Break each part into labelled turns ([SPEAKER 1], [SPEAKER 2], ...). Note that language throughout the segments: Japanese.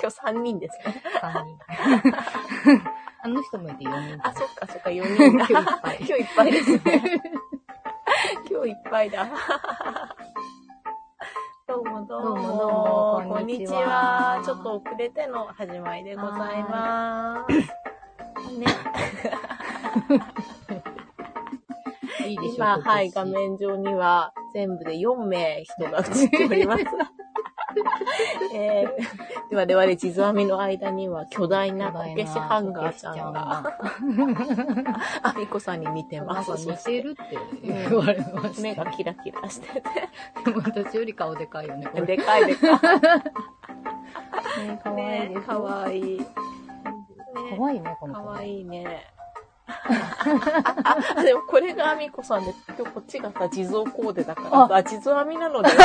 [SPEAKER 1] 今日3人ですね。
[SPEAKER 2] 三 人。あの人もいて4人。
[SPEAKER 1] あ、そっかそっか、4人だ。
[SPEAKER 2] 今日いっぱ
[SPEAKER 1] 今日いっぱ
[SPEAKER 2] い
[SPEAKER 1] いですね。今日いっぱいだ。 どうもどうも。
[SPEAKER 2] どうもどうも
[SPEAKER 1] こ
[SPEAKER 2] こ
[SPEAKER 1] ん
[SPEAKER 2] ん
[SPEAKER 1] に
[SPEAKER 2] に
[SPEAKER 1] ち
[SPEAKER 2] ち
[SPEAKER 1] は
[SPEAKER 2] は。
[SPEAKER 1] ちょっと遅れての始まりでござい ます。ね、
[SPEAKER 2] いいでしょ
[SPEAKER 1] 今、はい、画。面上には全部で4名人が映っており ます。えー、ではではで、地図編みの間には巨大なこけしハンガーちゃんが、
[SPEAKER 2] が。
[SPEAKER 1] あみこさんに似て
[SPEAKER 2] な
[SPEAKER 1] ま
[SPEAKER 2] ん
[SPEAKER 1] す
[SPEAKER 2] か。似てるって言われました。
[SPEAKER 1] 目がキラキラしてて。
[SPEAKER 2] 私より顔でかいよね、これ。
[SPEAKER 1] でかいでか
[SPEAKER 2] ね
[SPEAKER 1] い。ね、か
[SPEAKER 2] か
[SPEAKER 1] わいい。ね、
[SPEAKER 2] わいいね、この
[SPEAKER 1] か
[SPEAKER 2] 子。
[SPEAKER 1] わいいね。あ、 でもこれがアミコさんで、今日こっちがさ、地蔵コーデだからさ、地蔵編みな ので、
[SPEAKER 2] じ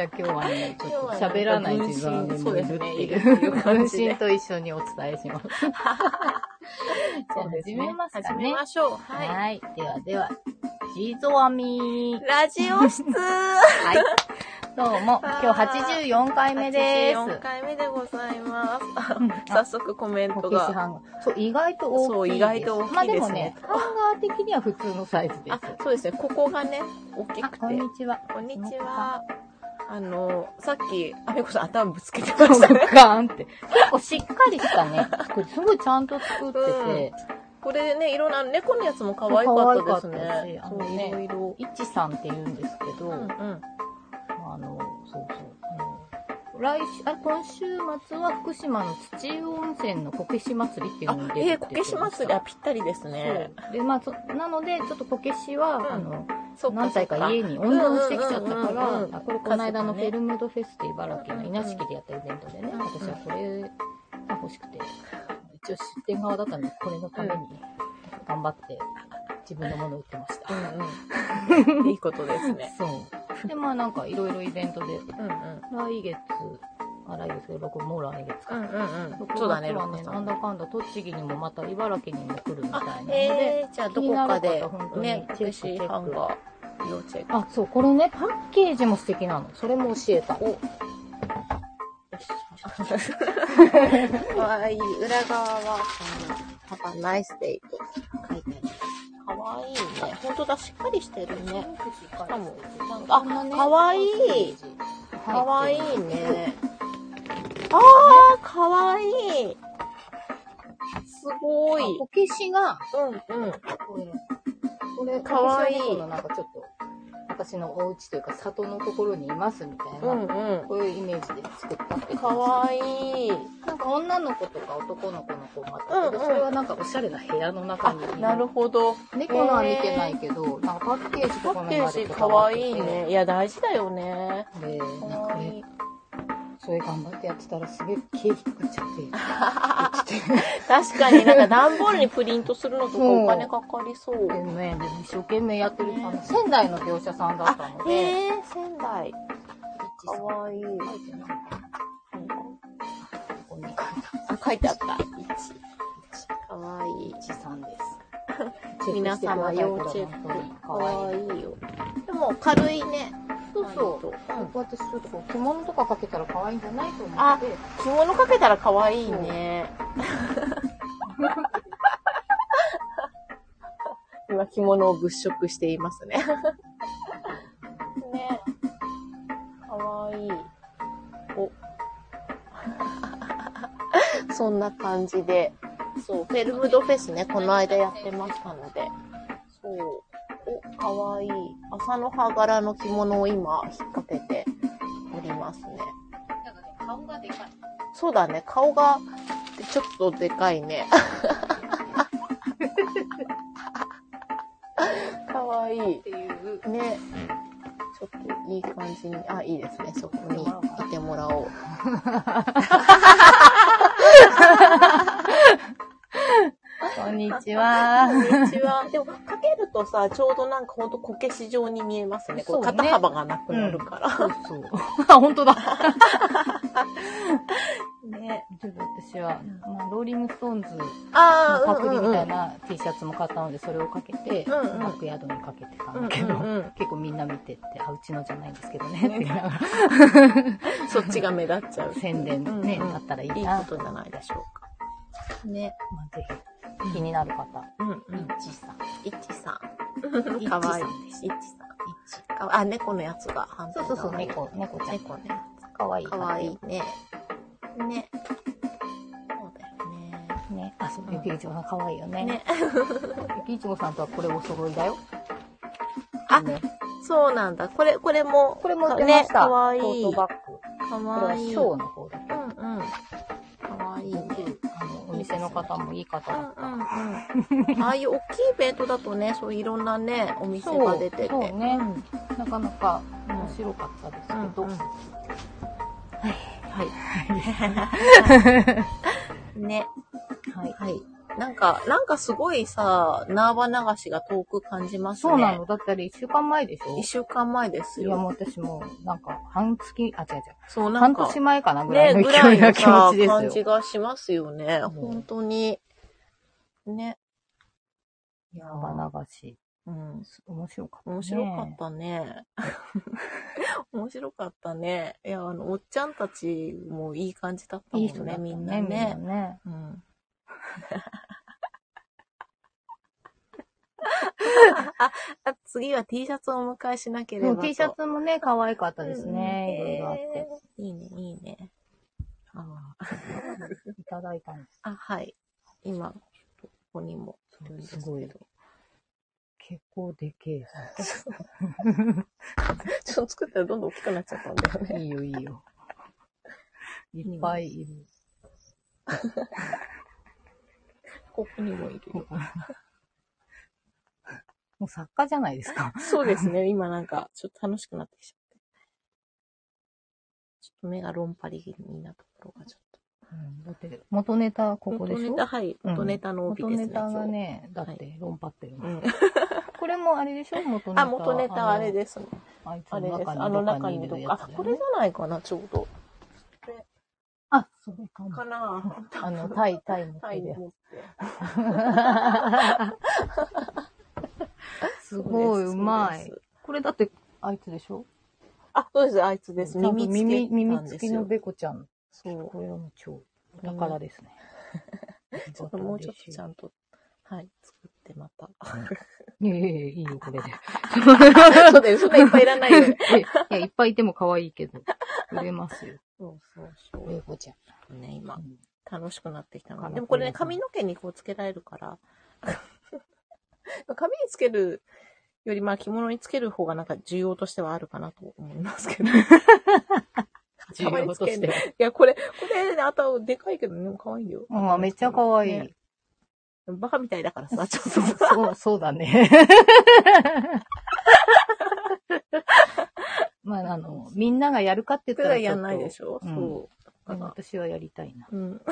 [SPEAKER 2] ゃあ今日はね、ちょっと
[SPEAKER 1] 今日はね
[SPEAKER 2] 喋らない自分
[SPEAKER 1] そうですね
[SPEAKER 2] い
[SPEAKER 1] いるってい
[SPEAKER 2] る
[SPEAKER 1] う感じで
[SPEAKER 2] 分身と一緒にお伝えします。じゃあ始めますか
[SPEAKER 1] 始
[SPEAKER 2] ね
[SPEAKER 1] め。ましょう。
[SPEAKER 2] はい、
[SPEAKER 1] はい。
[SPEAKER 2] ではでは、ジーゾアミ
[SPEAKER 1] ラジオ室
[SPEAKER 2] はい。どうも、今日84回目です。
[SPEAKER 1] 4回目でございます
[SPEAKER 2] うん。
[SPEAKER 1] 早速コメン
[SPEAKER 2] こ
[SPEAKER 1] ト
[SPEAKER 2] けし
[SPEAKER 1] が。
[SPEAKER 2] ハンガー。そう、意外と大きいです。
[SPEAKER 1] そう意外と大きいですね
[SPEAKER 2] まあでもね、ハンガー的には普通のサイズです。
[SPEAKER 1] あ、そうですね。ここがね、大き
[SPEAKER 2] あ、
[SPEAKER 1] く
[SPEAKER 2] こん
[SPEAKER 1] て
[SPEAKER 2] に。ちは。
[SPEAKER 1] こんに
[SPEAKER 2] こんに
[SPEAKER 1] ち
[SPEAKER 2] ち
[SPEAKER 1] は
[SPEAKER 2] は。
[SPEAKER 1] あの、さっき、アミコさん頭ぶつけてま
[SPEAKER 2] そう
[SPEAKER 1] したね。
[SPEAKER 2] ガーンって。結構しっかりしたね。これすごいちゃんと作ってて、
[SPEAKER 1] これね、いろんな、猫のやつも可愛かったですね。
[SPEAKER 2] 可愛かったしあの
[SPEAKER 1] そうね、いろいろ。
[SPEAKER 2] いちさんって言うんですけど、
[SPEAKER 1] うんうん。
[SPEAKER 2] あの、そうそう。あの来週、あ、今週末は福島の土湯温泉のこけし祭りっていうのに
[SPEAKER 1] あ、
[SPEAKER 2] 出る
[SPEAKER 1] え
[SPEAKER 2] っ
[SPEAKER 1] ー、こ
[SPEAKER 2] て
[SPEAKER 1] け
[SPEAKER 2] 言って
[SPEAKER 1] し
[SPEAKER 2] ました
[SPEAKER 1] 祭りはぴったりですね。
[SPEAKER 2] そう。で、まあ、そなので、ちょっとこけしは、
[SPEAKER 1] ん
[SPEAKER 2] あの、
[SPEAKER 1] そう
[SPEAKER 2] 何回か家
[SPEAKER 1] に。
[SPEAKER 2] に温存してきちゃったか
[SPEAKER 1] うんうんうん
[SPEAKER 2] ら
[SPEAKER 1] う、ん
[SPEAKER 2] あこれこの間のフ
[SPEAKER 1] 数がね
[SPEAKER 2] ェルムードフェスって茨城の稲敷でやったイベントでね、
[SPEAKER 1] うんうん
[SPEAKER 2] 私はこれが欲しくて、一応出店側だったので、これのために頑張って自分のものを売ってました。
[SPEAKER 1] うんう ん。いいことですね。
[SPEAKER 2] そう。で、まあなんかいろいろイベントで、
[SPEAKER 1] うんうん。
[SPEAKER 2] 来月、あ、来月、6、もう来月
[SPEAKER 1] う
[SPEAKER 2] か。
[SPEAKER 1] んうんうん。
[SPEAKER 2] 6
[SPEAKER 1] そうだね、
[SPEAKER 2] 月は
[SPEAKER 1] ロ
[SPEAKER 2] ね、
[SPEAKER 1] カさ
[SPEAKER 2] なん
[SPEAKER 1] ん。
[SPEAKER 2] だかんだ栃木にもまた茨城にも来るみたいな
[SPEAKER 1] あ
[SPEAKER 2] の、で、
[SPEAKER 1] えー、じゃあどこか
[SPEAKER 2] 気に
[SPEAKER 1] で
[SPEAKER 2] なる方本、当に
[SPEAKER 1] ね、こけ
[SPEAKER 2] チェックチェ
[SPEAKER 1] し
[SPEAKER 2] ック
[SPEAKER 1] ハンガー、要チェック。
[SPEAKER 2] あ、そう、これね、パッケージも素敵なの。それも教えた。お、
[SPEAKER 1] かわいい。裏側は、あの、パパナイスデイと書いてある。かわいいね。ほんとだ、しっかりしてるね。しかも、ちゃんと、あ、かわいい。。かわいいね。あー、かわいい。すごい。
[SPEAKER 2] こけしが、
[SPEAKER 1] うんうん。
[SPEAKER 2] これ、これ、
[SPEAKER 1] かわいい
[SPEAKER 2] こけしはねこのなんかちょっと、私のお家というか、里のところにいますみたいな、
[SPEAKER 1] うん
[SPEAKER 2] こういうイメージで作ったって
[SPEAKER 1] うん。
[SPEAKER 2] 感じ
[SPEAKER 1] かわいい。
[SPEAKER 2] なんか女の子とか男の子の子もあった
[SPEAKER 1] うん
[SPEAKER 2] けど、
[SPEAKER 1] うん
[SPEAKER 2] それはなんかおしゃれな部屋の中
[SPEAKER 1] あ
[SPEAKER 2] に。、
[SPEAKER 1] なるほど。
[SPEAKER 2] 猫のは見てないけど、なんかパッケージ
[SPEAKER 1] パ
[SPEAKER 2] とか
[SPEAKER 1] ッ
[SPEAKER 2] の
[SPEAKER 1] ケ
[SPEAKER 2] があ
[SPEAKER 1] ー
[SPEAKER 2] る
[SPEAKER 1] ジ
[SPEAKER 2] と
[SPEAKER 1] かわいいね。いや、大事だよね。
[SPEAKER 2] で、
[SPEAKER 1] か
[SPEAKER 2] なんか
[SPEAKER 1] わ
[SPEAKER 2] こ
[SPEAKER 1] い
[SPEAKER 2] れ、
[SPEAKER 1] い。
[SPEAKER 2] それ頑張ってやってたらすげえ毛引っかっちゃって。
[SPEAKER 1] 確かになんか段ボールにプリントするのとか
[SPEAKER 2] そう
[SPEAKER 1] お金かかりそう。
[SPEAKER 2] でね、でも一生懸命やってる、あの、仙台の業者さんだったの
[SPEAKER 1] へ
[SPEAKER 2] で、
[SPEAKER 1] え、仙台。かわいい。
[SPEAKER 2] 書いてないここに書いて
[SPEAKER 1] あ、書いてあった。かわいい。
[SPEAKER 2] ある、さ んです。
[SPEAKER 1] 皆様要チェッ
[SPEAKER 2] 本当に
[SPEAKER 1] ク。か
[SPEAKER 2] 可愛
[SPEAKER 1] わ
[SPEAKER 2] い
[SPEAKER 1] いいよ。でも軽いね。
[SPEAKER 2] そうそう。
[SPEAKER 1] う
[SPEAKER 2] こ
[SPEAKER 1] ん
[SPEAKER 2] うやってちょっとこう着物とかかけたら可愛いんじゃないと思
[SPEAKER 1] あ
[SPEAKER 2] って。
[SPEAKER 1] 着物かけたら可愛い ね。今着物を物色していますね。ね。可愛いい。お。 そんな感じで。そう、フェルムドフェスね、この間やってましたので。そう。お、かわいい。麻の葉柄の着物を今引っ掛けておりますね。
[SPEAKER 2] なんかね、顔がでかい。
[SPEAKER 1] そうだね、顔がちょっとでかいね。 かわいい。
[SPEAKER 2] っていう。
[SPEAKER 1] ね。ちょっといい感じに、あ、いいですね。そこにいてもらおう。
[SPEAKER 2] こんにちは。
[SPEAKER 1] こんにちは。 でも、かけるとさ、ちょうどなんかほんとこけし状に見えますね。こう
[SPEAKER 2] そうね
[SPEAKER 1] 肩幅がなくなるから。
[SPEAKER 2] そうそう。あ、本当だ。
[SPEAKER 1] ね。
[SPEAKER 2] ちけど私は、まあ、ローリングストーンズの
[SPEAKER 1] あ
[SPEAKER 2] パ
[SPEAKER 1] あ、
[SPEAKER 2] クリみたい
[SPEAKER 1] な。
[SPEAKER 2] な T シャツも買ったので、それをかけて、
[SPEAKER 1] うんうん
[SPEAKER 2] バックヤードにかけてた
[SPEAKER 1] うんん
[SPEAKER 2] だけど、
[SPEAKER 1] うんうん
[SPEAKER 2] 結構みんな見てって、あ、うちのじゃないんですけど ね、って言いながら
[SPEAKER 1] そっちが目立っち ゃう。
[SPEAKER 2] 宣伝ね、
[SPEAKER 1] うんうん
[SPEAKER 2] だったらいい
[SPEAKER 1] いい
[SPEAKER 2] な。
[SPEAKER 1] ことじゃないでしょうか。
[SPEAKER 2] ね。まあ、ぜひ、気にな る方、
[SPEAKER 1] うんう
[SPEAKER 2] イ
[SPEAKER 1] ん。
[SPEAKER 2] ッチさん。
[SPEAKER 1] いちさ
[SPEAKER 2] イッチ
[SPEAKER 1] ん。か
[SPEAKER 2] さん
[SPEAKER 1] わいい。
[SPEAKER 2] です
[SPEAKER 1] いちさん。かわあ、猫のやつが反
[SPEAKER 2] そうそうそう、猫、猫ちゃん。
[SPEAKER 1] 猫ね。
[SPEAKER 2] かわいい。
[SPEAKER 1] かわいいね。ね。そうだよね。
[SPEAKER 2] ね。あ、そうう、
[SPEAKER 1] ん
[SPEAKER 2] ゆきいちごさんかわいいよね。
[SPEAKER 1] ね。
[SPEAKER 2] ゆきいちごさんとはこれお揃いだよ。
[SPEAKER 1] あ、
[SPEAKER 2] ね
[SPEAKER 1] そうなんだ。これ、これも。
[SPEAKER 2] これも売ってまし
[SPEAKER 1] ね、
[SPEAKER 2] た。
[SPEAKER 1] かわい
[SPEAKER 2] トー
[SPEAKER 1] い。
[SPEAKER 2] ト
[SPEAKER 1] か
[SPEAKER 2] バッグ。これ
[SPEAKER 1] わ
[SPEAKER 2] はいシ
[SPEAKER 1] い。
[SPEAKER 2] ョー
[SPEAKER 1] う
[SPEAKER 2] の方だけ
[SPEAKER 1] ん
[SPEAKER 2] ど。
[SPEAKER 1] うん。かわいいね。
[SPEAKER 2] あの、お店の方もいい方
[SPEAKER 1] う
[SPEAKER 2] だ
[SPEAKER 1] ん
[SPEAKER 2] った。
[SPEAKER 1] うんうん。ああいう大きいイベントだとね、そういろんなね、お店が出てて。
[SPEAKER 2] そうそうね
[SPEAKER 1] ん
[SPEAKER 2] なかなか
[SPEAKER 1] うん
[SPEAKER 2] 面白かったですけど、
[SPEAKER 1] うんうんはい。ね。
[SPEAKER 2] はい。
[SPEAKER 1] はい。なんか、なんかすごいさ、縄場流しが遠く感じますね。
[SPEAKER 2] そうなの。だったら一週間前でしょ
[SPEAKER 1] 一週間前です
[SPEAKER 2] いや、
[SPEAKER 1] よ。
[SPEAKER 2] もう私もう、なんか、半月、あ、違う違う。
[SPEAKER 1] そう、なん
[SPEAKER 2] 半
[SPEAKER 1] か、
[SPEAKER 2] 年前かなぐらい
[SPEAKER 1] ね、
[SPEAKER 2] の
[SPEAKER 1] ぐら
[SPEAKER 2] 勢い
[SPEAKER 1] い
[SPEAKER 2] な
[SPEAKER 1] の
[SPEAKER 2] 気
[SPEAKER 1] さ
[SPEAKER 2] 持ち、で
[SPEAKER 1] 感
[SPEAKER 2] す
[SPEAKER 1] じ
[SPEAKER 2] よ。
[SPEAKER 1] がしますよね。
[SPEAKER 2] うん
[SPEAKER 1] 本当に。ね。いやー
[SPEAKER 2] 長々し。
[SPEAKER 1] うん。
[SPEAKER 2] 面白かった、ね。
[SPEAKER 1] 面白かったね。 面白かったね。いや、あの、おっちゃんたちもいい感じだったもん
[SPEAKER 2] い
[SPEAKER 1] ね、
[SPEAKER 2] い人だったね、
[SPEAKER 1] み
[SPEAKER 2] み
[SPEAKER 1] ん
[SPEAKER 2] ん
[SPEAKER 1] な
[SPEAKER 2] な
[SPEAKER 1] ね。
[SPEAKER 2] ね。
[SPEAKER 1] うん。 あ、あ、次は T シャツをお迎えしなけれ
[SPEAKER 2] そ
[SPEAKER 1] ば
[SPEAKER 2] う、
[SPEAKER 1] と。
[SPEAKER 2] T シャツもね、可愛かったですね。
[SPEAKER 1] うん
[SPEAKER 2] いろいろあって。
[SPEAKER 1] えーいいね、いいね。あー
[SPEAKER 2] いただいたんです。
[SPEAKER 1] あ、はい。今、ここにもいるんですけど。
[SPEAKER 2] すごい結構でけえ。
[SPEAKER 1] ちょっと作ったらどんどん大きくなっちゃったんだよ ね。
[SPEAKER 2] いいよ、いいよ。いっぱいいる。
[SPEAKER 1] ここにもいるよ。
[SPEAKER 2] もう作家じゃないですか。
[SPEAKER 1] そうですね。今なんか、ちょっと楽しくなってきちゃって。ちょっと目がロンパリになところがちょっと。
[SPEAKER 2] うんだって、元ネタここで
[SPEAKER 1] 元
[SPEAKER 2] し
[SPEAKER 1] ネ
[SPEAKER 2] ょ
[SPEAKER 1] タ、はい。元ネタの帯
[SPEAKER 2] 元
[SPEAKER 1] ですね。
[SPEAKER 2] ネタが
[SPEAKER 1] 今日。
[SPEAKER 2] ね、だって論破ってる
[SPEAKER 1] う
[SPEAKER 2] もん。
[SPEAKER 1] ん、
[SPEAKER 2] これもあれでしょ元ネタ。
[SPEAKER 1] あ、元ネタあれですね。
[SPEAKER 2] あの。あ
[SPEAKER 1] あ
[SPEAKER 2] い
[SPEAKER 1] れ
[SPEAKER 2] つ
[SPEAKER 1] です。あ
[SPEAKER 2] の
[SPEAKER 1] の
[SPEAKER 2] 中
[SPEAKER 1] 中
[SPEAKER 2] に
[SPEAKER 1] に
[SPEAKER 2] い
[SPEAKER 1] ど
[SPEAKER 2] る
[SPEAKER 1] っ
[SPEAKER 2] や
[SPEAKER 1] か。あ、
[SPEAKER 2] つだよね
[SPEAKER 1] これじゃないかな、ちょうど。
[SPEAKER 2] あ、それかも
[SPEAKER 1] か。な
[SPEAKER 2] あの、タイ、タイ持っ
[SPEAKER 1] タ
[SPEAKER 2] て
[SPEAKER 1] イ
[SPEAKER 2] る
[SPEAKER 1] に
[SPEAKER 2] や
[SPEAKER 1] 持って。
[SPEAKER 2] つ。すごい、
[SPEAKER 1] そうです
[SPEAKER 2] うまい
[SPEAKER 1] そうで。
[SPEAKER 2] これだって、あいつでしょ
[SPEAKER 1] あ、そうです。あいつです。
[SPEAKER 2] ちゃんと
[SPEAKER 1] 耳
[SPEAKER 2] 耳、
[SPEAKER 1] つけた
[SPEAKER 2] 耳
[SPEAKER 1] ん
[SPEAKER 2] 付
[SPEAKER 1] で
[SPEAKER 2] き
[SPEAKER 1] す
[SPEAKER 2] の
[SPEAKER 1] よ。
[SPEAKER 2] ベコちゃん。
[SPEAKER 1] そう。
[SPEAKER 2] これはもう超、お宝ですね。
[SPEAKER 1] ちょっともうちょっとちゃ
[SPEAKER 2] ん
[SPEAKER 1] んと、はい、作ってまた。
[SPEAKER 2] いやいやいやいいよ、これで。
[SPEAKER 1] そうだよ、 そんないっぱいいらないよ。
[SPEAKER 2] えいや、いっぱいいても可愛いけど、売れますよ。
[SPEAKER 1] そうそうそ
[SPEAKER 2] ベコちゃん。
[SPEAKER 1] う。ね、今
[SPEAKER 2] う、ん
[SPEAKER 1] 楽しくなってきた
[SPEAKER 2] か
[SPEAKER 1] の。
[SPEAKER 2] な
[SPEAKER 1] でもこれね、
[SPEAKER 2] これね
[SPEAKER 1] 髪の毛にこうつけられるから。 髪につけるより、まあ着物につける方がなんか需要としてはあるかなと思います けど。い
[SPEAKER 2] 重要としては。
[SPEAKER 1] や、これ、これね、あとでかいけどね、可愛いよ。
[SPEAKER 2] うんあ、めっちゃ可愛い。
[SPEAKER 1] ねバカみたいだからさ、ちょっと
[SPEAKER 2] そう、。そうそうだね。 まあ、あの、みんながやるかって言っ
[SPEAKER 1] そ
[SPEAKER 2] た
[SPEAKER 1] れ
[SPEAKER 2] ら
[SPEAKER 1] は
[SPEAKER 2] ちょ
[SPEAKER 1] やん
[SPEAKER 2] っと。
[SPEAKER 1] ないでしょ、
[SPEAKER 2] うん
[SPEAKER 1] そう。
[SPEAKER 2] で
[SPEAKER 1] だ
[SPEAKER 2] も
[SPEAKER 1] か
[SPEAKER 2] 私はやりたいな。
[SPEAKER 1] ら、うん。
[SPEAKER 2] ちょ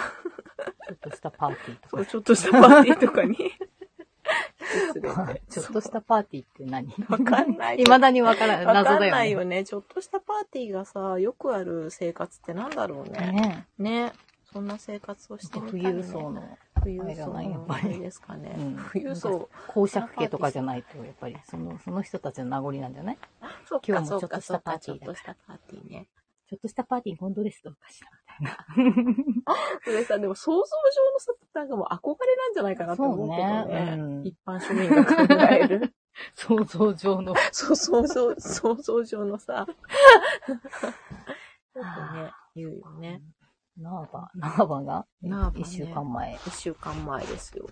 [SPEAKER 2] っとしたパーティーと
[SPEAKER 1] そう、
[SPEAKER 2] か。
[SPEAKER 1] ちょっとしたパーティーと かに。失礼て
[SPEAKER 2] ちょっとしたパーティーって何
[SPEAKER 1] わかんない
[SPEAKER 2] 未だにわからない。
[SPEAKER 1] わ
[SPEAKER 2] 謎
[SPEAKER 1] か
[SPEAKER 2] だ
[SPEAKER 1] んない
[SPEAKER 2] よ
[SPEAKER 1] よ
[SPEAKER 2] ね。
[SPEAKER 1] ね。ちょっとしたパーティーがさ、よくある生活ってなんだろうね。
[SPEAKER 2] ね
[SPEAKER 1] ね。そんな生活をしてみた
[SPEAKER 2] 富
[SPEAKER 1] い、ね。
[SPEAKER 2] 裕層の、
[SPEAKER 1] 富
[SPEAKER 2] あれ
[SPEAKER 1] 裕
[SPEAKER 2] だ
[SPEAKER 1] 層
[SPEAKER 2] な
[SPEAKER 1] の
[SPEAKER 2] やっぱり
[SPEAKER 1] あれですかね。
[SPEAKER 2] うん
[SPEAKER 1] 富裕層。
[SPEAKER 2] 公爵家とかじゃないと、やっぱり、その、その人たちの名残なんじゃない
[SPEAKER 1] そっ
[SPEAKER 2] 今
[SPEAKER 1] か、
[SPEAKER 2] 日
[SPEAKER 1] そ
[SPEAKER 2] も
[SPEAKER 1] っ
[SPEAKER 2] ちょっ
[SPEAKER 1] か、
[SPEAKER 2] とし
[SPEAKER 1] そ
[SPEAKER 2] た
[SPEAKER 1] っ
[SPEAKER 2] パー
[SPEAKER 1] か、
[SPEAKER 2] テ
[SPEAKER 1] ち
[SPEAKER 2] ィ
[SPEAKER 1] ょ
[SPEAKER 2] ー
[SPEAKER 1] っ
[SPEAKER 2] だ
[SPEAKER 1] としたパーティーね。
[SPEAKER 2] ちょっとしたパーティー、本当ですどうかしらみたいな。
[SPEAKER 1] それさ、でも想像上のさ、なんかもう憧れなんじゃないかなと思うけどね。
[SPEAKER 2] そうねうん
[SPEAKER 1] 一般庶民が考え る。
[SPEAKER 2] 想像上 の。
[SPEAKER 1] そう、想像、想像上のさ。よくね、言うよね。
[SPEAKER 2] ナーバ、ナーバが、
[SPEAKER 1] ナーバね
[SPEAKER 2] 一週間前。
[SPEAKER 1] 一週間前ですよ。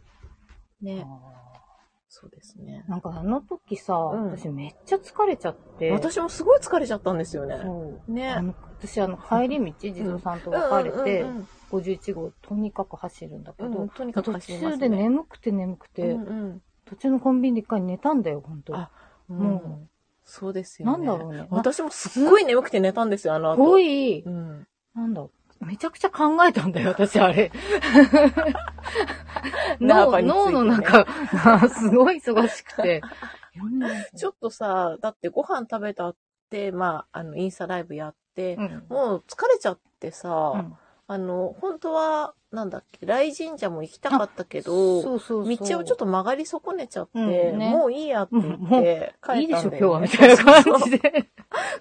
[SPEAKER 1] ね。
[SPEAKER 2] あ
[SPEAKER 1] そうですね
[SPEAKER 2] ー。なんかあの時さ、
[SPEAKER 1] ん
[SPEAKER 2] 私めっちゃ疲れちゃって。
[SPEAKER 1] 私もすごい疲れちゃったんですよね。
[SPEAKER 2] そう。
[SPEAKER 1] ね
[SPEAKER 2] あ。の私あの帰り道、地蔵さんと別れて
[SPEAKER 1] う、ん
[SPEAKER 2] 51号とにかく走るんだけ
[SPEAKER 1] う
[SPEAKER 2] ど、
[SPEAKER 1] んうん、とにかく
[SPEAKER 2] 途
[SPEAKER 1] 走りますね
[SPEAKER 2] 中で眠くて眠くて、
[SPEAKER 1] うんうん
[SPEAKER 2] 途中のコンビニで一回寝たんだよ、本当
[SPEAKER 1] あうん
[SPEAKER 2] も
[SPEAKER 1] そうです
[SPEAKER 2] う、
[SPEAKER 1] よ
[SPEAKER 2] な
[SPEAKER 1] ね。
[SPEAKER 2] んだろうね。なんか
[SPEAKER 1] 私もすっごい眠くて寝たんですよ、あの
[SPEAKER 2] す
[SPEAKER 1] 後。
[SPEAKER 2] ごい、
[SPEAKER 1] うん。
[SPEAKER 2] なんだろう、めちゃくちゃ考えたんだよ、私あ れ。
[SPEAKER 1] ナー
[SPEAKER 2] 脳
[SPEAKER 1] バについてね
[SPEAKER 2] 脳の中、 すごい忙し くて。
[SPEAKER 1] ちょっとさ、だってご飯食べたって、まあ、あの、インスタライブやって、
[SPEAKER 2] うん
[SPEAKER 1] もう疲れちゃってさ、
[SPEAKER 2] うん
[SPEAKER 1] あの、本当は、なんだっけ、雷神社も行きたかったけど、
[SPEAKER 2] そうそうそう。
[SPEAKER 1] 道をちょっと曲がり損ねちゃって、
[SPEAKER 2] うんね
[SPEAKER 1] もういいやって言って、帰ったんだよね
[SPEAKER 2] いいでしょ、今日は、みたいな感じで。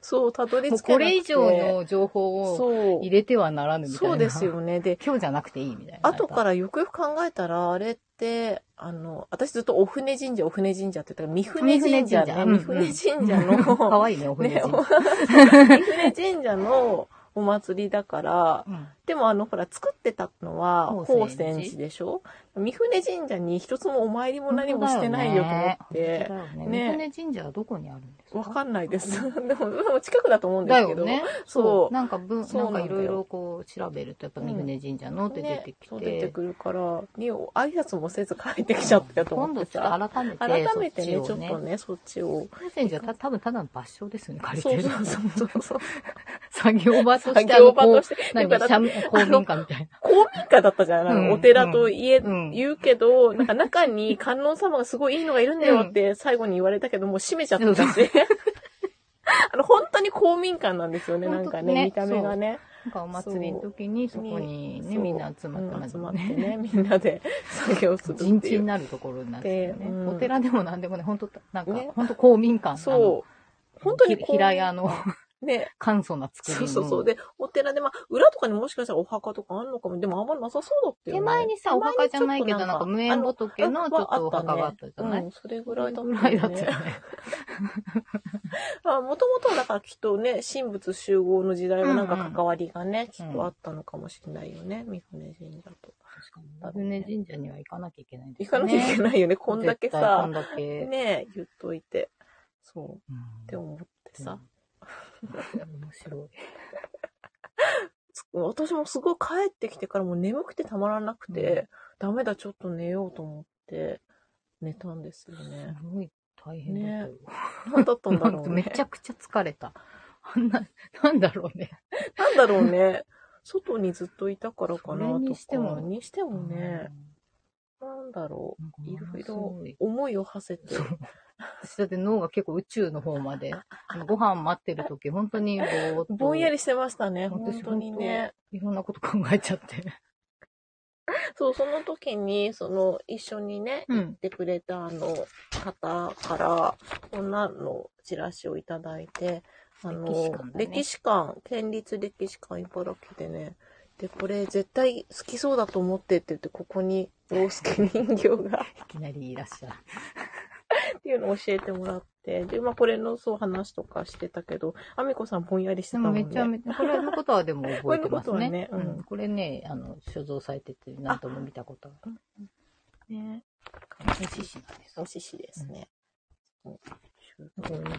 [SPEAKER 1] そう、たどり
[SPEAKER 2] もう
[SPEAKER 1] 着けなくて。
[SPEAKER 2] これ以上の情報を
[SPEAKER 1] そう
[SPEAKER 2] 入れてはならぬみたいな。
[SPEAKER 1] そうですよね。 で、
[SPEAKER 2] 今日じゃなくていいみたいな。
[SPEAKER 1] 後からよくよく考えたら、あれって、あの、私ずっとお船神社、お船神社って言ったから、三船神社ね。
[SPEAKER 2] 三
[SPEAKER 1] 三
[SPEAKER 2] 船
[SPEAKER 1] 船神
[SPEAKER 2] 神社
[SPEAKER 1] 社
[SPEAKER 2] か
[SPEAKER 1] の、
[SPEAKER 2] わいいね、お船
[SPEAKER 1] ね、
[SPEAKER 2] 神
[SPEAKER 1] お
[SPEAKER 2] 社。
[SPEAKER 1] 三船神社のお祭りだから、
[SPEAKER 2] うん
[SPEAKER 1] でもあの、ほら、作ってたのは、宝
[SPEAKER 2] 宝泉寺
[SPEAKER 1] 泉寺でしょ三船神社に一つもお参りも何もしてないよと思って、
[SPEAKER 2] 本当だよね。
[SPEAKER 1] ね
[SPEAKER 2] 三船神社はどこにあるんですか
[SPEAKER 1] わかんないです。 でも、でも近くだと思うんで
[SPEAKER 2] だ
[SPEAKER 1] すけ
[SPEAKER 2] よ
[SPEAKER 1] ど。
[SPEAKER 2] ね。
[SPEAKER 1] そう
[SPEAKER 2] なんか文、
[SPEAKER 1] そう
[SPEAKER 2] な
[SPEAKER 1] なんん
[SPEAKER 2] か
[SPEAKER 1] だよ
[SPEAKER 2] いろいろこう調べると、やっぱ三船神社のって出て
[SPEAKER 1] ね
[SPEAKER 2] きて。
[SPEAKER 1] そう出てくるから、に挨拶もせず帰ってきちゃったと
[SPEAKER 2] 今
[SPEAKER 1] 思っ
[SPEAKER 2] 度
[SPEAKER 1] て
[SPEAKER 2] ちょっ
[SPEAKER 1] さ。
[SPEAKER 2] と改めて、
[SPEAKER 1] 改めてね、ち
[SPEAKER 2] そち
[SPEAKER 1] ょ
[SPEAKER 2] を
[SPEAKER 1] っとね、そっちを。
[SPEAKER 2] 三船神社は多分ただの場所ですよね、借り
[SPEAKER 1] そ
[SPEAKER 2] て
[SPEAKER 1] う
[SPEAKER 2] る。
[SPEAKER 1] そうそうそう。
[SPEAKER 2] 作業場と
[SPEAKER 1] 作
[SPEAKER 2] して、
[SPEAKER 1] 業場と
[SPEAKER 2] し
[SPEAKER 1] して。
[SPEAKER 2] 何、
[SPEAKER 1] なんかだって
[SPEAKER 2] 社民公民館みたいな。
[SPEAKER 1] 公民館だったじゃない、
[SPEAKER 2] うん
[SPEAKER 1] お寺と言え、
[SPEAKER 2] うん
[SPEAKER 1] 言うけど、なんか中に観音様がすごいいいのがいるんだよって最後に言われたけど、もう閉めちゃってたし。 あの、本当に公民館なんですよね、なんかね、
[SPEAKER 2] 本
[SPEAKER 1] 見
[SPEAKER 2] 当ね
[SPEAKER 1] た目がね。
[SPEAKER 2] なんかお祭りの時に、そこにね、
[SPEAKER 1] そう
[SPEAKER 2] みんな集まって
[SPEAKER 1] う
[SPEAKER 2] ま
[SPEAKER 1] ん
[SPEAKER 2] す
[SPEAKER 1] 集
[SPEAKER 2] ね
[SPEAKER 1] まってね、みんなで作業するっていう。
[SPEAKER 2] 人地になるところになってるね、
[SPEAKER 1] でうん
[SPEAKER 2] お寺でもなんでもね、本当なんか、
[SPEAKER 1] ね
[SPEAKER 2] 本当公民館。
[SPEAKER 1] そう。
[SPEAKER 2] あの
[SPEAKER 1] 本当に
[SPEAKER 2] ひ
[SPEAKER 1] こう
[SPEAKER 2] 平 屋の
[SPEAKER 1] ね、
[SPEAKER 2] 簡素な作り
[SPEAKER 1] そう
[SPEAKER 2] の。
[SPEAKER 1] そうそう。で、お寺で、まあ、裏とかにもしかしたらお墓とかあんのかも。でもあんまなさそうだったよね。
[SPEAKER 2] 手前にさ、お墓じゃないけど、なんか無縁
[SPEAKER 1] と
[SPEAKER 2] 仏のちょっとお墓があったじゃない
[SPEAKER 1] うん、それぐらいだった
[SPEAKER 2] ぐらい
[SPEAKER 1] よ
[SPEAKER 2] だった
[SPEAKER 1] ね
[SPEAKER 2] よ。ね。
[SPEAKER 1] まあ、もともとはだからきっとね、神仏集合の時代もなんか関わりがね、
[SPEAKER 2] うん
[SPEAKER 1] きっとあったのかもしれないよね、三船神社と。
[SPEAKER 2] 確かに。三船神社には行かなきゃいけないんで
[SPEAKER 1] 行
[SPEAKER 2] すよ
[SPEAKER 1] かな
[SPEAKER 2] ね。
[SPEAKER 1] きゃいけないよね、こんだけ
[SPEAKER 2] 絶対こ
[SPEAKER 1] さ
[SPEAKER 2] ん、だけ。
[SPEAKER 1] ね、言っといて。そう、
[SPEAKER 2] うん
[SPEAKER 1] って思ってさ。
[SPEAKER 2] うん面白い。
[SPEAKER 1] つ私もすごい帰ってきてからもう眠くてたまらなくて、ダメだ、ちょっと寝ようと思って、寝たんですよ ね。
[SPEAKER 2] すごい大変だったよ。
[SPEAKER 1] なんだったんだ
[SPEAKER 2] なん
[SPEAKER 1] ろ
[SPEAKER 2] か
[SPEAKER 1] う
[SPEAKER 2] め
[SPEAKER 1] ね。
[SPEAKER 2] ちゃくちゃ疲れた。 あんな、なんだろうね。
[SPEAKER 1] なんだろうね。外にずっといたからかなとか。
[SPEAKER 2] それにしても
[SPEAKER 1] にしてもね、なんだろ
[SPEAKER 2] うん。なんか
[SPEAKER 1] う。いろい
[SPEAKER 2] ものす
[SPEAKER 1] ろ
[SPEAKER 2] ごい
[SPEAKER 1] 思いを馳せて
[SPEAKER 2] そ。う。私だって脳が結構宇宙の方まで、あのご飯待ってる時、本当にぼーっと。
[SPEAKER 1] ぼんやりしてましたね、
[SPEAKER 2] 私
[SPEAKER 1] 本当にね。
[SPEAKER 2] いろんなこと考えちゃって。
[SPEAKER 1] そう、その時に、その、一緒にね、行
[SPEAKER 2] うん
[SPEAKER 1] っ。てくれたあの方から、こんなのチラシをいただいて、あの、
[SPEAKER 2] 歴
[SPEAKER 1] 歴
[SPEAKER 2] 史
[SPEAKER 1] 史館,、
[SPEAKER 2] 館だね
[SPEAKER 1] 県立歴史館茨城でね、で、これ絶対好きそうだと思ってって言って、ここに、洋介人形が。
[SPEAKER 2] いきなりいらっしゃる。
[SPEAKER 1] っていうのを教えてもらって、で、まあ、これのそう話とかしてたけど、あみこさんぼんやりして
[SPEAKER 2] で
[SPEAKER 1] たも
[SPEAKER 2] も
[SPEAKER 1] んね。
[SPEAKER 2] めちゃめちゃ、これのことはでも覚えてます
[SPEAKER 1] これ
[SPEAKER 2] ね。
[SPEAKER 1] のことはねうん
[SPEAKER 2] これね、あの、所蔵されてて何度も見たことがある。
[SPEAKER 1] ね。
[SPEAKER 2] 無視しなんです
[SPEAKER 1] お。ししですね。
[SPEAKER 2] うん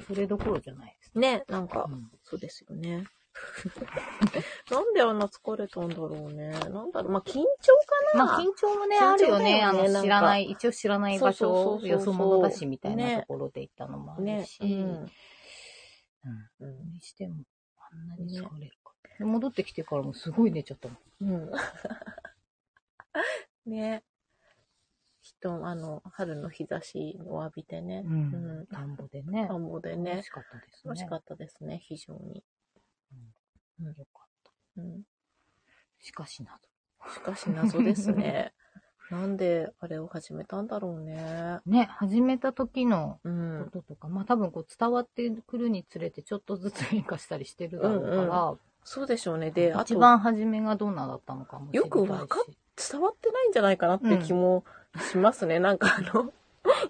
[SPEAKER 2] それどころじゃないですね。
[SPEAKER 1] ね、なんか
[SPEAKER 2] う、ん
[SPEAKER 1] そうですよね。 なんであんな疲れたんだろうね。なんだろう、まあ、緊張かな、
[SPEAKER 2] まあ緊張もね、
[SPEAKER 1] 緊張だよね
[SPEAKER 2] あるよね。あの、
[SPEAKER 1] なんか
[SPEAKER 2] 知らない、一応知らない場
[SPEAKER 1] そうそうそう
[SPEAKER 2] 所、
[SPEAKER 1] そう
[SPEAKER 2] よそ者だしみたいな
[SPEAKER 1] ね
[SPEAKER 2] ところで行ったのもある
[SPEAKER 1] ね、
[SPEAKER 2] し。
[SPEAKER 1] うん。う
[SPEAKER 2] それ
[SPEAKER 1] ん
[SPEAKER 2] にしても、あんなに疲れるか。で戻ってきてからもすごい寝ちゃったもん。
[SPEAKER 1] うん。 ね。きっと、あの、春の日差しを浴びてね。
[SPEAKER 2] うん田んぼでね。
[SPEAKER 1] 田んぼで
[SPEAKER 2] 楽
[SPEAKER 1] ね
[SPEAKER 2] し。かったですね。
[SPEAKER 1] 楽しか
[SPEAKER 2] っ
[SPEAKER 1] ったですね、非常に。
[SPEAKER 2] た。よかっ
[SPEAKER 1] うん
[SPEAKER 2] た。しかしな
[SPEAKER 1] しかし謎です ね。なんであれを始めたんだろうね。
[SPEAKER 2] と。ね、始めた時の
[SPEAKER 1] う
[SPEAKER 2] こ
[SPEAKER 1] ん。
[SPEAKER 2] ととか、まあ多分こう伝わってくるにつれてちょっとずつ変化したりしてるだろうか
[SPEAKER 1] そうでしょうね。
[SPEAKER 2] ら、
[SPEAKER 1] で、あと
[SPEAKER 2] 一、番初めがどんなだったのかもしれないし。
[SPEAKER 1] よくわか伝わってないんじゃないかなって気もします ね。なんかあの、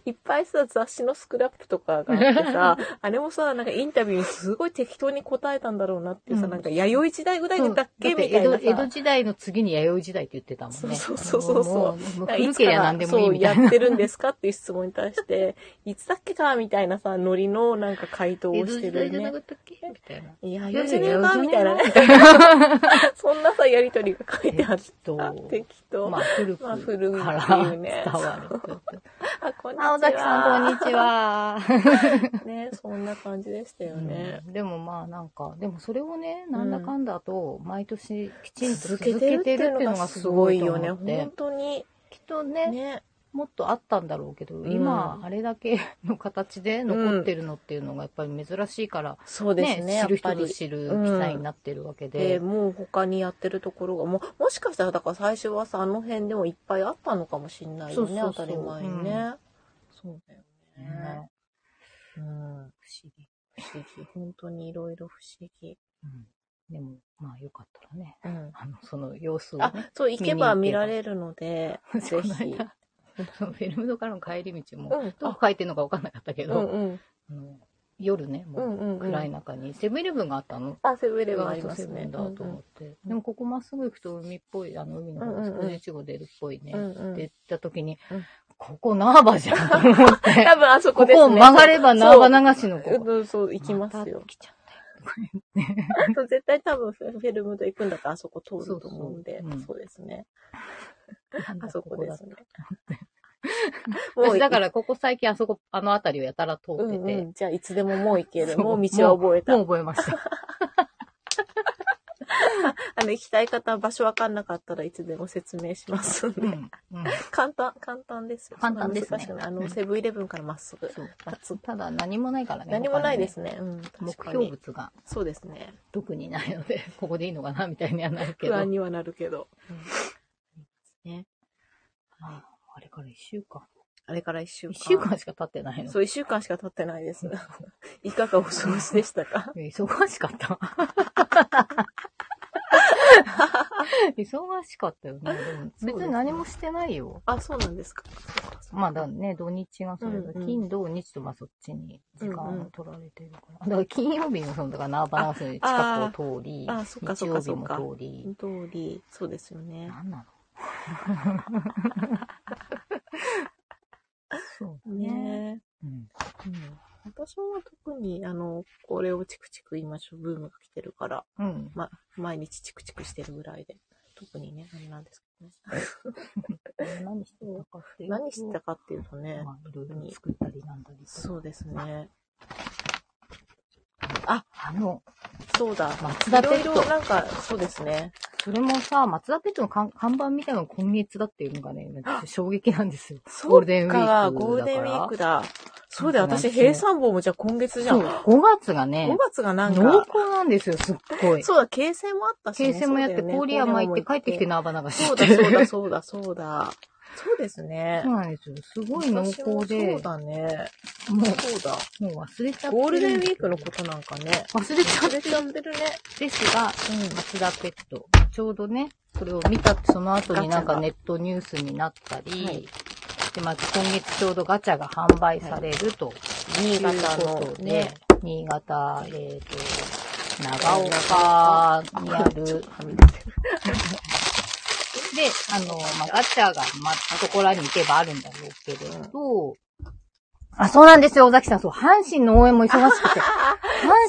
[SPEAKER 1] いっぱいさ、雑誌のスクラップとかがあって さ、あれもさ、なんかインタビューにすごい適当に答えたんだろうなっていうさ、
[SPEAKER 2] うん
[SPEAKER 1] なんか弥生時代ぐらいだっけ
[SPEAKER 2] そうだ
[SPEAKER 1] み
[SPEAKER 2] て
[SPEAKER 1] たいなさ
[SPEAKER 2] 江戸江戸時代の次に弥生時代って言ってたもんね。
[SPEAKER 1] そうそうそうそうそう
[SPEAKER 2] も
[SPEAKER 1] な
[SPEAKER 2] もう
[SPEAKER 1] んか
[SPEAKER 2] 古
[SPEAKER 1] いつ
[SPEAKER 2] け
[SPEAKER 1] か
[SPEAKER 2] りゃ
[SPEAKER 1] ら
[SPEAKER 2] 何でもいい
[SPEAKER 1] そう
[SPEAKER 2] みた
[SPEAKER 1] や
[SPEAKER 2] いな。
[SPEAKER 1] ってるんですかっていう質問に対して、いつだっけかみたいなさ、ノリのなんか回答を
[SPEAKER 2] 江戸
[SPEAKER 1] し
[SPEAKER 2] 時
[SPEAKER 1] て
[SPEAKER 2] 代
[SPEAKER 1] る
[SPEAKER 2] じゃな
[SPEAKER 1] ね
[SPEAKER 2] か。ったっけみたいな。
[SPEAKER 1] いや、
[SPEAKER 2] いや
[SPEAKER 1] よ
[SPEAKER 2] い
[SPEAKER 1] じ
[SPEAKER 2] や
[SPEAKER 1] ねがみたいなね。
[SPEAKER 2] な。
[SPEAKER 1] そんなさ、やりとりが書いてあっ
[SPEAKER 2] 適当
[SPEAKER 1] た。適当。
[SPEAKER 2] まあ、古く
[SPEAKER 1] まあ古い
[SPEAKER 2] か
[SPEAKER 1] って
[SPEAKER 2] ら
[SPEAKER 1] いうね
[SPEAKER 2] 伝わる。
[SPEAKER 1] あ、こんにちは。
[SPEAKER 2] 青崎さん、こんにちは。
[SPEAKER 1] ね、そんな感じでしたよね。
[SPEAKER 2] うんでもまあなんか、でもそれをね、なんだかんだと、毎年きちんと
[SPEAKER 1] 続
[SPEAKER 2] 続け
[SPEAKER 1] け
[SPEAKER 2] て
[SPEAKER 1] て
[SPEAKER 2] る
[SPEAKER 1] る
[SPEAKER 2] っ
[SPEAKER 1] ってて
[SPEAKER 2] い
[SPEAKER 1] いうう
[SPEAKER 2] の
[SPEAKER 1] の
[SPEAKER 2] が
[SPEAKER 1] が
[SPEAKER 2] す
[SPEAKER 1] す
[SPEAKER 2] ご
[SPEAKER 1] ご
[SPEAKER 2] い
[SPEAKER 1] い
[SPEAKER 2] よ
[SPEAKER 1] よ
[SPEAKER 2] ね
[SPEAKER 1] ね。。本当に。
[SPEAKER 2] きっとね、
[SPEAKER 1] ね。
[SPEAKER 2] もっとあったんだろうけど、
[SPEAKER 1] ん
[SPEAKER 2] 今、あれだけ の形で残ってるのっていうのがやっぱり珍しいから、
[SPEAKER 1] そうですね、や
[SPEAKER 2] 知
[SPEAKER 1] っ
[SPEAKER 2] る
[SPEAKER 1] ぱ
[SPEAKER 2] 人
[SPEAKER 1] り
[SPEAKER 2] ぞ。知る機会になってるわけで、
[SPEAKER 1] で、もう他にやってるところが、もう、もしかしたら、だから最初はさ、あの辺でもいっぱいあったのかもしんないよね、
[SPEAKER 2] そうそうそ
[SPEAKER 1] 当
[SPEAKER 2] う
[SPEAKER 1] たり前にね。
[SPEAKER 2] う
[SPEAKER 1] そうだよね
[SPEAKER 2] ね。
[SPEAKER 1] うん。
[SPEAKER 2] 不思議、
[SPEAKER 1] 不思議。本当にいろいろ不思議。
[SPEAKER 2] でも、まあよかったらね、
[SPEAKER 1] うん。
[SPEAKER 2] あの、その様子をね、
[SPEAKER 1] あ、そう、行けば見られるので、 ぜ
[SPEAKER 2] そうこの
[SPEAKER 1] ひ。
[SPEAKER 2] 間 フィルムドからの帰り道も、
[SPEAKER 1] うん
[SPEAKER 2] どこ書いてるのか分かんなかったけ
[SPEAKER 1] うんう
[SPEAKER 2] ど、
[SPEAKER 1] ん。
[SPEAKER 2] あの夜ね、
[SPEAKER 1] う
[SPEAKER 2] も
[SPEAKER 1] んうん
[SPEAKER 2] う
[SPEAKER 1] うん。
[SPEAKER 2] 暗い中にセブンイレブンがあったの。
[SPEAKER 1] あ、セブンイ
[SPEAKER 2] セ
[SPEAKER 1] レブンあります
[SPEAKER 2] ブ
[SPEAKER 1] ね
[SPEAKER 2] ン。だと思って、でもここまっすぐ行くと海っぽい、あの海の
[SPEAKER 1] うんうんうん
[SPEAKER 2] 方、筑いちご出るっぽいね、
[SPEAKER 1] う
[SPEAKER 2] っ
[SPEAKER 1] んうん
[SPEAKER 2] て言った時に、
[SPEAKER 1] うん
[SPEAKER 2] ここ縄場 じゃんと思って、
[SPEAKER 1] 多分あそこ
[SPEAKER 2] こ
[SPEAKER 1] ですね。
[SPEAKER 2] こを曲がれば縄場流しのここ。
[SPEAKER 1] うんそう、行きますよ
[SPEAKER 2] た。来ちゃった
[SPEAKER 1] あと絶対多分フェルムで行くんだったらあそこ通ると思うんで、
[SPEAKER 2] そうそううん
[SPEAKER 1] そうですね。
[SPEAKER 2] なんだ
[SPEAKER 1] あそこで
[SPEAKER 2] だ
[SPEAKER 1] すね。
[SPEAKER 2] 私だからここ最近あそこ、あの辺りをやたら通
[SPEAKER 1] う
[SPEAKER 2] ってて、
[SPEAKER 1] んうん、じゃあいつでももう行ける。
[SPEAKER 2] そう
[SPEAKER 1] もう道は覚えた。
[SPEAKER 2] もう覚えました。
[SPEAKER 1] あの、行きたい方、場所わかんなかったらいつでも説明しますんで。
[SPEAKER 2] うん。うん
[SPEAKER 1] 簡単、簡単ですよ。
[SPEAKER 2] 簡単ですね
[SPEAKER 1] そんな難しくないあの、セブンイレブンからまっすぐ。
[SPEAKER 2] そう
[SPEAKER 1] まっすぐ
[SPEAKER 2] ただ何もないからね。
[SPEAKER 1] 何もないです
[SPEAKER 2] 他
[SPEAKER 1] ね。うん、
[SPEAKER 2] にね。
[SPEAKER 1] 確
[SPEAKER 2] 目
[SPEAKER 1] か
[SPEAKER 2] 標
[SPEAKER 1] に。
[SPEAKER 2] 物が
[SPEAKER 1] そうですね。
[SPEAKER 2] 特にないので、ここでいいのかなみたいにはなるけど。
[SPEAKER 1] 不安
[SPEAKER 2] はい
[SPEAKER 1] にはなるけど。
[SPEAKER 2] あれから一週間。
[SPEAKER 1] あれから一週間。
[SPEAKER 2] 一週間しか経ってないの。
[SPEAKER 1] そう、一週間しか経ってない です。いかがお過ごしでしたか
[SPEAKER 2] 忙しか った。忙しかったよね。でも
[SPEAKER 1] そうですね
[SPEAKER 2] 別に何もしてないよ。
[SPEAKER 1] あ、そうなんですか。
[SPEAKER 2] まあだね、土日がそれ
[SPEAKER 1] う
[SPEAKER 2] だ。
[SPEAKER 1] んうん
[SPEAKER 2] 金、土、日とまあそっちに時間を取られてるから。だから金曜日のその、だからナーバランス近くを通り
[SPEAKER 1] あああそっ、か
[SPEAKER 2] 日
[SPEAKER 1] そっか
[SPEAKER 2] 曜
[SPEAKER 1] そっ
[SPEAKER 2] 日も
[SPEAKER 1] か
[SPEAKER 2] 通り、
[SPEAKER 1] 通り、そうですよね。
[SPEAKER 2] なんなのそう
[SPEAKER 1] ねえ。
[SPEAKER 2] うん。
[SPEAKER 1] 私も特に、あの、これをチクチク今、ブームが来てるから、
[SPEAKER 2] うん。
[SPEAKER 1] ま、毎日チクチクしてるぐらいで、特にね、あれなんですけどね。
[SPEAKER 2] 何してたかっていうと
[SPEAKER 1] 何してたかっていうとね、
[SPEAKER 2] まあ、いろいろ作ったりなんだりとか
[SPEAKER 1] そうですね。
[SPEAKER 2] あの、
[SPEAKER 1] そうだ。
[SPEAKER 2] 松
[SPEAKER 1] い
[SPEAKER 2] 田ペ
[SPEAKER 1] ろい
[SPEAKER 2] ッ
[SPEAKER 1] ろ
[SPEAKER 2] ト。
[SPEAKER 1] なんか、そうですね。
[SPEAKER 2] それもさ、松田ペットの看看板みたいなのが今月だっていうのがね、なんか衝撃なんですよ。ゴールデンウィークだから
[SPEAKER 1] そうかゴールデンウィークだ。そうだよ、
[SPEAKER 2] なんか
[SPEAKER 1] 私、
[SPEAKER 2] ね
[SPEAKER 1] 平山坊もじゃあ今月じゃ
[SPEAKER 2] そ
[SPEAKER 1] ん。
[SPEAKER 2] う、
[SPEAKER 1] 5
[SPEAKER 2] 5月がね、
[SPEAKER 1] 月がなん
[SPEAKER 2] 濃
[SPEAKER 1] か
[SPEAKER 2] 厚、なんですよ、すっごい。
[SPEAKER 1] そうだ、形成もあったしね、
[SPEAKER 2] 京成もやって、
[SPEAKER 1] そうだよね
[SPEAKER 2] 氷屋巻いて帰ってきて縄ば流し
[SPEAKER 1] そう
[SPEAKER 2] て。
[SPEAKER 1] だ、そうだ、そうだ、そうだ。そうですね
[SPEAKER 2] そ。うなんですよ。すごい濃厚
[SPEAKER 1] 私も
[SPEAKER 2] で
[SPEAKER 1] そう、だね。
[SPEAKER 2] も
[SPEAKER 1] そうだ。
[SPEAKER 2] う、もう忘れちゃってる。
[SPEAKER 1] ゴールデンウィークのことなんかね。
[SPEAKER 2] 忘れちゃ
[SPEAKER 1] 忘
[SPEAKER 2] っ
[SPEAKER 1] れ
[SPEAKER 2] て
[SPEAKER 1] ちゃっ
[SPEAKER 2] るん
[SPEAKER 1] てるね。
[SPEAKER 2] ですが、
[SPEAKER 1] う
[SPEAKER 2] 松田ペット。ちょうどね、それを見たって、その後に
[SPEAKER 1] ガ
[SPEAKER 2] なん
[SPEAKER 1] チャが
[SPEAKER 2] かネットニュースになったり、
[SPEAKER 1] はい
[SPEAKER 2] で、まず今月ちょうどガチャが販売されると
[SPEAKER 1] ん。
[SPEAKER 2] い
[SPEAKER 1] 新
[SPEAKER 2] う
[SPEAKER 1] 潟
[SPEAKER 2] こ
[SPEAKER 1] の
[SPEAKER 2] とで、
[SPEAKER 1] ね。
[SPEAKER 2] 新潟、えっ、と、長岡にある、
[SPEAKER 1] ちょ
[SPEAKER 2] で
[SPEAKER 1] っと、はみ出てる。
[SPEAKER 2] あの、まあ、ガチャが、まあ、そこらに行けばあるんだろうけれど、あ、そうなんですよ、尾崎さん。そう、阪神の応援も忙し くて。阪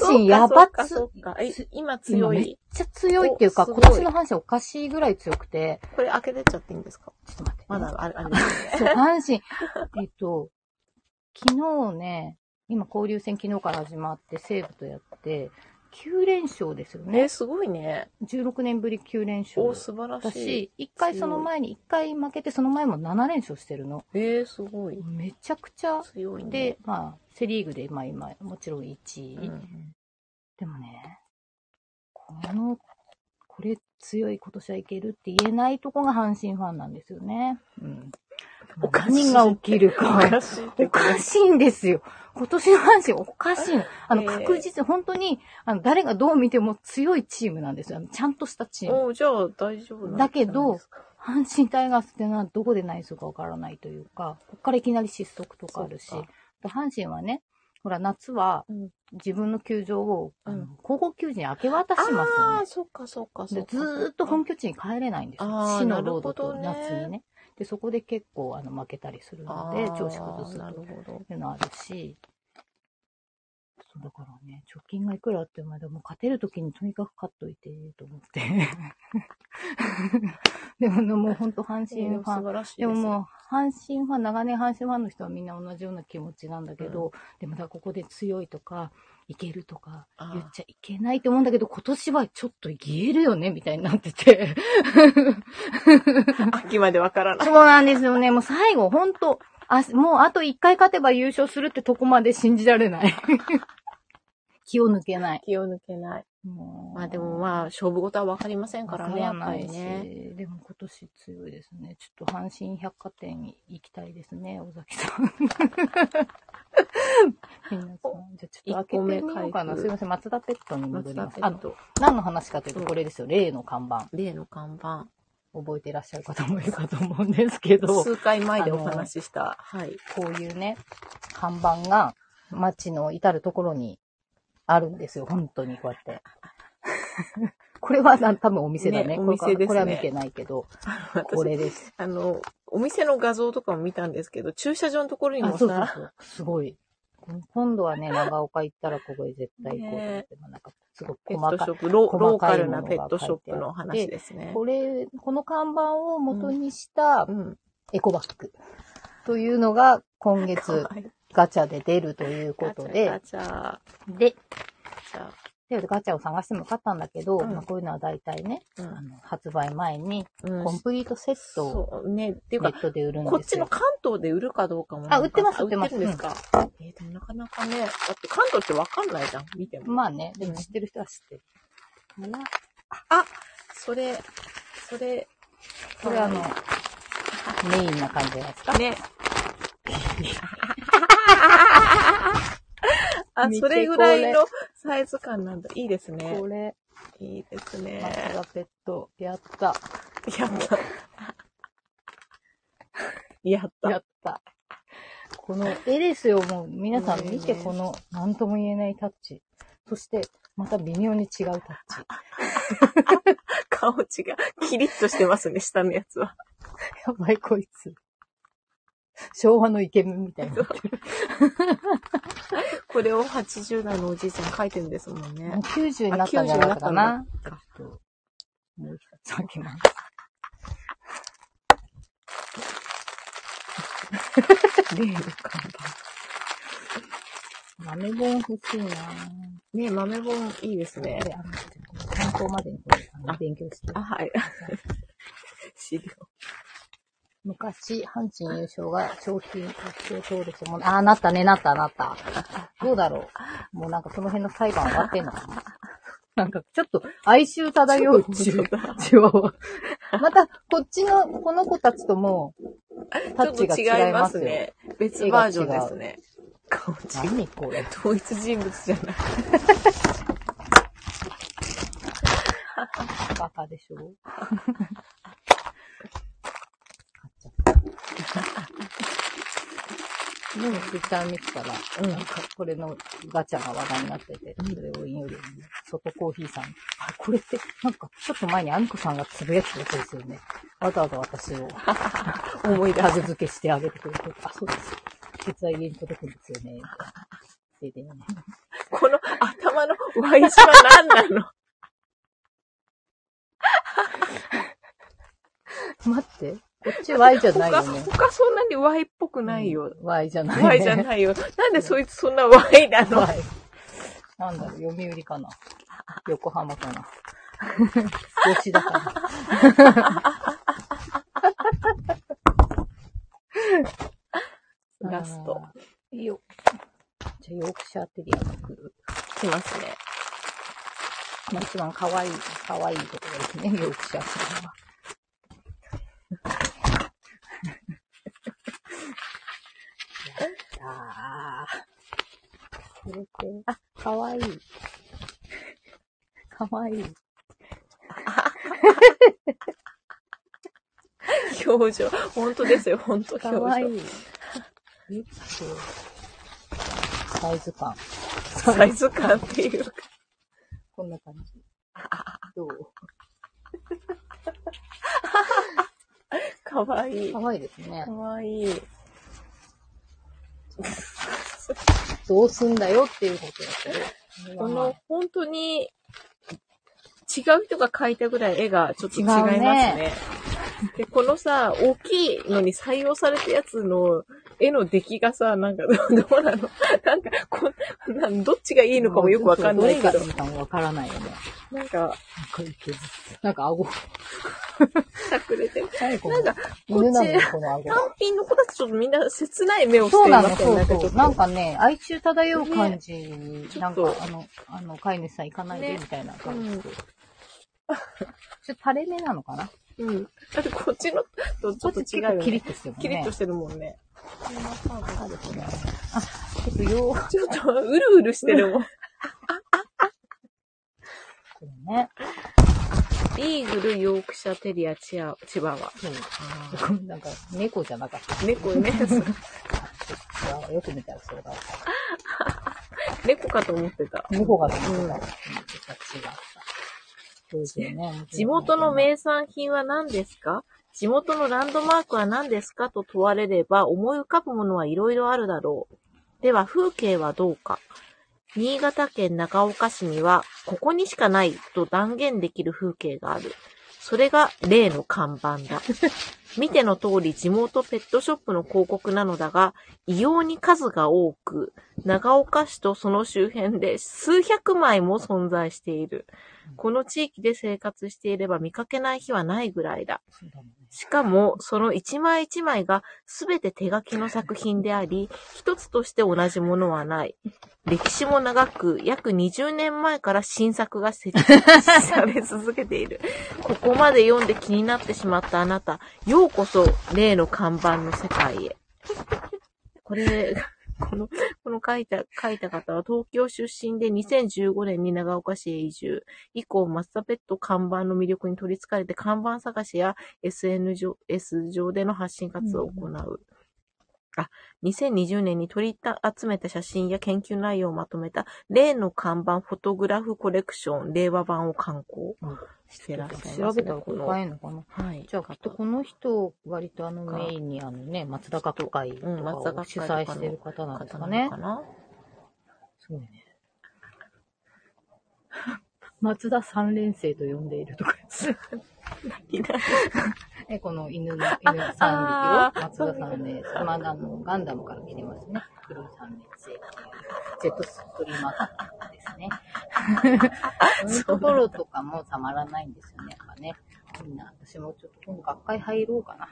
[SPEAKER 2] 神やば
[SPEAKER 1] そうか
[SPEAKER 2] つ
[SPEAKER 1] そ、うか。え今
[SPEAKER 2] 今
[SPEAKER 1] 強
[SPEAKER 2] めっ
[SPEAKER 1] い。
[SPEAKER 2] ちゃ強いっていうか、
[SPEAKER 1] おすご
[SPEAKER 2] 今
[SPEAKER 1] い
[SPEAKER 2] 年の阪神おかしいぐらい強くて、
[SPEAKER 1] これ開けてっちゃっていいんですか
[SPEAKER 2] ちょっと待って、
[SPEAKER 1] まだ。ある、ありますね。
[SPEAKER 2] そう、阪神。えっと、昨日ね、今交流戦昨日から始まって西武とやって、9連勝ですよ
[SPEAKER 1] え、
[SPEAKER 2] ね。
[SPEAKER 1] すごいね。
[SPEAKER 2] 16年ぶり9連勝
[SPEAKER 1] お、素晴ら
[SPEAKER 2] だ
[SPEAKER 1] しい。
[SPEAKER 2] し、1回その前に、1回負けてその前も7連勝してるの。
[SPEAKER 1] えー、すごい。
[SPEAKER 2] めちゃくちゃ。
[SPEAKER 1] 強いね。
[SPEAKER 2] で、まあ、セリーグで、まあ今、もちろん1位。
[SPEAKER 1] うん、
[SPEAKER 2] でもね、この、これ強い今年はいけるって言えないとこが阪神ファンなんですよね。うん。
[SPEAKER 1] おかしい
[SPEAKER 2] 何が起きる
[SPEAKER 1] お
[SPEAKER 2] か。
[SPEAKER 1] かしいって
[SPEAKER 2] お
[SPEAKER 1] こと。
[SPEAKER 2] かしいんですよ。今年の阪神おかしいの。あの、
[SPEAKER 1] えー
[SPEAKER 2] 確実に、本当に、あの、誰がどう見ても強いチームなんですよ。あのちゃんとしたチーム。
[SPEAKER 1] おじゃあ大丈夫なん
[SPEAKER 2] だけど
[SPEAKER 1] じゃないですか
[SPEAKER 2] 阪神タイガースっていうのはどこで何するかわからないというか、こっからいきなり失速とかあるし、
[SPEAKER 1] そうか
[SPEAKER 2] 阪神はね、ほら、夏は
[SPEAKER 1] うん、
[SPEAKER 2] 自分の球場を、あ
[SPEAKER 1] う
[SPEAKER 2] の
[SPEAKER 1] ん
[SPEAKER 2] 高校球児に明け渡しますよ
[SPEAKER 1] あ
[SPEAKER 2] ね
[SPEAKER 1] あ、。そっかそっかそ
[SPEAKER 2] で
[SPEAKER 1] っか。
[SPEAKER 2] ずーっと本拠地に帰れないんですよ
[SPEAKER 1] あー。
[SPEAKER 2] 市のロードと
[SPEAKER 1] なるほど
[SPEAKER 2] 夏
[SPEAKER 1] ね
[SPEAKER 2] にね。で、そこで結構、あの、負けたりするの
[SPEAKER 1] あ
[SPEAKER 2] で
[SPEAKER 1] ー、
[SPEAKER 2] 調子崩すと
[SPEAKER 1] なるほど
[SPEAKER 2] っ。ていうのあるし、そうだからね、貯金がいくらあっても、でも勝てるときにとにかく勝っといて、と思って。 でもね、もう本当阪神ファ
[SPEAKER 1] 素
[SPEAKER 2] ン。
[SPEAKER 1] 晴らしい
[SPEAKER 2] で
[SPEAKER 1] です
[SPEAKER 2] も
[SPEAKER 1] ね。
[SPEAKER 2] もう、阪神ファン、長年阪神ファンの人はみんな同じような気持ちなんだけど、でもだからここで強いとか、いけるとか
[SPEAKER 1] あー
[SPEAKER 2] 言っちゃいけないと思うんだけど、今年はちょっと言えるよね、みたいになってて。
[SPEAKER 1] 秋までわからない。
[SPEAKER 2] そうなんですよね。もう最後、ほんと、あもうあと1回勝てば優勝するってとこまで信じられ ない。気を抜けない。
[SPEAKER 1] 気を抜けない。
[SPEAKER 2] もう
[SPEAKER 1] まあでもまあ、勝負事はわかりませんからね、や
[SPEAKER 2] わ
[SPEAKER 1] っ
[SPEAKER 2] から
[SPEAKER 1] ぱ
[SPEAKER 2] ない
[SPEAKER 1] り
[SPEAKER 2] し
[SPEAKER 1] ね。
[SPEAKER 2] でも今年強いですね。ちょっと阪神百貨店に行きたいですね、尾崎さ ん。皆さん。じゃあちょっと開けてみようかな。
[SPEAKER 1] 一個目開封
[SPEAKER 2] すいません、松田ペットに戻
[SPEAKER 1] 松
[SPEAKER 2] り
[SPEAKER 1] 田
[SPEAKER 2] ます
[SPEAKER 1] ペ。
[SPEAKER 2] あ
[SPEAKER 1] ッ
[SPEAKER 2] の、
[SPEAKER 1] ト。
[SPEAKER 2] 何の話かというと、これですよ。例の看板。
[SPEAKER 1] 例の看板。
[SPEAKER 2] 覚えていらっしゃる方もいるかと思うんですけど、こ
[SPEAKER 1] 数回前でお話しした。はい。
[SPEAKER 2] ういうね、看板が街の至るところにあるんですよ。本当にこうやって。 これはな多分お店だね。
[SPEAKER 1] ね
[SPEAKER 2] これか
[SPEAKER 1] お店ですね
[SPEAKER 2] これは見てないけど、これです。
[SPEAKER 1] あの、お店の画像とかも見たんですけど、駐車場のところに
[SPEAKER 2] あ
[SPEAKER 1] も
[SPEAKER 2] そうそう
[SPEAKER 1] さ、
[SPEAKER 2] そう。すごい。今度はね、長岡行ったらここへ絶対行こうと思って、なんか、すご
[SPEAKER 1] ペ
[SPEAKER 2] く
[SPEAKER 1] ッ
[SPEAKER 2] 細
[SPEAKER 1] トシ
[SPEAKER 2] か
[SPEAKER 1] ョップ、ローロ
[SPEAKER 2] 細
[SPEAKER 1] ー
[SPEAKER 2] か
[SPEAKER 1] カ
[SPEAKER 2] い
[SPEAKER 1] ル
[SPEAKER 2] もの
[SPEAKER 1] な
[SPEAKER 2] が
[SPEAKER 1] ペットショップのお話です
[SPEAKER 2] い。
[SPEAKER 1] ね。
[SPEAKER 2] これ、この看板を元にした
[SPEAKER 1] うん。
[SPEAKER 2] エコバッグというのが今月
[SPEAKER 1] はい
[SPEAKER 2] ガチャで出るということ
[SPEAKER 1] ガ
[SPEAKER 2] で、
[SPEAKER 1] チャガ
[SPEAKER 2] で、
[SPEAKER 1] チャ、
[SPEAKER 2] でガチャを探してもよかったんだけど、
[SPEAKER 1] うん
[SPEAKER 2] まあこういうのは大体ね、
[SPEAKER 1] ガチャ。
[SPEAKER 2] あの発売前に
[SPEAKER 1] うん。うん
[SPEAKER 2] コンプリートセットを
[SPEAKER 1] そうね。っていう
[SPEAKER 2] ネ
[SPEAKER 1] か、
[SPEAKER 2] ットで売るん
[SPEAKER 1] こっ
[SPEAKER 2] です
[SPEAKER 1] ちの
[SPEAKER 2] よ。
[SPEAKER 1] 関東で売るかどうかも。
[SPEAKER 2] あ売ってます
[SPEAKER 1] あ
[SPEAKER 2] 売ってます
[SPEAKER 1] 売ってるんですか。えーでもなかなかね、だって関東ってわかんないじゃん、見ても。
[SPEAKER 2] まあね、で
[SPEAKER 1] う
[SPEAKER 2] も
[SPEAKER 1] ん
[SPEAKER 2] 知ってる人は知ってる。かな
[SPEAKER 1] それ、それ、
[SPEAKER 2] これあの、メインな感じじゃないですか。
[SPEAKER 1] ね。 あ、
[SPEAKER 2] 見
[SPEAKER 1] そ
[SPEAKER 2] て
[SPEAKER 1] れぐらいのサイズ感なんだ。いいですね
[SPEAKER 2] こ。れ、
[SPEAKER 1] いいです
[SPEAKER 2] マ
[SPEAKER 1] ね。
[SPEAKER 2] スダペット、やった、
[SPEAKER 1] やった。やった。
[SPEAKER 2] やった。この絵ですよ、もう皆さん
[SPEAKER 1] ねえ
[SPEAKER 2] 見てこの、なんとも言えないタッチ。そして、また微妙に違うタッチ。
[SPEAKER 1] 顔違う。キリッとしてますね、下のやつは。
[SPEAKER 2] やばい、こいつ。昭和のイケメンみたいな。
[SPEAKER 1] これを80代のおじいちゃん書いてるんですもんね
[SPEAKER 2] もう。90になったんじゃないかな。
[SPEAKER 1] あ90になったのか
[SPEAKER 2] ちょっともう一つ開けます。
[SPEAKER 1] 例の看板。
[SPEAKER 2] 豆本欲しいなぁ。
[SPEAKER 1] ね豆本いいですね。
[SPEAKER 2] であの参考までにこれあの勉強して。
[SPEAKER 1] あ、はい。資料。
[SPEAKER 2] 昔、阪神優勝が商品発表登録も、ああ、なったね、なった、なった。どうだろう。もうなんかその辺の裁判終わってんのかな。なんかちょっと哀愁漂う
[SPEAKER 1] ち
[SPEAKER 2] 中
[SPEAKER 1] ょっと本当だ
[SPEAKER 2] 中は。また、こっちの、この子たちとも、タッチが
[SPEAKER 1] ちょっと
[SPEAKER 2] 違いますよ。
[SPEAKER 1] ね。別バージョンですね。顔違う。
[SPEAKER 2] 何これ。
[SPEAKER 1] 同一人物じゃない。
[SPEAKER 2] バカでしょ買っちゃったでも、ツイッター見てたら、
[SPEAKER 1] うん
[SPEAKER 2] なんか、これのガチャが話題になってて、それを引用で、外コーヒーさん、あ、これって、なんか、ちょっと前にアミコさんがつぶやくことですよね。わざわざ 私を、
[SPEAKER 1] 思い出
[SPEAKER 2] タグ付けしてあげてくれて、あ、そうです。実は家に届くんですよね。ででね
[SPEAKER 1] この頭 のワイシは何なの
[SPEAKER 2] 待って、こっち Y じゃない
[SPEAKER 1] 他、
[SPEAKER 2] よね。
[SPEAKER 1] 他そんなにワイっぽくないよ。
[SPEAKER 2] うん。Y じゃない、ね。
[SPEAKER 1] ワイじゃないよ。なんでそいつそんなワイなの
[SPEAKER 2] はい。なんだろう、読売かな横浜か な吉田かな
[SPEAKER 1] ラスト。。
[SPEAKER 2] いいよ。じゃあ、ヨークシャーテリアが来る。
[SPEAKER 1] きますね。
[SPEAKER 2] まあ、一番可愛い、可愛いところですね、ヨークシャーテリアは。やったー。これって、あ、可愛い。可愛い。
[SPEAKER 1] 表情。本当ですよ、本当
[SPEAKER 2] か
[SPEAKER 1] 表
[SPEAKER 2] わい
[SPEAKER 1] 情。
[SPEAKER 2] い。えっと、サイズ感。
[SPEAKER 1] サイズ感っていうか。
[SPEAKER 2] こんな感じ。どう
[SPEAKER 1] かわいい
[SPEAKER 2] か。わいいですね
[SPEAKER 1] か。わいい。
[SPEAKER 2] どうすんだよっていうことだけど。
[SPEAKER 1] こ
[SPEAKER 2] この
[SPEAKER 1] の、、本当に、違う人が描いたぐらい絵がちょっと違いますね。
[SPEAKER 2] 違うね
[SPEAKER 1] で、このさ、大きいのに採用されたやつの絵の出来がさ、なんかどう、どうなのなんか、こんなんどっちがいいのかもよくわかんないけ
[SPEAKER 2] ど
[SPEAKER 1] ど
[SPEAKER 2] れがい、いかもわからないよね。
[SPEAKER 1] なんか、
[SPEAKER 2] なんかいけずなんか顎、
[SPEAKER 1] 隠れてる。
[SPEAKER 2] 何この
[SPEAKER 1] なんか、こ
[SPEAKER 2] 犬な
[SPEAKER 1] っ
[SPEAKER 2] のよ
[SPEAKER 1] ち、
[SPEAKER 2] この顎
[SPEAKER 1] 単。品の子たちちょっとみんな切ない目をし
[SPEAKER 2] そ
[SPEAKER 1] て
[SPEAKER 2] う
[SPEAKER 1] い
[SPEAKER 2] な
[SPEAKER 1] ま
[SPEAKER 2] の、
[SPEAKER 1] せ
[SPEAKER 2] そ
[SPEAKER 1] ん
[SPEAKER 2] う
[SPEAKER 1] なんかち
[SPEAKER 2] そ
[SPEAKER 1] ょっ
[SPEAKER 2] う。なん
[SPEAKER 1] と。
[SPEAKER 2] かね、哀愁漂う感じに、
[SPEAKER 1] ちょ
[SPEAKER 2] なん
[SPEAKER 1] っ
[SPEAKER 2] か
[SPEAKER 1] と、
[SPEAKER 2] あの、あの、飼い主さん行かないで、
[SPEAKER 1] ね
[SPEAKER 2] みたいな感じで。ちょっと垂れ目なのかな
[SPEAKER 1] うん。だってこっちのとち
[SPEAKER 2] こ
[SPEAKER 1] ょ
[SPEAKER 2] っ
[SPEAKER 1] っと
[SPEAKER 2] ち
[SPEAKER 1] 違
[SPEAKER 2] 結
[SPEAKER 1] うよ
[SPEAKER 2] 構キリ
[SPEAKER 1] ね。
[SPEAKER 2] ッとしてるもんね。
[SPEAKER 1] キリッとしてるもんね。
[SPEAKER 2] あるけどあ、ちょっとよ
[SPEAKER 1] ちょっと、うるうるしてるもん。
[SPEAKER 2] くね。
[SPEAKER 1] ビーグル、ヨークシャテリア、チア、チワワ。
[SPEAKER 2] そう。なんか、猫じゃなかった。
[SPEAKER 1] 猫 ね。
[SPEAKER 2] よく見たらそれが。
[SPEAKER 1] 猫かと思ってた。
[SPEAKER 2] 猫が見たら、うん、違った。そうですよね。
[SPEAKER 1] 地元の名産品は何ですか地元のランドマークは何ですかと問われれば思い浮かぶものはいろいろあるだろう。では風景はどうか新潟県長岡市にはここにしかないと断言できる風景がある。それが例の看板だ。見ての通り地元ペットショップの広告なのだが、異様に数が多く、長岡市とその周辺で数百枚も存在している。この地域で生活していれば見かけない日はないぐらいだ。
[SPEAKER 2] そうだもんね
[SPEAKER 1] しかも、その一枚一枚が全て手書きの作品であり、一つとして同じものはない。歴史も長く、約20年前から新作が設置され続けている。ここまで読んで気になってしまったあなた、ようこそ、例の看板の世界へ。これ、この、この書いた、書いた方は東京出身で2015年に長岡市へ移住。以降、マスタペット看板の魅力に取り憑かれて看板探しや SN 上 S 上での発信活動を行う。あ、2020年に取り集めた写真や研究内容をまとめた、例の看板フォトグラフコレクション、令和版を刊行
[SPEAKER 2] うん
[SPEAKER 1] してらっしゃい
[SPEAKER 2] 調
[SPEAKER 1] ます、
[SPEAKER 2] べ
[SPEAKER 1] ね。
[SPEAKER 2] たら
[SPEAKER 1] こ
[SPEAKER 2] こ
[SPEAKER 1] の
[SPEAKER 2] れ買えんのかな
[SPEAKER 1] はい。
[SPEAKER 2] じゃあ、きっとこの人、割とあのメインにあのね、松坂区会とか
[SPEAKER 1] うん松
[SPEAKER 2] を
[SPEAKER 1] 坂区
[SPEAKER 2] 主
[SPEAKER 1] 会とかの
[SPEAKER 2] 催してる方なんです
[SPEAKER 1] 方
[SPEAKER 2] か
[SPEAKER 1] な
[SPEAKER 2] ね
[SPEAKER 1] のか。な
[SPEAKER 2] そうね。松田三連星と呼んでいるとか。え、この 犬の、犬3
[SPEAKER 1] あ
[SPEAKER 2] 匹を松田三連星。まだあの、ガンダムから来てますね。黒い三連星。ジェットストリーマーですね。 そういうところとかもたまらないんですよね。やっぱね。みんな、私もちょっと今度学会入ろうかな。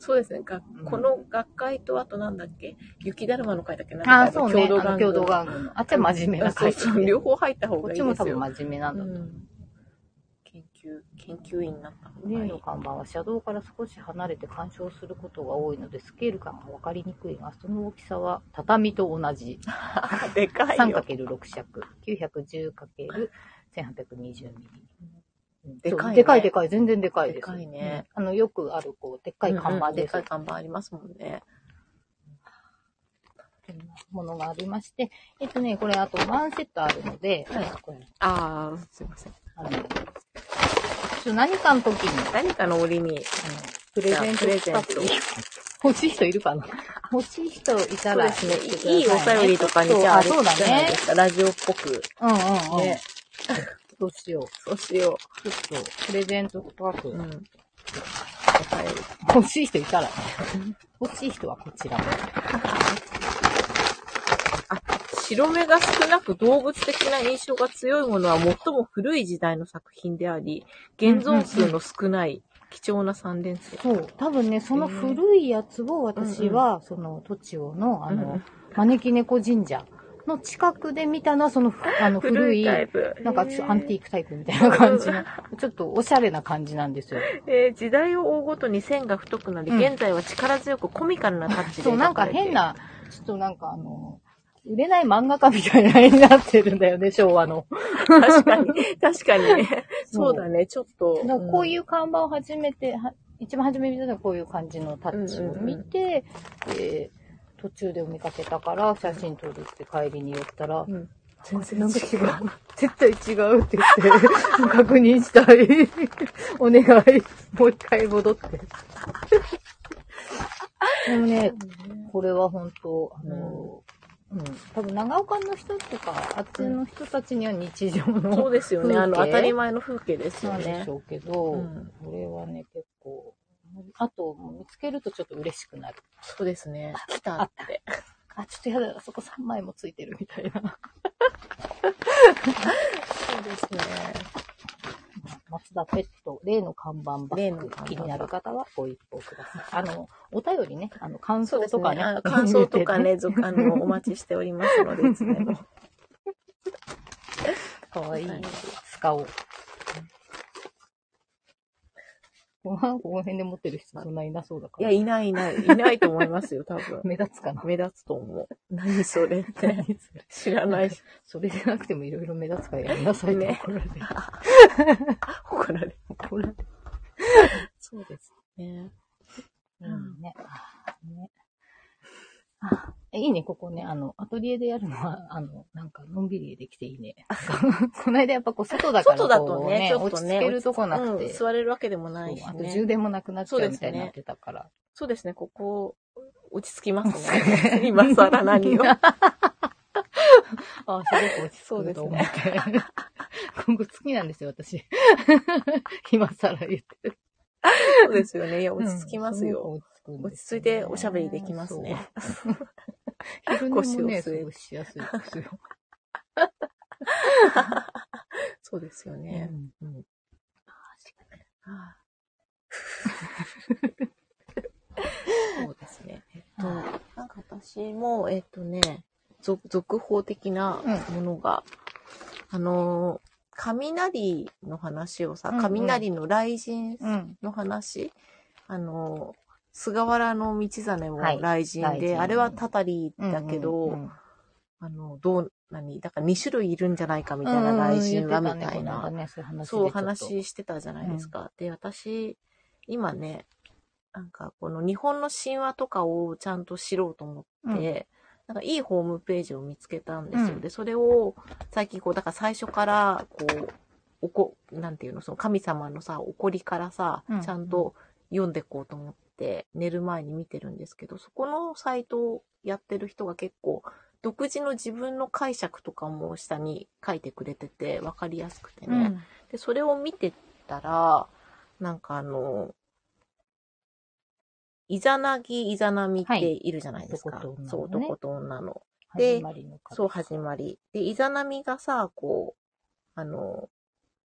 [SPEAKER 1] そうですね。が
[SPEAKER 2] うん
[SPEAKER 1] この学会と、あとなんだっけ雪だるまの会だっけなんか
[SPEAKER 2] ああ、そうね。
[SPEAKER 1] 共同
[SPEAKER 2] あの
[SPEAKER 1] 学
[SPEAKER 2] 共同玩具の。あっちは真面目な
[SPEAKER 1] そう
[SPEAKER 2] 会
[SPEAKER 1] そ
[SPEAKER 2] 社
[SPEAKER 1] う、
[SPEAKER 2] で。
[SPEAKER 1] 両方入った方
[SPEAKER 2] こ
[SPEAKER 1] が
[SPEAKER 2] っ
[SPEAKER 1] いい
[SPEAKER 2] ち
[SPEAKER 1] ですよ。
[SPEAKER 2] も多分真面目なんだと思う。
[SPEAKER 1] うん研究、研究員になった方がい
[SPEAKER 2] 例
[SPEAKER 1] い
[SPEAKER 2] の看板は車道から少し離れて鑑賞することが多いのでスケール感が分かりにくいがその大きさは畳と同じ
[SPEAKER 1] あでかいよ。
[SPEAKER 2] 3×6 尺 910×1820 ミリ
[SPEAKER 1] でかいね
[SPEAKER 2] でかいでかい全然でかいです
[SPEAKER 1] でかいね
[SPEAKER 2] うんあのよくあるこうでっかい看板
[SPEAKER 1] うんで
[SPEAKER 2] です、
[SPEAKER 1] かい看板ありますもんね。
[SPEAKER 2] っていうものがありましてえっとねこれあとワンセットあるので、
[SPEAKER 1] はい
[SPEAKER 2] これ
[SPEAKER 1] ああ、すいません。
[SPEAKER 2] あのちょっと何かの時に
[SPEAKER 1] 何かの折に、
[SPEAKER 2] あのプレゼント
[SPEAKER 1] プレゼント
[SPEAKER 2] 欲しい人いるかな欲しい人いた
[SPEAKER 1] そう
[SPEAKER 2] ら、
[SPEAKER 1] ですね。いいお便りとかに、じゃあ、
[SPEAKER 2] あ、そうだ
[SPEAKER 1] じゃない
[SPEAKER 2] ね
[SPEAKER 1] で。すかラジオっぽく。
[SPEAKER 2] うんうんうん
[SPEAKER 1] ね。。
[SPEAKER 2] どうしよ
[SPEAKER 1] そうしよ
[SPEAKER 2] う。ちょっと、プレゼント価格、
[SPEAKER 1] う。うん。お便り。
[SPEAKER 2] 欲しい人いたら、欲しい人はこちら。
[SPEAKER 1] 白目が少なく動物的な印象が強いものは最も古い時代の作品であり、現存数の少ない貴重な三連星。
[SPEAKER 2] そう。多分ね、その古いやつを私は、その、土地をの、あ
[SPEAKER 1] う
[SPEAKER 2] の
[SPEAKER 1] ん、
[SPEAKER 2] 招き猫神社の近くで見たのは、その、ふあの、 古い、
[SPEAKER 1] タイプ。
[SPEAKER 2] なんかちょっとアンティ
[SPEAKER 1] ィ
[SPEAKER 2] ークタイプみたいな感じの、 ちょっとおしゃれな感じなんですよ。
[SPEAKER 1] えー時代を追うごとに線が太くなり、
[SPEAKER 2] うん
[SPEAKER 1] 現在は力強くコミカルなタッチで。
[SPEAKER 2] そう、なんか変。な、ちょっとなんかあの、売れない漫画家みたいな絵になってるんだよね、昭和の。
[SPEAKER 1] 確か に。確かにね。そうだね、ちょっと。
[SPEAKER 2] だからこう
[SPEAKER 1] う
[SPEAKER 2] いう看板を初めて、は一番初めに見たのはこういう感じのタッチを見て、えー途中で見かけたから写真撮るって帰りに寄ったら、
[SPEAKER 1] ん。うん全然
[SPEAKER 2] なんか
[SPEAKER 1] 違
[SPEAKER 2] 違
[SPEAKER 1] う。
[SPEAKER 2] う。絶対違うって言って、確認したい。 お願い。もう一回戻って。でもね、これは本当、あの、うん、多分長岡の人とか、あっちの人たちには日常
[SPEAKER 1] そ
[SPEAKER 2] の、
[SPEAKER 1] うですよね。
[SPEAKER 2] 風景
[SPEAKER 1] あの、当たり前の風景ですよ
[SPEAKER 2] なんで
[SPEAKER 1] ね
[SPEAKER 2] し。ょうけど、
[SPEAKER 1] うん
[SPEAKER 2] これはね、結構、あんまりあと、見つけるとちょっと嬉しくなる。
[SPEAKER 1] そうですね。来たって。
[SPEAKER 2] あ、ちょっとやだ、そこ3枚もついてるみたいな。
[SPEAKER 1] そうですね。
[SPEAKER 2] 松田ペット、例の看板バ
[SPEAKER 1] 例
[SPEAKER 2] ッ
[SPEAKER 1] の
[SPEAKER 2] グ
[SPEAKER 1] 看板、バッグ
[SPEAKER 2] 気になる方はご一報ください。あの、お便りね、あの、感
[SPEAKER 1] そう
[SPEAKER 2] 想
[SPEAKER 1] です
[SPEAKER 2] とか
[SPEAKER 1] ね。
[SPEAKER 2] ね。
[SPEAKER 1] あ感想とか。ね、ぞあの、お待ちしておりますので、いつでも。
[SPEAKER 2] かわいい
[SPEAKER 1] はい。
[SPEAKER 2] 使おう。ご飯、この辺で持ってる人そんないなそうだか
[SPEAKER 1] い
[SPEAKER 2] ら。
[SPEAKER 1] や、いないいない。いないと思いますよ、多分。
[SPEAKER 2] 目立つかな。
[SPEAKER 1] 目立つと思う。何それって。 知らないし。
[SPEAKER 2] それでなくてもいろいろ目立つからやりなさいって
[SPEAKER 1] ね
[SPEAKER 2] 怒られる。
[SPEAKER 1] 怒られる。
[SPEAKER 2] 怒られる。
[SPEAKER 1] そうですね。
[SPEAKER 2] う
[SPEAKER 1] うんん
[SPEAKER 2] ね。あねあえいいね、ここね。あの、アトリエでやるのは、 あの、なんか、のんびりできていいね。 この間やっぱこう、外だからこ
[SPEAKER 1] 外
[SPEAKER 2] う、
[SPEAKER 1] だとねちょっ
[SPEAKER 2] 落
[SPEAKER 1] と
[SPEAKER 2] ち
[SPEAKER 1] ね
[SPEAKER 2] 着けるとこなくて。
[SPEAKER 1] うん座れるわけでも
[SPEAKER 2] そ
[SPEAKER 1] な
[SPEAKER 2] う
[SPEAKER 1] いし
[SPEAKER 2] あと充
[SPEAKER 1] ね。
[SPEAKER 2] 電もなくなっちゃ
[SPEAKER 1] そうで
[SPEAKER 2] う
[SPEAKER 1] すね
[SPEAKER 2] みたいになってたから。
[SPEAKER 1] そうですね、ここ、落ち着きますね。今更何を。
[SPEAKER 2] あすごく落ち
[SPEAKER 1] そ
[SPEAKER 2] 着
[SPEAKER 1] う
[SPEAKER 2] く
[SPEAKER 1] で
[SPEAKER 2] と
[SPEAKER 1] す
[SPEAKER 2] 思っ
[SPEAKER 1] ね
[SPEAKER 2] て。今後好きなんですよ、私。 今更言ってる。
[SPEAKER 1] そうですよね。いや、落ち着きますよ。
[SPEAKER 2] うん。すごく
[SPEAKER 1] 落
[SPEAKER 2] 着
[SPEAKER 1] ち
[SPEAKER 2] く
[SPEAKER 1] 着い
[SPEAKER 2] んですよ
[SPEAKER 1] ておしゃべりできますね。。
[SPEAKER 2] 昼寝もね、
[SPEAKER 1] 腰を
[SPEAKER 2] す
[SPEAKER 1] 据え
[SPEAKER 2] ごいしやすいです よ。
[SPEAKER 1] そうですよ
[SPEAKER 2] ね
[SPEAKER 1] ね。うん そうですね。えっと、
[SPEAKER 2] は
[SPEAKER 1] なんか私も、えっとね、ぞ続報的なものが、あのー、雷の話をさ
[SPEAKER 2] うんう、ん
[SPEAKER 1] 雷の雷神
[SPEAKER 2] うん。
[SPEAKER 1] の話、あのー、菅原道真も雷
[SPEAKER 2] はい
[SPEAKER 1] 神で、
[SPEAKER 2] 雷神
[SPEAKER 1] あれはたたりだけど、
[SPEAKER 2] うんうんうん
[SPEAKER 1] あの、どう、何だから2種類いるんじゃないかみたいな雷神は、みたいな。
[SPEAKER 2] うんうん言ってたねこの間ねそう
[SPEAKER 1] そう、
[SPEAKER 2] いう話でちょっと
[SPEAKER 1] 話してたじゃないですか。で、私、今ね、なんかこの日本の神話とかをちゃんと知ろうと思って、なんかいいホームページを見つけたんですよ。
[SPEAKER 2] うん
[SPEAKER 1] で、それを最近こう、だから最初から、こう、おこ、なんていうの、その神様のさ、怒りからさ
[SPEAKER 2] うん、
[SPEAKER 1] ちゃんと読んでこうと思って、寝る前に見てるんですけど、そこのサイトをやってる人が結構、独自の自分の解釈とかも下に書いてくれてて、わかりやすくてね。
[SPEAKER 2] うん
[SPEAKER 1] で、それを見てたら、なんかあの、イザナギ、イザナミっているじゃないですか。
[SPEAKER 2] はい男と女のね
[SPEAKER 1] そう、男と女の。で
[SPEAKER 2] 始まりの方
[SPEAKER 1] そう、始まり。で、イザナミがさ、こう、あの、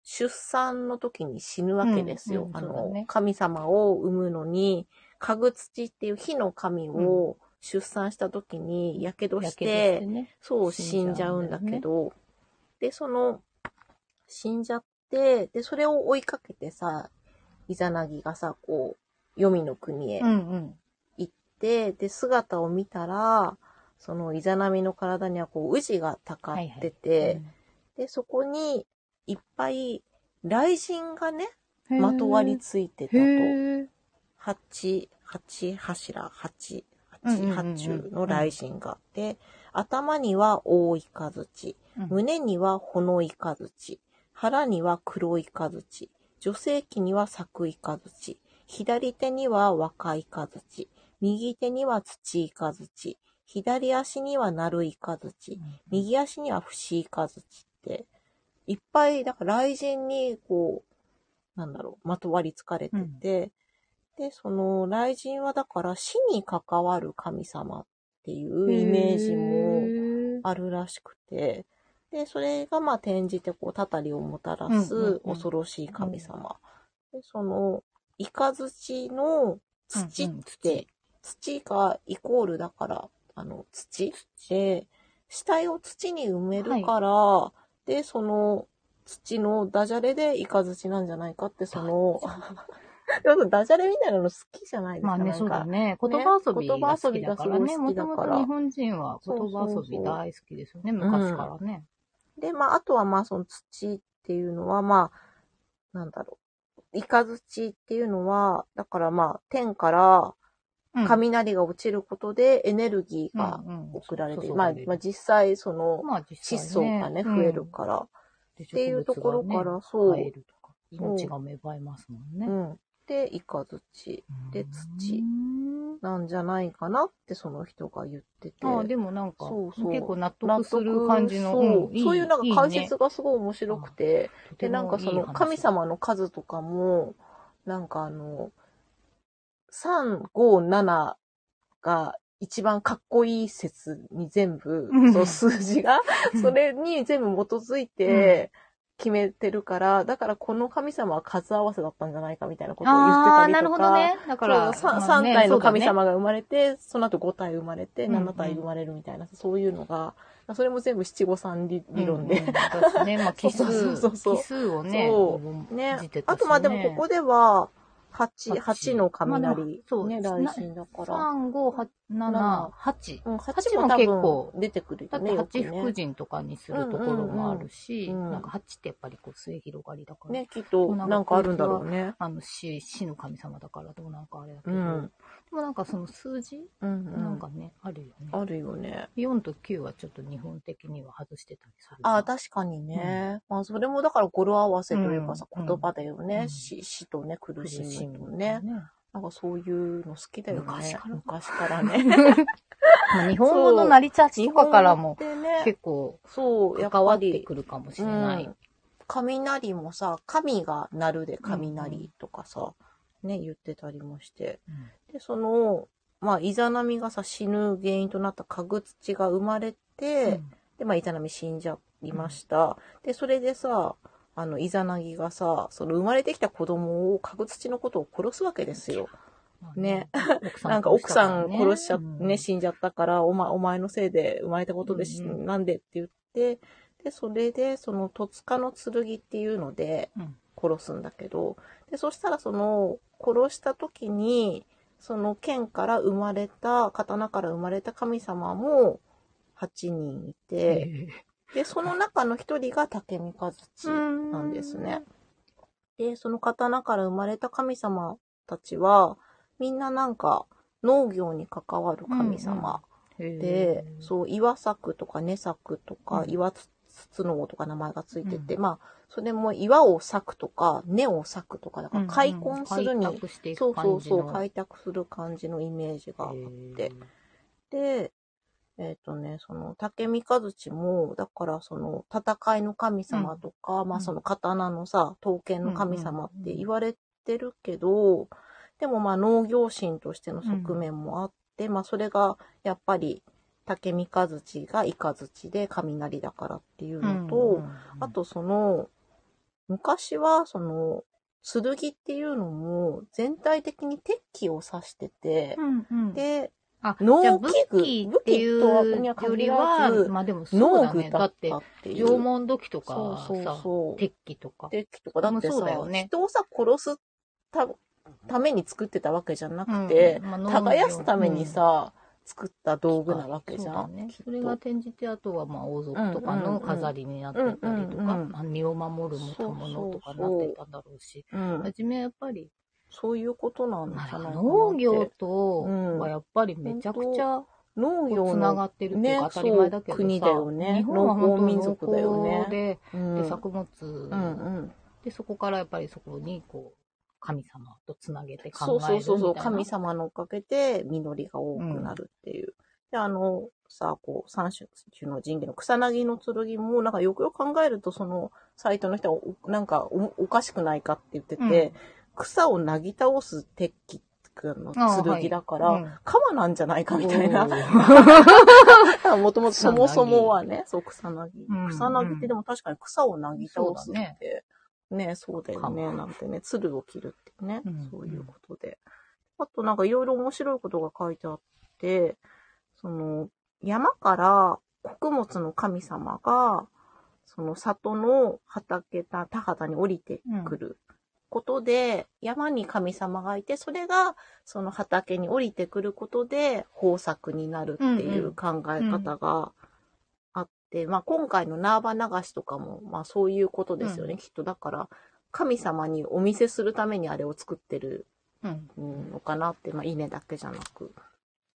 [SPEAKER 1] 出産の時に死ぬわけですよ。
[SPEAKER 2] うんうん
[SPEAKER 1] あ
[SPEAKER 2] そうだ
[SPEAKER 1] の、
[SPEAKER 2] ね
[SPEAKER 1] 神様を産むのに、カグツチっていう火の神を出産した時に、やけど
[SPEAKER 2] や
[SPEAKER 1] し
[SPEAKER 2] け
[SPEAKER 1] て、
[SPEAKER 2] どしてね。
[SPEAKER 1] そう、
[SPEAKER 2] 死
[SPEAKER 1] 死
[SPEAKER 2] ん
[SPEAKER 1] ん
[SPEAKER 2] じ
[SPEAKER 1] じ
[SPEAKER 2] ゃ
[SPEAKER 1] ゃ
[SPEAKER 2] う
[SPEAKER 1] うんん
[SPEAKER 2] だよ
[SPEAKER 1] だ
[SPEAKER 2] ね
[SPEAKER 1] けど、で、その、死んじゃって、で、それを追いかけてさ、イザナギがさ、こう、黄泉の国へ
[SPEAKER 2] うんうん。
[SPEAKER 1] 行って、で、姿を見たら、そのイザナミの体にはこう、氏がたかってて、で、そこにいっぱい雷神がね、
[SPEAKER 2] うん
[SPEAKER 1] まとわりついてたと。
[SPEAKER 2] へー
[SPEAKER 1] 八、八柱、八、
[SPEAKER 2] うんう
[SPEAKER 1] 八、
[SPEAKER 2] んうんうん
[SPEAKER 1] 八柱の雷神があって、頭には大イカズチ、
[SPEAKER 2] うん
[SPEAKER 1] 胸には炎イカズチ、腹には黒イカズチ、女性器には作イカズチ、左手には若イカズチ、右手には土イカズチ、左足には鳴るイカズチ、右足には節イカズチって、いっぱい、だから雷神に、こう、なんだろう、まとわりつかれてて、で、その雷神はだから死に関わる神様っていうイメージも、
[SPEAKER 2] へー
[SPEAKER 1] あるらしくて、で、それがまあ転じてこう、たたりをもたら
[SPEAKER 2] うんうん
[SPEAKER 1] す
[SPEAKER 2] うん
[SPEAKER 1] 恐ろしい神様。で、その、イカズチの土って、
[SPEAKER 2] うんうん土
[SPEAKER 1] 土がイコールだから、あの、土で、死体を土に埋めるから、で、その、土のダジャレでイカズチなんじゃないかって、その、 よくダジャレみたいなの好きじゃないですか。
[SPEAKER 2] まあね、
[SPEAKER 1] なんか
[SPEAKER 2] そうだね。言葉遊び
[SPEAKER 1] ね
[SPEAKER 2] が好きだからね。
[SPEAKER 1] 言葉遊びがす
[SPEAKER 2] も
[SPEAKER 1] ごい好き
[SPEAKER 2] と
[SPEAKER 1] だ
[SPEAKER 2] も
[SPEAKER 1] から
[SPEAKER 2] と日本人は言
[SPEAKER 1] そ
[SPEAKER 2] 葉
[SPEAKER 1] う
[SPEAKER 2] 遊
[SPEAKER 1] そうそ
[SPEAKER 2] び
[SPEAKER 1] う
[SPEAKER 2] 大好きですよね、昔からね。
[SPEAKER 1] で、まあ、あとはまあ、その土っていうのは、まあ、なんだろう。イカ土っていうのは、だからまあ、天から
[SPEAKER 2] うん
[SPEAKER 1] 雷が落ちることでエネルギーが
[SPEAKER 2] うんうん
[SPEAKER 1] 送られてい
[SPEAKER 2] そ
[SPEAKER 1] る。
[SPEAKER 2] う
[SPEAKER 1] まあ
[SPEAKER 2] そう、
[SPEAKER 1] まあ、実際、その、
[SPEAKER 2] まあ
[SPEAKER 1] 窒
[SPEAKER 2] 実際
[SPEAKER 1] 素がね、増えるから、っ
[SPEAKER 2] って
[SPEAKER 1] いうところから、そう、
[SPEAKER 2] 生えるとか、命が芽生えますもんね。
[SPEAKER 1] うん。で、イカ土で土
[SPEAKER 2] うん
[SPEAKER 1] なんじゃないかなって、その人が言ってて。
[SPEAKER 2] ああ、でもなんか、
[SPEAKER 1] そうそう
[SPEAKER 2] 結構納
[SPEAKER 1] 納
[SPEAKER 2] 得
[SPEAKER 1] 得
[SPEAKER 2] する感じの。
[SPEAKER 1] そう、
[SPEAKER 2] んい
[SPEAKER 1] そういうなんか解
[SPEAKER 2] いいね
[SPEAKER 1] 説がすごい面白くて、
[SPEAKER 2] とて
[SPEAKER 1] で、
[SPEAKER 2] も
[SPEAKER 1] なんかそ
[SPEAKER 2] いい
[SPEAKER 1] の
[SPEAKER 2] 話
[SPEAKER 1] 神様の数とかも、なんかあの、 3、5、7が一番かっこいい説に全部
[SPEAKER 2] う、ん
[SPEAKER 1] その数字が、それに全部基づいて決めてるから、だからこの神様は数合わせだったんじゃないかみたいなことを言って
[SPEAKER 2] あ
[SPEAKER 1] た
[SPEAKER 2] あ、
[SPEAKER 1] りとか。
[SPEAKER 2] なるほどね。だ
[SPEAKER 1] そ
[SPEAKER 2] か
[SPEAKER 1] う
[SPEAKER 2] ら、
[SPEAKER 1] さ
[SPEAKER 2] まあ
[SPEAKER 1] 三
[SPEAKER 2] ね
[SPEAKER 1] 体の
[SPEAKER 2] そうだね
[SPEAKER 1] 神様が生まれて、その後5体生まれて、
[SPEAKER 2] うんうん
[SPEAKER 1] 7体生まれるみたいな、そういうのが、それも全部七五三理理論
[SPEAKER 2] うん
[SPEAKER 1] で。
[SPEAKER 2] うんそうですね。まあ、奇
[SPEAKER 1] そうそうそうそう
[SPEAKER 2] 数、奇数をね、
[SPEAKER 1] そう
[SPEAKER 2] こう
[SPEAKER 1] ね
[SPEAKER 2] 字で足すね
[SPEAKER 1] あとまあでもここでは、八
[SPEAKER 2] 八
[SPEAKER 1] 八の
[SPEAKER 2] まあでも
[SPEAKER 1] 雷。
[SPEAKER 2] そう
[SPEAKER 1] ね、
[SPEAKER 2] な
[SPEAKER 1] 雷神だから。
[SPEAKER 2] 3、5、7、8。
[SPEAKER 1] うん、
[SPEAKER 2] 八
[SPEAKER 1] 八
[SPEAKER 2] も
[SPEAKER 1] も
[SPEAKER 2] 結
[SPEAKER 1] 結
[SPEAKER 2] 構
[SPEAKER 1] 構出てくる
[SPEAKER 2] だ
[SPEAKER 1] よ
[SPEAKER 2] って
[SPEAKER 1] ね。よく
[SPEAKER 2] 八
[SPEAKER 1] ね
[SPEAKER 2] 福神とかにするところもあるし、
[SPEAKER 1] うんうんうん
[SPEAKER 2] なんか八ってやっぱりこう末広がりだから、
[SPEAKER 1] ね、きっと、なんかあるんだろうね。
[SPEAKER 2] あの死、死の神様だからどうなんかあれだけ
[SPEAKER 1] う
[SPEAKER 2] ど、
[SPEAKER 1] ん。
[SPEAKER 2] でもなんかその数字、
[SPEAKER 1] うん、
[SPEAKER 2] なんかね、あるよね。
[SPEAKER 1] あるよね。
[SPEAKER 2] 4と9はちょっと日本的には外してたりする。
[SPEAKER 1] ああ、確かにね。まあ、それもだから語呂合わせというかさ、
[SPEAKER 2] うん
[SPEAKER 1] 言葉だよね。
[SPEAKER 2] うん
[SPEAKER 1] 死、死とね、苦し
[SPEAKER 2] 苦し
[SPEAKER 1] み
[SPEAKER 2] み
[SPEAKER 1] と
[SPEAKER 2] と
[SPEAKER 1] ね
[SPEAKER 2] ね。。
[SPEAKER 1] なんかそういうの好きだよね。
[SPEAKER 2] 昔から
[SPEAKER 1] 昔からね。
[SPEAKER 2] まあ日本語の成り立ちとかからも
[SPEAKER 1] でね、
[SPEAKER 2] 結構
[SPEAKER 1] そう、やっ
[SPEAKER 2] 関
[SPEAKER 1] ぱ
[SPEAKER 2] わって
[SPEAKER 1] り、
[SPEAKER 2] くるかもしれない。
[SPEAKER 1] うん雷もさ、神が鳴るで雷とかさ、ね、言ってたりもして。
[SPEAKER 2] うん
[SPEAKER 1] で、その、まあ、イザナミがさ、死ぬ原因となったカグツチが生まれて、で、まあ、イザナミ死んじゃいました。で、それでさ、あの、イザナギがさ、その生まれてきた子供を、カグツチのことを殺すわけですよ。
[SPEAKER 2] まあ
[SPEAKER 1] ね。
[SPEAKER 2] 奥
[SPEAKER 1] なんか奥さん殺しちゃっ
[SPEAKER 2] うん
[SPEAKER 1] ね、死んじゃったから、お前、お前のせいで生まれたことでし、
[SPEAKER 2] うんうん
[SPEAKER 1] なんでって言って、で、それで、その、戸塚の剣っていうので
[SPEAKER 2] うん
[SPEAKER 1] 殺すんだけど、で、そしたらその、殺した時に、その剣から生まれた、刀から生まれた神様も8人いて、で、その中の一人が竹三和
[SPEAKER 2] う
[SPEAKER 1] 地
[SPEAKER 2] ん
[SPEAKER 1] なんですね。で、その刀から生まれた神様たちは、みんななんか農業に関わる神様
[SPEAKER 2] へー。
[SPEAKER 1] で、そう、岩作とか根作とか
[SPEAKER 2] う、ん
[SPEAKER 1] 岩筒のとか名前がついてて、
[SPEAKER 2] う
[SPEAKER 1] まあ、それも岩を割くとか、根を割くとか、だから開墾するに、
[SPEAKER 2] 開拓してい
[SPEAKER 1] そ
[SPEAKER 2] く
[SPEAKER 1] うそう
[SPEAKER 2] 感じの
[SPEAKER 1] そう、開拓する感じのイメージがあって、で、えっ、とね、その、竹三和地も、だからその、戦いの神様とか、まあ
[SPEAKER 2] うん
[SPEAKER 1] その刀のさ、刀剣の神様っ
[SPEAKER 2] うんうん
[SPEAKER 1] て
[SPEAKER 2] うん
[SPEAKER 1] 言われてるけど、でもまあ農業神としての側面もあって、まあそれがやっぱり竹三和地がイカズチで雷だからっていうのと、あとその、昔はその、剣っていうのも全体的に鉄器を指してて、
[SPEAKER 2] で
[SPEAKER 1] で、
[SPEAKER 2] あ
[SPEAKER 1] 農
[SPEAKER 2] じゃあ
[SPEAKER 1] 機
[SPEAKER 2] 武
[SPEAKER 1] 具
[SPEAKER 2] 器っていうよりは
[SPEAKER 1] 武器とは限らず
[SPEAKER 2] まあでもそう
[SPEAKER 1] 農
[SPEAKER 2] だね
[SPEAKER 1] 具
[SPEAKER 2] だ
[SPEAKER 1] だ
[SPEAKER 2] っ
[SPEAKER 1] って
[SPEAKER 2] て
[SPEAKER 1] っていう。
[SPEAKER 2] 縄文土器とかさ
[SPEAKER 1] そうそうそう。
[SPEAKER 2] 鉄器とか
[SPEAKER 1] 鉄器とか、だって
[SPEAKER 2] もうそう
[SPEAKER 1] さ、
[SPEAKER 2] だよね
[SPEAKER 1] 人をさ、殺すたために作ってたわけじゃなくて、
[SPEAKER 2] うんまあ農業
[SPEAKER 1] 耕すためにさ、作った道具なわけじゃん。
[SPEAKER 2] そうだね
[SPEAKER 1] きっと
[SPEAKER 2] それが転じてあとはまあ王族とか
[SPEAKER 1] うんうんうん
[SPEAKER 2] の飾りになってたりと
[SPEAKER 1] うんう
[SPEAKER 2] か
[SPEAKER 1] んうん
[SPEAKER 2] まあ身を守るもたものとかなってたんだろうし
[SPEAKER 1] うん、
[SPEAKER 2] 初めはやっぱり
[SPEAKER 1] そういうことなんじ
[SPEAKER 2] まあ
[SPEAKER 1] ゃ
[SPEAKER 2] だか
[SPEAKER 1] な
[SPEAKER 2] ら
[SPEAKER 1] いかなって。
[SPEAKER 2] 農業とはやっぱりめちゃくちゃ
[SPEAKER 1] 農業
[SPEAKER 2] つなが
[SPEAKER 1] の、
[SPEAKER 2] ってるっていうか
[SPEAKER 1] ね
[SPEAKER 2] 当たり前だけど
[SPEAKER 1] そ
[SPEAKER 2] さ、
[SPEAKER 1] う国だよね
[SPEAKER 2] 日本は本当
[SPEAKER 1] 農耕
[SPEAKER 2] に
[SPEAKER 1] 民族だよね
[SPEAKER 2] 農耕で
[SPEAKER 1] うん、
[SPEAKER 2] で作物、
[SPEAKER 1] うんうん。
[SPEAKER 2] でそこからやっぱりそこにこう神様とつなげて考
[SPEAKER 1] そ
[SPEAKER 2] えるみ
[SPEAKER 1] う
[SPEAKER 2] たい
[SPEAKER 1] そ
[SPEAKER 2] な
[SPEAKER 1] うそうそう、神様のおかげで実りが多くなるっていう。で、あの、さ、こう、三種の神器の草薙の剣も、なんかよくよく考えると、その、サイトの人はお、なんかお、おかしくないかって言ってて、草をなぎ倒す鉄器の
[SPEAKER 2] あー
[SPEAKER 1] 剣だから、
[SPEAKER 2] はいうん
[SPEAKER 1] 鎌なんじゃないかみたいな
[SPEAKER 2] お。
[SPEAKER 1] もともと
[SPEAKER 2] 草
[SPEAKER 1] そ
[SPEAKER 2] 薙
[SPEAKER 1] もそもはね、そう、草薙
[SPEAKER 2] うん。
[SPEAKER 1] 草薙ってでも確かに草をなぎ倒すって、ね、そうだよね、
[SPEAKER 2] 鎌
[SPEAKER 1] なんてね、鶴を切るってね
[SPEAKER 2] うん、
[SPEAKER 1] そういうことで。あとなんかいろいろ面白いことが書いてあって、その、山から穀物の神様が、その里の畑だ、田畑に降りてくることで、山に神様がいて、それがその畑に降りてくることで豊作になるっていう考え方があって、まあ今回の縄場流しとかも、まあそういうことですよね、きっと。だから、神様にお見せするためにあれを作ってる
[SPEAKER 2] うん
[SPEAKER 1] うんのかなって、まあ稲だけじゃなく。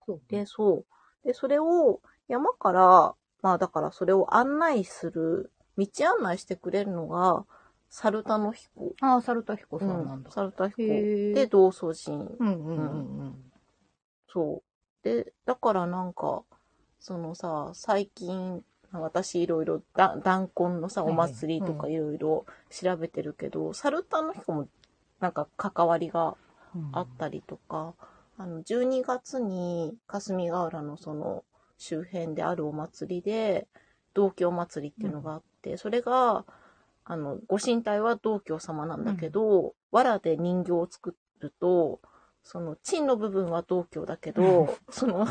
[SPEAKER 2] そう
[SPEAKER 1] で、そう。で、それを山から、まあだからそれを案内する、道案内してくれるのが、サルタノヒコ。
[SPEAKER 2] ああ猿田彦さんなんだ、
[SPEAKER 1] サルタヒコ。
[SPEAKER 2] へえ
[SPEAKER 1] で、同祖神。
[SPEAKER 2] うんうんうんうん
[SPEAKER 1] そう。で、だからなんか、そのさ、最近、私いろいろ、だ、弾痕のさ、
[SPEAKER 2] はい
[SPEAKER 1] お
[SPEAKER 2] はい
[SPEAKER 1] 祭りとかいろいろ調べてるけど、サルタノヒコもなんか関わりがあったりとか、あの、12月に霞ヶ浦のその周辺であるお祭りで、道教祭りっていうのがあって、それが、あの、ご神体は道教様なんだけど、藁で人形を作ると、その、鎮の部分は道教だけど、
[SPEAKER 2] うん
[SPEAKER 1] その、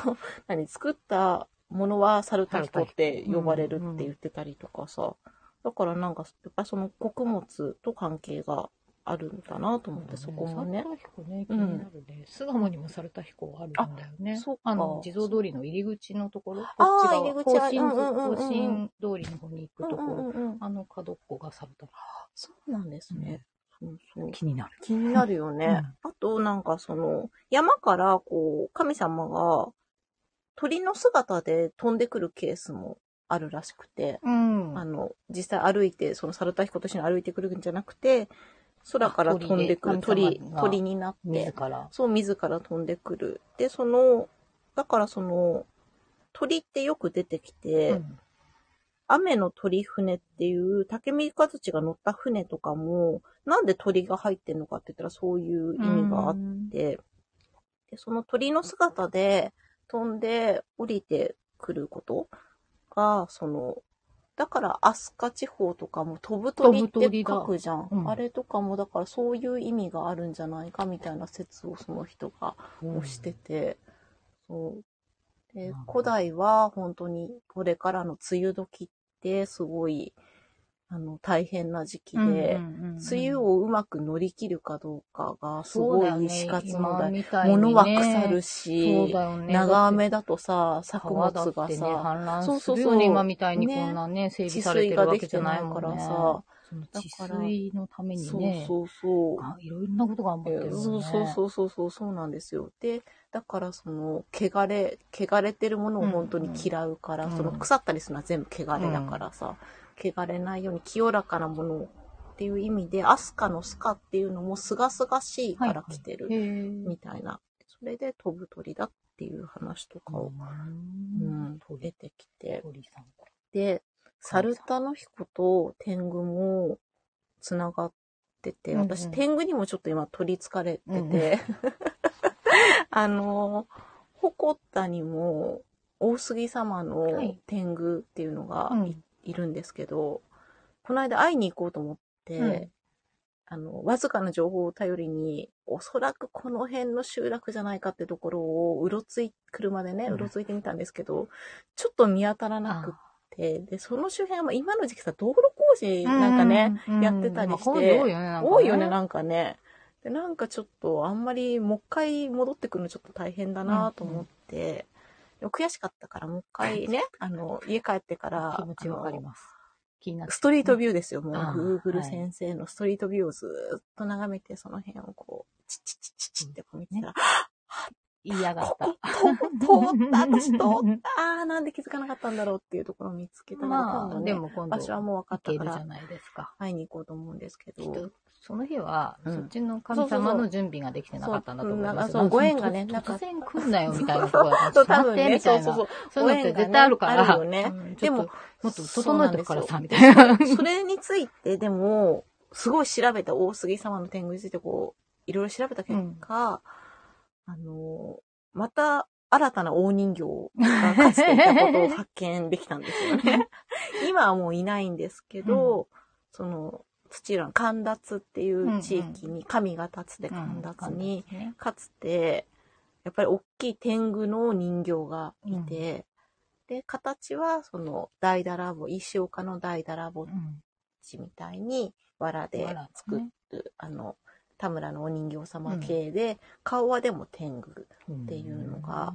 [SPEAKER 1] 何、作ったものは猿田彦って呼ばれるって言ってたりとかさ、だからなんか、やっぱりその穀物と関係があるんだなと思って、そこもね。
[SPEAKER 2] 猿田彦ね、気になるね。巣鴨にも猿田彦あるんだよね。
[SPEAKER 1] あそうか
[SPEAKER 2] あの、地蔵通りの入り口のところ、こ
[SPEAKER 1] あー
[SPEAKER 2] っち側、
[SPEAKER 1] 入り口
[SPEAKER 2] 更
[SPEAKER 1] ある
[SPEAKER 2] 新、
[SPEAKER 1] うんうんうんうん
[SPEAKER 2] 更新通りの方に行くところ、
[SPEAKER 1] うんうんうん
[SPEAKER 2] あの角っこが猿田彦。
[SPEAKER 1] そうなんですね。そうそう
[SPEAKER 2] 気になる。
[SPEAKER 1] 気になるよね。あと、なんかその、山からこう、神様が鳥の姿で飛んでくるケースもあるらしくて、
[SPEAKER 2] うん。
[SPEAKER 1] あの、実際歩いて、その猿田彦と一緒に歩いてくるんじゃなくて、空から飛んでくる
[SPEAKER 2] あ鳥で
[SPEAKER 1] 鳥
[SPEAKER 2] 神様、が
[SPEAKER 1] 鳥になって
[SPEAKER 2] 自、ら。
[SPEAKER 1] そう、自ら飛んでくる。で、その、だからその、鳥ってよく出てきて、
[SPEAKER 2] うん
[SPEAKER 1] 雨の鳥船っていう、竹三日槌が乗った船とかも、なんで鳥が入ってんのかって言ったらそういう意味があっ
[SPEAKER 2] うん
[SPEAKER 1] て、でその鳥の姿で飛んで降りてくることが、その、だから飛鳥地方とかも飛ぶ鳥っ
[SPEAKER 2] 飛ぶ鳥
[SPEAKER 1] て
[SPEAKER 2] だ
[SPEAKER 1] 書くじゃん。
[SPEAKER 2] うん
[SPEAKER 1] あれとかもだからそういう意味があるんじゃないかみたいな説をその人がをしてて、そう。
[SPEAKER 2] なる
[SPEAKER 1] で
[SPEAKER 2] ほど、
[SPEAKER 1] 古代は本当にこれからの梅雨時ってすごい、あの、大変な時期で、
[SPEAKER 2] うんうんうんうん
[SPEAKER 1] 梅雨をうまく乗り切るかどうかがすごい死活問題。
[SPEAKER 2] 題
[SPEAKER 1] 物は腐る
[SPEAKER 2] し、
[SPEAKER 1] し、
[SPEAKER 2] そうだよね
[SPEAKER 1] 長雨だとさ、作物
[SPEAKER 2] 川だっ
[SPEAKER 1] が
[SPEAKER 2] てね、
[SPEAKER 1] さ、
[SPEAKER 2] 氾濫するよね
[SPEAKER 1] そうそうそう
[SPEAKER 2] 今みたいにこんなね、整備
[SPEAKER 1] 治
[SPEAKER 2] され
[SPEAKER 1] 水
[SPEAKER 2] てる
[SPEAKER 1] が
[SPEAKER 2] わ
[SPEAKER 1] で
[SPEAKER 2] け
[SPEAKER 1] き
[SPEAKER 2] じ
[SPEAKER 1] て
[SPEAKER 2] ゃ
[SPEAKER 1] な
[SPEAKER 2] ないいもん
[SPEAKER 1] か
[SPEAKER 2] ね。
[SPEAKER 1] らさ、
[SPEAKER 2] その
[SPEAKER 1] だ
[SPEAKER 2] 治
[SPEAKER 1] から
[SPEAKER 2] 水のために
[SPEAKER 1] そう
[SPEAKER 2] ね、
[SPEAKER 1] そうそう。
[SPEAKER 2] あいろいろなこと頑張ってるよね。
[SPEAKER 1] そうそうそうそうそうそうなんですよ。で、だからその、汚れ、汚れてるものを本当に嫌うから、
[SPEAKER 2] うんうん
[SPEAKER 1] その腐ったりするのは全部汚れだからさ、汚れないように清らかなものをっていう意味で、アスカのスカっていうのもすがすがしいから来て
[SPEAKER 2] へ
[SPEAKER 1] る
[SPEAKER 2] ー
[SPEAKER 1] みたいな。それで飛ぶ鳥だっていう話とかを、う
[SPEAKER 2] うん
[SPEAKER 1] ん、出
[SPEAKER 2] 鳥
[SPEAKER 1] てきて。
[SPEAKER 2] 鳥さんか
[SPEAKER 1] で、猿田の彦と天狗もつながってて、
[SPEAKER 2] うんうん
[SPEAKER 1] 私、天狗にもちょっと今取りつかれてて、
[SPEAKER 2] うんうん
[SPEAKER 1] あの、誇ったにも大杉様
[SPEAKER 2] は
[SPEAKER 1] の
[SPEAKER 2] い
[SPEAKER 1] 天狗っていうのがい,、
[SPEAKER 2] ら。うん
[SPEAKER 1] るんですけど、この間会いに行こうと思って、
[SPEAKER 2] うん
[SPEAKER 1] あの、わずかな情報を頼りに、おそらくこの辺の集落じゃないかってところを、うろつい、車でね、
[SPEAKER 2] うん
[SPEAKER 1] うろついてみたんですけど、ちょっと見当たらなくって、で、その周辺はまあ今の時期さ、道路工事なんかね、、やってたりして
[SPEAKER 2] まあこういうの多いよね、なんかね
[SPEAKER 1] 多いよね、なんかね。で、なんかちょっと、あんまり、もう一回戻ってくるのちょっと大変だなと思って、でも悔しかったから、もう一回ね、あの、家帰ってから、
[SPEAKER 2] 気持ちわかります。気に
[SPEAKER 1] あ
[SPEAKER 2] なっ
[SPEAKER 1] のストリートビューですよ、もう。
[SPEAKER 2] あー
[SPEAKER 1] Google
[SPEAKER 2] はい
[SPEAKER 1] 先生のストリートビューをずーっと眺めて、その辺をこう、チッチッチッチッチッってこう見てたら、
[SPEAKER 2] 嫌がっ
[SPEAKER 1] こ
[SPEAKER 2] た
[SPEAKER 1] こ。通った、私通った、あー、なんで気づかなかったんだろうっていうところを見つけたら、
[SPEAKER 2] ま
[SPEAKER 1] 今
[SPEAKER 2] あ、
[SPEAKER 1] 度
[SPEAKER 2] で
[SPEAKER 1] ね、
[SPEAKER 2] も今度、
[SPEAKER 1] 場所は
[SPEAKER 2] 行
[SPEAKER 1] もう分かった
[SPEAKER 2] け
[SPEAKER 1] か
[SPEAKER 2] るじゃ
[SPEAKER 1] ら、
[SPEAKER 2] ないですか。
[SPEAKER 1] 会いに行こうと思うんですけ
[SPEAKER 2] きっ
[SPEAKER 1] ど。
[SPEAKER 2] と、その日は、
[SPEAKER 1] うん
[SPEAKER 2] そっちの神様の準備ができてなかったんだと思います
[SPEAKER 1] そううんなんかそうご縁がねな
[SPEAKER 2] なん
[SPEAKER 1] かっ
[SPEAKER 2] か突
[SPEAKER 1] た
[SPEAKER 2] 然来んなよ、みたいなとこが、ち
[SPEAKER 1] そ
[SPEAKER 2] ょっ
[SPEAKER 1] う、
[SPEAKER 2] と待
[SPEAKER 1] 多
[SPEAKER 2] っ
[SPEAKER 1] 分
[SPEAKER 2] て、
[SPEAKER 1] ね、
[SPEAKER 2] みた
[SPEAKER 1] そ
[SPEAKER 2] いう
[SPEAKER 1] そう
[SPEAKER 2] な
[SPEAKER 1] そ。う。
[SPEAKER 2] そういうのって絶対あるから、
[SPEAKER 1] ご縁がねあるよね
[SPEAKER 2] うん
[SPEAKER 1] でも、
[SPEAKER 2] ちょっともっと整えとくからさ、みたいな。
[SPEAKER 1] それについて、でも、すごい調べた大杉様の天狗について、こう、いろいろ調べた結果、あの、また、新たな大人形がかつていたことを発見できたんですよ ね。今はもういないんですけど、その、土浦の神立っていう地域に、神が立つで神立に、
[SPEAKER 2] うん、
[SPEAKER 1] かつて、やっぱり大きい天狗の人形がいて、で、形はその、ダイダラボ、石岡のダイダラボッ
[SPEAKER 2] うん
[SPEAKER 1] チみたいに、藁で作る、あの、田村のお人形様系で、顔はでも天狗。っていうのが、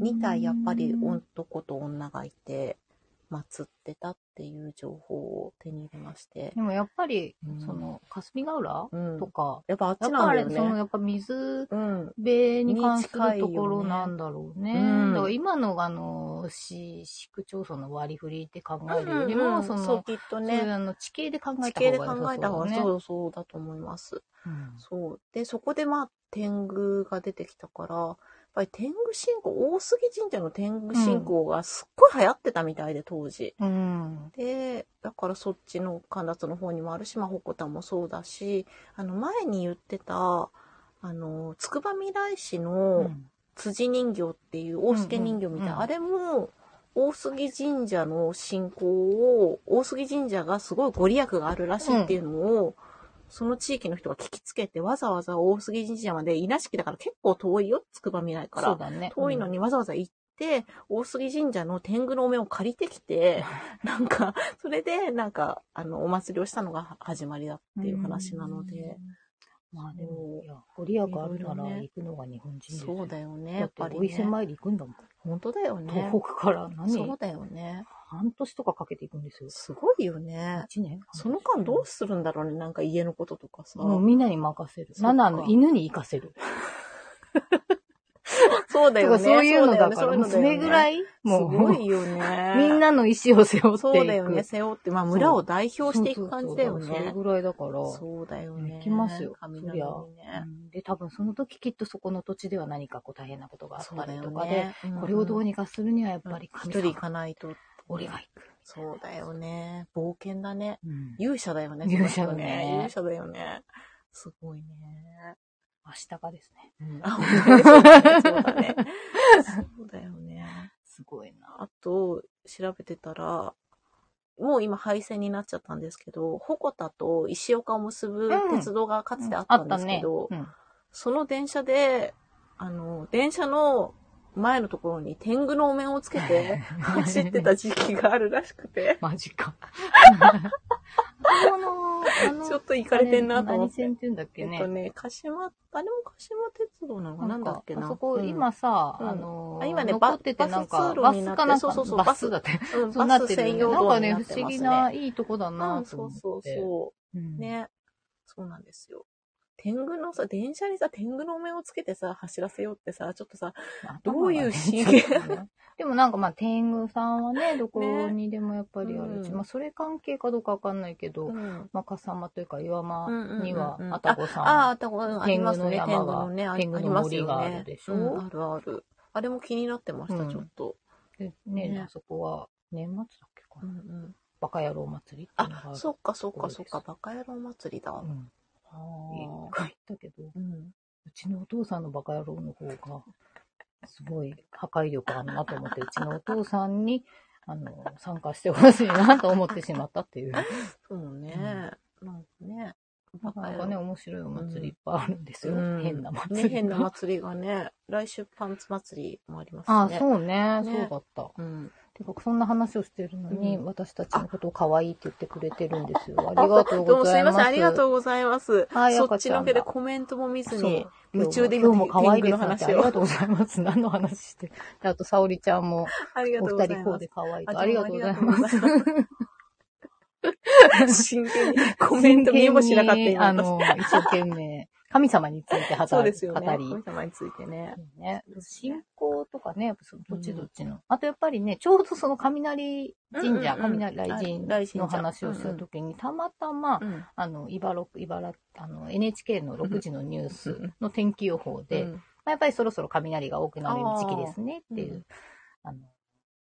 [SPEAKER 1] 2体やっぱり男と女がいて、祀ってたっていう情報を手に入れまして。
[SPEAKER 2] でもやっぱり
[SPEAKER 1] うん、
[SPEAKER 2] その、霞ヶ浦
[SPEAKER 1] うん
[SPEAKER 2] と。か、
[SPEAKER 1] やっぱあっ
[SPEAKER 2] や
[SPEAKER 1] ち
[SPEAKER 2] っ
[SPEAKER 1] な
[SPEAKER 2] ぱ
[SPEAKER 1] んだ
[SPEAKER 2] あれ、
[SPEAKER 1] よ
[SPEAKER 2] その、
[SPEAKER 1] ね。
[SPEAKER 2] やっぱ水
[SPEAKER 1] うん。
[SPEAKER 2] 米に関するところなんだろうね。
[SPEAKER 1] に近いよねうん
[SPEAKER 2] だから今のあの、市、市区町村の割り振りって考えるより
[SPEAKER 1] うんう
[SPEAKER 2] も、
[SPEAKER 1] ん
[SPEAKER 2] その、
[SPEAKER 1] そうきっとね
[SPEAKER 2] そういうあの地形で考
[SPEAKER 1] 地
[SPEAKER 2] えた方
[SPEAKER 1] 形
[SPEAKER 2] がい
[SPEAKER 1] で
[SPEAKER 2] い
[SPEAKER 1] 考えた方が
[SPEAKER 2] う
[SPEAKER 1] そうそうだと思います。
[SPEAKER 2] ん
[SPEAKER 1] そう。で、そこでまあ、天狗が出てきたから、やっぱり天狗信仰、大杉神社の天狗信仰がすっごい流行ってたみたいで、当時。
[SPEAKER 2] うん。
[SPEAKER 1] で、だからそっちの神立の方にもあるし、まあ、鉾田もそうだし、あの、前に言ってた、ああの、つくばみらい市の辻人形っていう大助人形みたいな、
[SPEAKER 2] うんうんうん
[SPEAKER 1] あれも、大杉神社の信仰を、大杉神社がすごいご利益があるらしいっていうのを、その地域の人が聞きつけて、わざわざ大杉神社まで、稲敷だから結構遠いよ、つくばみらいから。
[SPEAKER 2] そうだね。
[SPEAKER 1] 遠いのにわざわざ行って、大杉神社の天狗のお面を借りてきて、なんか、それで、なんか、あの、お祭りをしたのが始まりだっていう話なので。
[SPEAKER 2] うん。まあでも、いや、ご利益あるなら行くのが日本人ですよ
[SPEAKER 1] そうだよね、
[SPEAKER 2] だ
[SPEAKER 1] や
[SPEAKER 2] っ
[SPEAKER 1] ってぱ
[SPEAKER 2] お
[SPEAKER 1] り、
[SPEAKER 2] 伊勢
[SPEAKER 1] ね。
[SPEAKER 2] 参り行くんだもん。
[SPEAKER 1] 本当だよね。
[SPEAKER 2] 東北から
[SPEAKER 1] そう
[SPEAKER 2] 何
[SPEAKER 1] だよね。
[SPEAKER 2] 半年とかかけて行くんですよ。
[SPEAKER 1] すごいよね。
[SPEAKER 2] 一年
[SPEAKER 1] その間どうするんだろうね、なんか家のこととかさ。
[SPEAKER 2] もうみんなに任せる。
[SPEAKER 1] そっか
[SPEAKER 2] 7の犬に行かせる。
[SPEAKER 1] そうだ
[SPEAKER 2] と
[SPEAKER 1] よ
[SPEAKER 2] か
[SPEAKER 1] ね。
[SPEAKER 2] そういうのだか
[SPEAKER 1] そ
[SPEAKER 2] ら、
[SPEAKER 1] う
[SPEAKER 2] もうそれぐら
[SPEAKER 1] い
[SPEAKER 2] い、
[SPEAKER 1] う
[SPEAKER 2] も
[SPEAKER 1] の
[SPEAKER 2] う、
[SPEAKER 1] だよね。すごいよね。
[SPEAKER 2] みんなの意思を背負っていく。
[SPEAKER 1] そうだよね、背負って、まあ村を代表していく感じだよ
[SPEAKER 2] そうそうそうそれ
[SPEAKER 1] ね。
[SPEAKER 2] ぐらいだから。
[SPEAKER 1] そうだよね。
[SPEAKER 2] 行きますよ
[SPEAKER 1] 雷ね。
[SPEAKER 2] うんで、多分その時きっとそこの土地では何かこう大変なことがあっ
[SPEAKER 1] そう
[SPEAKER 2] た
[SPEAKER 1] だ
[SPEAKER 2] り
[SPEAKER 1] よ
[SPEAKER 2] とかで、
[SPEAKER 1] ね。
[SPEAKER 2] これをどう
[SPEAKER 1] に
[SPEAKER 2] にかするにはやっぱり
[SPEAKER 1] 一
[SPEAKER 2] 神
[SPEAKER 1] 人行
[SPEAKER 2] 様、
[SPEAKER 1] かないと。
[SPEAKER 2] 俺が行く。
[SPEAKER 1] そうだよね。冒険だね。
[SPEAKER 2] うん
[SPEAKER 1] 勇者だよね。
[SPEAKER 2] 勇者
[SPEAKER 1] そ
[SPEAKER 2] だ
[SPEAKER 1] の人
[SPEAKER 2] ね
[SPEAKER 1] 勇者だよね。すごいね。
[SPEAKER 2] 明日がですね。
[SPEAKER 1] あ、本当にそうだねそうだね。そうだよね。
[SPEAKER 2] すごいな。
[SPEAKER 1] あと、調べてたら、もう今廃線になっちゃったんですけど、鉾田と石岡を結ぶ鉄道がかつてあったんですけど、
[SPEAKER 2] うんあっ
[SPEAKER 1] その電車で、あの、電車の前のところに天狗のお面をつけ
[SPEAKER 2] たね。
[SPEAKER 1] て
[SPEAKER 2] うん
[SPEAKER 1] 走ってた。時期があるらしくて、
[SPEAKER 2] マジ か。この、あの
[SPEAKER 1] ちょっと行かれてんなと思っ
[SPEAKER 2] 何
[SPEAKER 1] て。
[SPEAKER 2] 線って言うんだっけ
[SPEAKER 1] えっ
[SPEAKER 2] ね。
[SPEAKER 1] とね、鹿島、あれも鹿島鉄道なのかな
[SPEAKER 2] なんん
[SPEAKER 1] だ
[SPEAKER 2] か
[SPEAKER 1] っけな。
[SPEAKER 2] あそこ、
[SPEAKER 1] うん、
[SPEAKER 2] 今さ、
[SPEAKER 1] うん
[SPEAKER 2] あの
[SPEAKER 1] あ今ねバ
[SPEAKER 2] 残っててなんか、
[SPEAKER 1] バ
[SPEAKER 2] バ
[SPEAKER 1] ス通路に
[SPEAKER 2] ス
[SPEAKER 1] なって
[SPEAKER 2] かなん
[SPEAKER 1] そ
[SPEAKER 2] か、
[SPEAKER 1] うそうそう
[SPEAKER 2] バ
[SPEAKER 1] バス
[SPEAKER 2] スだって。
[SPEAKER 1] うん
[SPEAKER 2] そうな
[SPEAKER 1] バ
[SPEAKER 2] っ
[SPEAKER 1] ス
[SPEAKER 2] てる
[SPEAKER 1] 専
[SPEAKER 2] よ
[SPEAKER 1] 用
[SPEAKER 2] ね。なん
[SPEAKER 1] 道になっ
[SPEAKER 2] かね、不
[SPEAKER 1] て
[SPEAKER 2] 思
[SPEAKER 1] ま
[SPEAKER 2] 議
[SPEAKER 1] すね。
[SPEAKER 2] ないいとこだな
[SPEAKER 1] うん、
[SPEAKER 2] と思
[SPEAKER 1] そ
[SPEAKER 2] っ
[SPEAKER 1] う
[SPEAKER 2] て。
[SPEAKER 1] そうそう。
[SPEAKER 2] うん
[SPEAKER 1] ね。そうなんですよ。天狗のさ、電車にさ、天狗のお面をつけてさ、走らせようってさ、ちょっとさ、どういう神経
[SPEAKER 2] 頭がねでもなんかまあ天狗さんはね、どこにでもやっぱりあるし、
[SPEAKER 1] うん
[SPEAKER 2] まあそれ関係かどうかわかんないけど、
[SPEAKER 1] うん
[SPEAKER 2] まあ笠間というか岩間には
[SPEAKER 1] うんうんうんうん
[SPEAKER 2] あたこさん。
[SPEAKER 1] ああ、あったことありますね。
[SPEAKER 2] 天狗の山が
[SPEAKER 1] 天狗のね、あ
[SPEAKER 2] 天狗の森があるでしょ
[SPEAKER 1] ありますよねうんあるある。あれも気になってました、
[SPEAKER 2] うん
[SPEAKER 1] ちょっと。
[SPEAKER 2] でね、
[SPEAKER 1] ね
[SPEAKER 2] あそこは年末だっけか
[SPEAKER 1] う
[SPEAKER 2] な。
[SPEAKER 1] んうん、
[SPEAKER 2] バカ野郎祭りっていうのが
[SPEAKER 1] あ、
[SPEAKER 2] ある。
[SPEAKER 1] そっかそっか
[SPEAKER 2] そ
[SPEAKER 1] そうっ
[SPEAKER 2] です
[SPEAKER 1] か、バカ野郎祭りだ。
[SPEAKER 2] う
[SPEAKER 1] あ
[SPEAKER 2] ん。いい
[SPEAKER 1] ー
[SPEAKER 2] 書いたけど、
[SPEAKER 1] うん、
[SPEAKER 2] うちのお父さんのバカ野郎の方が、すごい破壊力あるなと思って、うちのお父さんに、あの、参加してほしいなと思ってしまったっていう。
[SPEAKER 1] そうね。なんかね。
[SPEAKER 2] な
[SPEAKER 1] バ
[SPEAKER 2] か
[SPEAKER 1] カ
[SPEAKER 2] な
[SPEAKER 1] 野
[SPEAKER 2] か
[SPEAKER 1] 郎
[SPEAKER 2] ね、。面白いお祭りいっぱいあるんですよ。
[SPEAKER 1] うん
[SPEAKER 2] 変な祭
[SPEAKER 1] ね、
[SPEAKER 2] り。
[SPEAKER 1] 変な祭りがね。来週パンツ祭りもありますね。
[SPEAKER 2] ああ、そうね
[SPEAKER 1] ね
[SPEAKER 2] そうだった。
[SPEAKER 1] うん。
[SPEAKER 2] てか、そんな話をしてるのに、
[SPEAKER 1] うん
[SPEAKER 2] 私たちのことを可愛いって言ってくれてる んですよ。ありがとう
[SPEAKER 1] どうも
[SPEAKER 2] ご
[SPEAKER 1] す
[SPEAKER 2] ざ
[SPEAKER 1] い
[SPEAKER 2] いま。
[SPEAKER 1] ますせん。ありが
[SPEAKER 2] う
[SPEAKER 1] とうございます。
[SPEAKER 2] あーよ
[SPEAKER 1] そ
[SPEAKER 2] か
[SPEAKER 1] っ
[SPEAKER 2] った
[SPEAKER 1] ちのけでコメントも見ずに。夢中で
[SPEAKER 2] 今日も
[SPEAKER 1] 今
[SPEAKER 2] 可愛い
[SPEAKER 1] 天
[SPEAKER 2] で
[SPEAKER 1] 狗の
[SPEAKER 2] すな
[SPEAKER 1] 話
[SPEAKER 2] んて。あり
[SPEAKER 1] を
[SPEAKER 2] がとうございます。何の話して。であと、沙織ちゃんも、
[SPEAKER 1] ありが
[SPEAKER 2] お
[SPEAKER 1] とうご
[SPEAKER 2] 二
[SPEAKER 1] ざい
[SPEAKER 2] 人
[SPEAKER 1] ま
[SPEAKER 2] こ
[SPEAKER 1] す
[SPEAKER 2] うで。可愛いと。
[SPEAKER 1] あ
[SPEAKER 2] ありがとうございます。
[SPEAKER 1] 真剣にコメント見もしなかった
[SPEAKER 2] 真剣に
[SPEAKER 1] 今
[SPEAKER 2] あの、一生懸命、神様について
[SPEAKER 1] 私そうで
[SPEAKER 2] 働
[SPEAKER 1] す
[SPEAKER 2] き、
[SPEAKER 1] よ
[SPEAKER 2] 語
[SPEAKER 1] ね。
[SPEAKER 2] り。
[SPEAKER 1] 神様についてね。
[SPEAKER 2] ね、信仰とかね、やっぱそのどっちどっちの。あとやっぱりね、ちょうどその雷神社、
[SPEAKER 1] うんうんうん
[SPEAKER 2] 雷
[SPEAKER 1] 雷
[SPEAKER 2] 雷神
[SPEAKER 1] 神社
[SPEAKER 2] の話をしたときに、たまたま、
[SPEAKER 1] うん。
[SPEAKER 2] あの、茨城、茨城、あの、NHK の6時のニュースの天気予報で、
[SPEAKER 1] うん、
[SPEAKER 2] まあ、やっぱりそろそろ雷が多くなる時期ですねっていう、あの、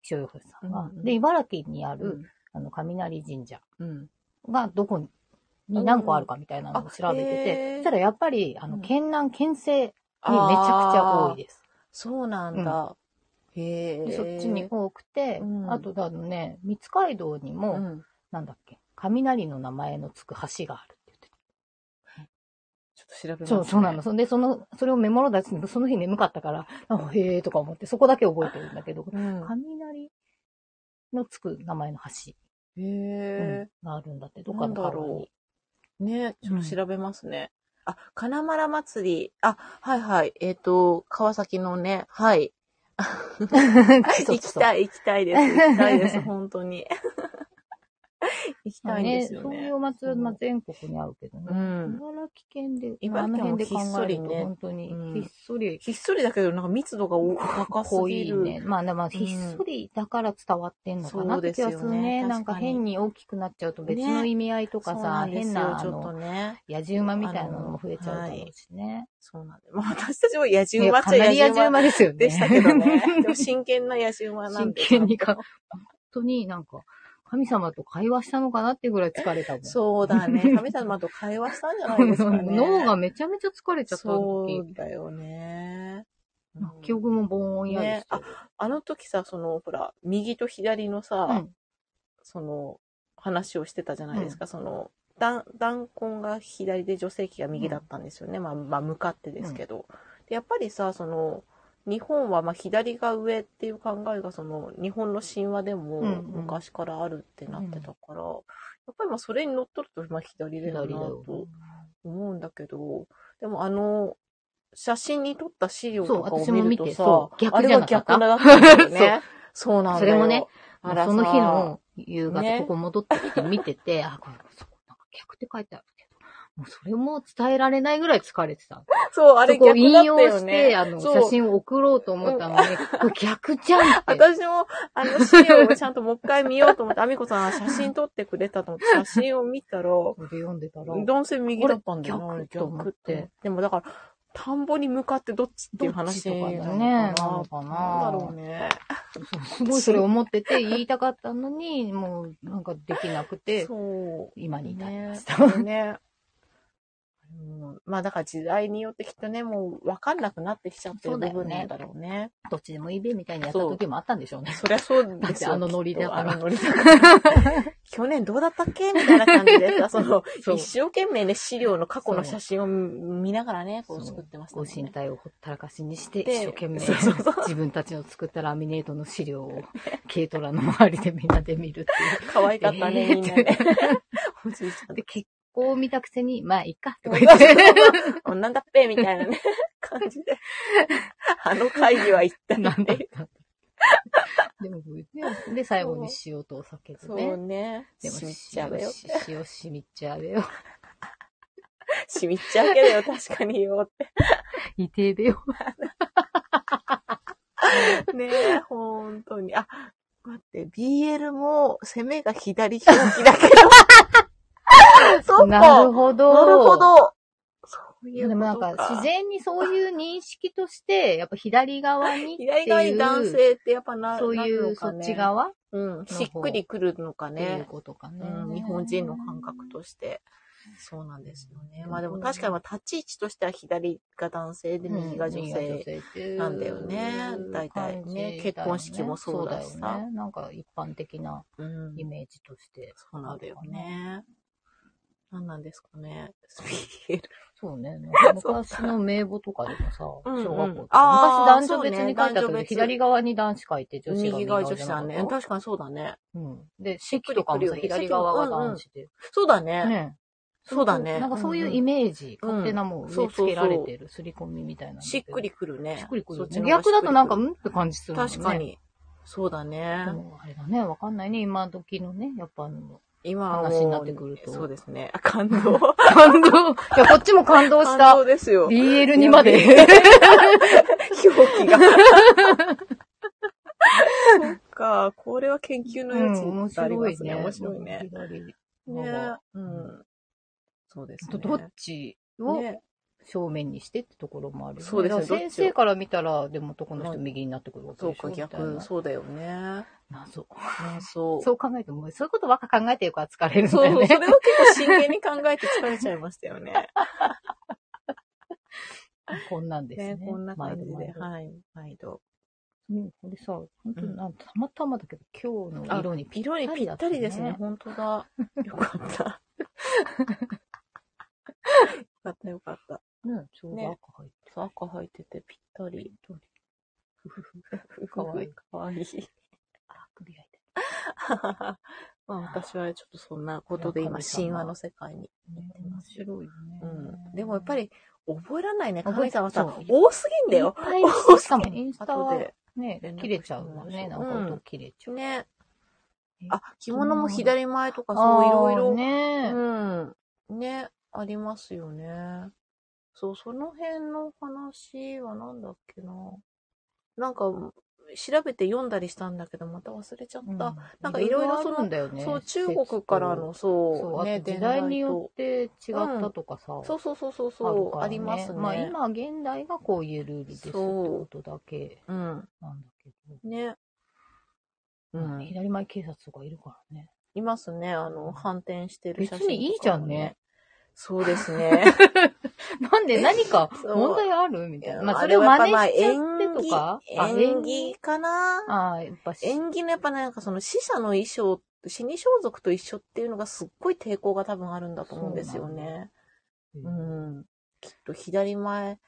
[SPEAKER 2] 気象予報士さんが。
[SPEAKER 1] うんうん
[SPEAKER 2] で、茨城にある、
[SPEAKER 1] うん。
[SPEAKER 2] あの、雷神社
[SPEAKER 1] うん。
[SPEAKER 2] がどこに何個あるかみたいなのを調べ
[SPEAKER 1] うんあへ
[SPEAKER 2] てて、
[SPEAKER 1] ー
[SPEAKER 2] そしたらやっぱり、あ
[SPEAKER 1] う
[SPEAKER 2] の、
[SPEAKER 1] ん
[SPEAKER 2] 県南、県西にめちゃくちゃ多い
[SPEAKER 1] で。
[SPEAKER 2] です。
[SPEAKER 1] そうなんだ。へ
[SPEAKER 2] で
[SPEAKER 1] え。
[SPEAKER 2] そっちに多くて、
[SPEAKER 1] うん
[SPEAKER 2] あとだのね、三街道に
[SPEAKER 1] う
[SPEAKER 2] も、
[SPEAKER 1] ん。
[SPEAKER 2] なんだっけ、雷の名前のつく橋があるって言ってた。
[SPEAKER 1] ちょっと調べます、
[SPEAKER 2] そう、そうなの。。そんで、その、それをメモらだして、その日眠かったから、あへえーとか思って、そこだけ覚えてるんだけど、
[SPEAKER 1] うん。
[SPEAKER 2] 雷のつく名前の橋、
[SPEAKER 1] へ
[SPEAKER 2] うんがあるんだって、どっか
[SPEAKER 1] なん
[SPEAKER 2] の
[SPEAKER 1] だ
[SPEAKER 2] 川
[SPEAKER 1] ろう
[SPEAKER 2] に。
[SPEAKER 1] え。ね、ちょっと調べますね。あ、金丸祭り。あ、はいはい。えっ、と、川崎のね、はい。 行き
[SPEAKER 2] い。
[SPEAKER 1] たい、行きたいです。行きたい です、本当に。行きたいんで
[SPEAKER 2] ね、
[SPEAKER 1] すよ
[SPEAKER 2] そう
[SPEAKER 1] ね。
[SPEAKER 2] いうお祭りはまあ全国にあるけどね。
[SPEAKER 1] うん
[SPEAKER 2] 茨城県で、
[SPEAKER 1] 茨
[SPEAKER 2] あ
[SPEAKER 1] 城
[SPEAKER 2] の
[SPEAKER 1] 県も
[SPEAKER 2] 辺で考えると、
[SPEAKER 1] ひっそりね
[SPEAKER 2] 本当に
[SPEAKER 1] うん、
[SPEAKER 2] ひっそり、
[SPEAKER 1] ひっそりだけど、なんか密度がお高す
[SPEAKER 2] 濃
[SPEAKER 1] ぎ
[SPEAKER 2] い
[SPEAKER 1] る。
[SPEAKER 2] ね。まあでも、ひっそりだから伝わってんのかな
[SPEAKER 1] そう
[SPEAKER 2] っ
[SPEAKER 1] で
[SPEAKER 2] て
[SPEAKER 1] す
[SPEAKER 2] 気
[SPEAKER 1] よ
[SPEAKER 2] が
[SPEAKER 1] ね
[SPEAKER 2] するね。なんか
[SPEAKER 1] 確かに
[SPEAKER 2] 変に大きくなっちゃうと別
[SPEAKER 1] ね
[SPEAKER 2] の意味合いとか
[SPEAKER 1] そう
[SPEAKER 2] さ、
[SPEAKER 1] なんです
[SPEAKER 2] 変
[SPEAKER 1] よ
[SPEAKER 2] な、あ
[SPEAKER 1] ちょっと
[SPEAKER 2] の、
[SPEAKER 1] ね。
[SPEAKER 2] 野獣馬みたいなのも増えちゃうだろうしね。
[SPEAKER 1] そうなんで。まあ私たちも野
[SPEAKER 2] い
[SPEAKER 1] 獣
[SPEAKER 2] や、
[SPEAKER 1] 馬っ
[SPEAKER 2] か
[SPEAKER 1] ち
[SPEAKER 2] な
[SPEAKER 1] ゃ野
[SPEAKER 2] り野獣
[SPEAKER 1] 獣馬
[SPEAKER 2] 馬です よね。
[SPEAKER 1] でしたけどね。でも真剣な野獣馬なん
[SPEAKER 2] 真
[SPEAKER 1] で。
[SPEAKER 2] 剣にか、本当になんか、神様と会話したのかなってぐらい疲れたもん。
[SPEAKER 1] そうだね。神様と会話したんじゃないですかね。
[SPEAKER 2] 脳がめちゃめちゃ疲れちゃったあの
[SPEAKER 1] そ
[SPEAKER 2] 時
[SPEAKER 1] うだよね。
[SPEAKER 2] まあ記憶もぼんやりしてる。
[SPEAKER 1] あの時さ、その、ほら、右と左のさ、
[SPEAKER 2] うん
[SPEAKER 1] その、話をしてたじゃないですか。その、弾弾痕が左で女性器が右だったんですよね。まあ、まあ、向かってですけど。でやっぱりさ、その、日本はまあ左が上っていう考えがその日本の神話でも
[SPEAKER 2] うんうん
[SPEAKER 1] 昔からあるってなってたから、やっぱりまあそれにのっとるとまあ左だよ
[SPEAKER 2] 左
[SPEAKER 1] な
[SPEAKER 2] だよ
[SPEAKER 1] と。思うんだけど、でもあの、写真に撮った資料とかを
[SPEAKER 2] そう私も
[SPEAKER 1] 見
[SPEAKER 2] 見
[SPEAKER 1] る
[SPEAKER 2] て
[SPEAKER 1] とさ
[SPEAKER 2] そ、う逆
[SPEAKER 1] あ
[SPEAKER 2] じ
[SPEAKER 1] れ
[SPEAKER 2] ゃ
[SPEAKER 1] は
[SPEAKER 2] なかった
[SPEAKER 1] 逆だったんだよね。そうなんだよ。
[SPEAKER 2] それもね、
[SPEAKER 1] あらさ
[SPEAKER 2] その日の夕方、
[SPEAKER 1] ね
[SPEAKER 2] ここ戻ってきて見てて、あ、これ、そこ、なんか逆って書いてあるけど、もうそれも伝えられないぐらい疲れてた。
[SPEAKER 1] そう、あ
[SPEAKER 2] そ
[SPEAKER 1] れ
[SPEAKER 2] こを
[SPEAKER 1] 逆
[SPEAKER 2] 引
[SPEAKER 1] だった
[SPEAKER 2] 用
[SPEAKER 1] よ
[SPEAKER 2] して、
[SPEAKER 1] ね。
[SPEAKER 2] あの、
[SPEAKER 1] そう
[SPEAKER 2] 写真を送ろうと思ったのに、これ逆じゃんって。
[SPEAKER 1] 私も、あの資料をちゃんともう一回見ようと思って、あみこさん写真撮ってくれたと思って、写真を見 たら、
[SPEAKER 2] それ読んでたら、
[SPEAKER 1] 男性右だったんだよ
[SPEAKER 2] あ
[SPEAKER 1] な
[SPEAKER 2] れ、逆と思って
[SPEAKER 1] 逆。でもだから、田んぼに向かってどっちっていう話
[SPEAKER 2] どっちと
[SPEAKER 1] な
[SPEAKER 2] かだ
[SPEAKER 1] の
[SPEAKER 2] ね
[SPEAKER 1] かな。
[SPEAKER 2] なのかな
[SPEAKER 1] なんだろうね。
[SPEAKER 2] すごいそれ思ってて言いたかったのに、もうなんかできなくて、
[SPEAKER 1] そう。
[SPEAKER 2] 今に至りました。
[SPEAKER 1] ね。ねうんまあだから時代によってきっとね、もう分かんなくなってきちゃってる部分なんだろうね。
[SPEAKER 2] どっちでもいいべみたいにやった時もあったんでしょうね。
[SPEAKER 1] そりゃそう
[SPEAKER 2] だ
[SPEAKER 1] で
[SPEAKER 2] っ
[SPEAKER 1] す
[SPEAKER 2] て
[SPEAKER 1] よ。
[SPEAKER 2] あのノリだから
[SPEAKER 1] きっとあのノリだから。去年どうだったっけみたいな感じ でさ、その、
[SPEAKER 2] そう
[SPEAKER 1] 一生懸命ね、資料の過去の写真を見ながらね、こう作ってました
[SPEAKER 2] ご
[SPEAKER 1] ね。
[SPEAKER 2] 身体をほったらかしにして、
[SPEAKER 1] で
[SPEAKER 2] 一生懸命
[SPEAKER 1] そうそうそう
[SPEAKER 2] 自分たちの作ったラミネートの資料を軽トラの周りでみんなで見るっていう。
[SPEAKER 1] 可愛かったね、みんな ね。おじいちゃん
[SPEAKER 2] で、結構見たくせに、まあ、いっか、とか言って。
[SPEAKER 1] こんなんだっぺ、みたいなね、感じで。あの会議は一体
[SPEAKER 2] なんだったんだでも、で、最後に塩とお酒で
[SPEAKER 1] そう
[SPEAKER 2] ね。
[SPEAKER 1] ね。
[SPEAKER 2] でも
[SPEAKER 1] しみっちゃうよ。
[SPEAKER 2] し塩しみっちゃ べよ。
[SPEAKER 1] しみっちゃうけだよ、確かによって。
[SPEAKER 2] いてえべよ。
[SPEAKER 1] ねえ、ほんとに。あ、待って、BL も攻めが左表記だけど。そっか。
[SPEAKER 2] なるほど。
[SPEAKER 1] なるほ。ど。そうい
[SPEAKER 2] で
[SPEAKER 1] うことか。
[SPEAKER 2] もなんか、自然にそういう認識として、やっぱ左側にっていう。
[SPEAKER 1] 左側に男性ってやっぱな、
[SPEAKER 2] そうい
[SPEAKER 1] なる
[SPEAKER 2] う、
[SPEAKER 1] の
[SPEAKER 2] そ
[SPEAKER 1] か
[SPEAKER 2] っ
[SPEAKER 1] ね
[SPEAKER 2] ち側っ
[SPEAKER 1] うん。しっくりくるのか
[SPEAKER 2] ていう
[SPEAKER 1] ね。
[SPEAKER 2] ことかね
[SPEAKER 1] うん。日本人の感覚として。そうなんですよね。まあでも確かにまあ立ち位置としては左が男性で右が女性。なんだよね大体ね結婚式もそうだしさ
[SPEAKER 2] そうだよね。なんか一般的な
[SPEAKER 1] うん。
[SPEAKER 2] イメージとして。
[SPEAKER 1] そうなんだよね。何なんですかね。BL
[SPEAKER 2] そうね。
[SPEAKER 1] そう
[SPEAKER 2] 昔の名簿とかでもさ、小
[SPEAKER 1] うんうん
[SPEAKER 2] 学校と
[SPEAKER 1] あ
[SPEAKER 2] か。
[SPEAKER 1] ー
[SPEAKER 2] 昔男女別に書いてあった
[SPEAKER 1] そうね男女
[SPEAKER 2] けど、
[SPEAKER 1] 別
[SPEAKER 2] 左側に男子書いて 女子が
[SPEAKER 1] 右側女
[SPEAKER 2] じ
[SPEAKER 1] 子
[SPEAKER 2] ゃ
[SPEAKER 1] だ
[SPEAKER 2] な
[SPEAKER 1] ね。
[SPEAKER 2] かった
[SPEAKER 1] 確かにそうだね。
[SPEAKER 2] うん。で、式とかも
[SPEAKER 1] しっ
[SPEAKER 2] さ、
[SPEAKER 1] くりくるよね
[SPEAKER 2] 左側が男子で。
[SPEAKER 1] そうだね。
[SPEAKER 2] ね。
[SPEAKER 1] そうだね。
[SPEAKER 2] なんかそういう
[SPEAKER 1] うん
[SPEAKER 2] イメージ、
[SPEAKER 1] うん
[SPEAKER 2] 勝手なもう植え付けられてる、刷り込みみたいなので。
[SPEAKER 1] しっくりくるね。
[SPEAKER 2] しっくりくる
[SPEAKER 1] そ
[SPEAKER 2] よ
[SPEAKER 1] っ
[SPEAKER 2] ね
[SPEAKER 1] ちの方が
[SPEAKER 2] 逆だとなんか、
[SPEAKER 1] しっ
[SPEAKER 2] うんって感じす
[SPEAKER 1] くりくる
[SPEAKER 2] るもん
[SPEAKER 1] 確か。
[SPEAKER 2] ね。
[SPEAKER 1] に。そうだね。
[SPEAKER 2] でもあれだね、わかんないね、今時のね、やっぱあの、
[SPEAKER 1] 今はもう
[SPEAKER 2] 話になってくると
[SPEAKER 1] そうですね。あ 感動。
[SPEAKER 2] 感 動。いや、こっちも感動し
[SPEAKER 1] 感動
[SPEAKER 2] た。
[SPEAKER 1] です よ。
[SPEAKER 2] BL にまで。
[SPEAKER 1] 表 記が。そっか、これは研究の
[SPEAKER 2] うん
[SPEAKER 1] 余地ありますね。面白いね。。
[SPEAKER 2] 左
[SPEAKER 1] ね
[SPEAKER 2] 側。
[SPEAKER 1] うん。そうです
[SPEAKER 2] あ
[SPEAKER 1] ね。
[SPEAKER 2] とどっちを
[SPEAKER 1] ね
[SPEAKER 2] 正面にしてってところもあるよね。
[SPEAKER 1] そうですね
[SPEAKER 2] だか
[SPEAKER 1] ど
[SPEAKER 2] ら
[SPEAKER 1] っ
[SPEAKER 2] 先
[SPEAKER 1] ちを
[SPEAKER 2] 生から見たら、でも男の人右になってくるわけ
[SPEAKER 1] そ
[SPEAKER 2] で
[SPEAKER 1] う
[SPEAKER 2] しょ。
[SPEAKER 1] か、
[SPEAKER 2] み
[SPEAKER 1] 逆、
[SPEAKER 2] たい
[SPEAKER 1] そうだよね。
[SPEAKER 2] な謎。
[SPEAKER 1] ね、 そう。
[SPEAKER 2] そう考えても、そういうことばっか考えてるから疲れるん
[SPEAKER 1] そう、
[SPEAKER 2] だ
[SPEAKER 1] そ
[SPEAKER 2] よ
[SPEAKER 1] れを
[SPEAKER 2] ね。
[SPEAKER 1] 結構真剣に考えて疲れちゃいましたよね。
[SPEAKER 2] こんなんですね。
[SPEAKER 1] ね、こんな感じ
[SPEAKER 2] 毎
[SPEAKER 1] で、
[SPEAKER 2] 度毎度
[SPEAKER 1] はい、毎度。
[SPEAKER 2] うんこれさ、本当になんたまたまだけど、今日の色にぴった
[SPEAKER 1] 色
[SPEAKER 2] り
[SPEAKER 1] に
[SPEAKER 2] だった、ね。
[SPEAKER 1] ぴったりですね。本当 だ。よかった。よかった、よかった。
[SPEAKER 2] ね、ちょうど赤入って
[SPEAKER 1] そう赤入っててぴったり。
[SPEAKER 2] か
[SPEAKER 1] か
[SPEAKER 2] わ
[SPEAKER 1] わ
[SPEAKER 2] い
[SPEAKER 1] い
[SPEAKER 2] い
[SPEAKER 1] い、かわいい。
[SPEAKER 2] あ、首が痛
[SPEAKER 1] ま
[SPEAKER 2] い。
[SPEAKER 1] あ 私はちょっとそんなことで今、神話の世界に。
[SPEAKER 2] ね、面白いよね。
[SPEAKER 1] うん。でもやっぱ、り、覚えられないね。
[SPEAKER 2] 覚え
[SPEAKER 1] 神様さ
[SPEAKER 2] そう、
[SPEAKER 1] 多すぎんだよ。
[SPEAKER 2] いっぱ
[SPEAKER 1] 多
[SPEAKER 2] いし
[SPEAKER 1] す
[SPEAKER 2] かも
[SPEAKER 1] ぎ
[SPEAKER 2] インスタ
[SPEAKER 1] 後
[SPEAKER 2] は
[SPEAKER 1] で。
[SPEAKER 2] ね
[SPEAKER 1] 連、絡
[SPEAKER 2] 切れちゃうもん
[SPEAKER 1] う
[SPEAKER 2] ね。
[SPEAKER 1] ん
[SPEAKER 2] なんか音切れちゃう。
[SPEAKER 1] ね
[SPEAKER 2] え。
[SPEAKER 1] あ、着物も左前とか
[SPEAKER 2] あ
[SPEAKER 1] そういろ
[SPEAKER 2] ー
[SPEAKER 1] いろ。
[SPEAKER 2] ね、
[SPEAKER 1] うん。ね、ありますよね。そう、その辺の話はなんだっけな。なんか、調べて読んだりしたんだけど、また忘れちゃ
[SPEAKER 2] う
[SPEAKER 1] った。なんか
[SPEAKER 2] あるんだよね。
[SPEAKER 1] そう、中国からの、
[SPEAKER 2] 説
[SPEAKER 1] そう、
[SPEAKER 2] と、そう、あ
[SPEAKER 1] ね、
[SPEAKER 2] と時
[SPEAKER 1] 伝
[SPEAKER 2] 代
[SPEAKER 1] 来
[SPEAKER 2] によ
[SPEAKER 1] と
[SPEAKER 2] って違ったとかさ。
[SPEAKER 1] そうそうそうそう、
[SPEAKER 2] ある
[SPEAKER 1] そう
[SPEAKER 2] から
[SPEAKER 1] ありますね。
[SPEAKER 2] まあ今現代がこういうルールですってことだけ
[SPEAKER 1] うん。
[SPEAKER 2] なんだけど、
[SPEAKER 1] ね。うん。
[SPEAKER 2] 左前警察とかいるからね。
[SPEAKER 1] いますね。あの、反転してる写真、
[SPEAKER 2] 別にいいじゃんね。
[SPEAKER 1] そうですね。
[SPEAKER 2] なんで何か
[SPEAKER 1] そう
[SPEAKER 2] 問題あるみたいな。 まあ、そ
[SPEAKER 1] で
[SPEAKER 2] れを
[SPEAKER 1] も
[SPEAKER 2] 真似しちゃってとか
[SPEAKER 1] やっぱまあ演技、演技かな
[SPEAKER 2] ああ、やっぱし、
[SPEAKER 1] 演技のやっぱね、なんかその死者の衣装、死に装束と一緒っていうのがすっごい抵抗が多分あるんだと思うんですよね。
[SPEAKER 2] そう
[SPEAKER 1] う
[SPEAKER 2] なん
[SPEAKER 1] ん。きっと左前、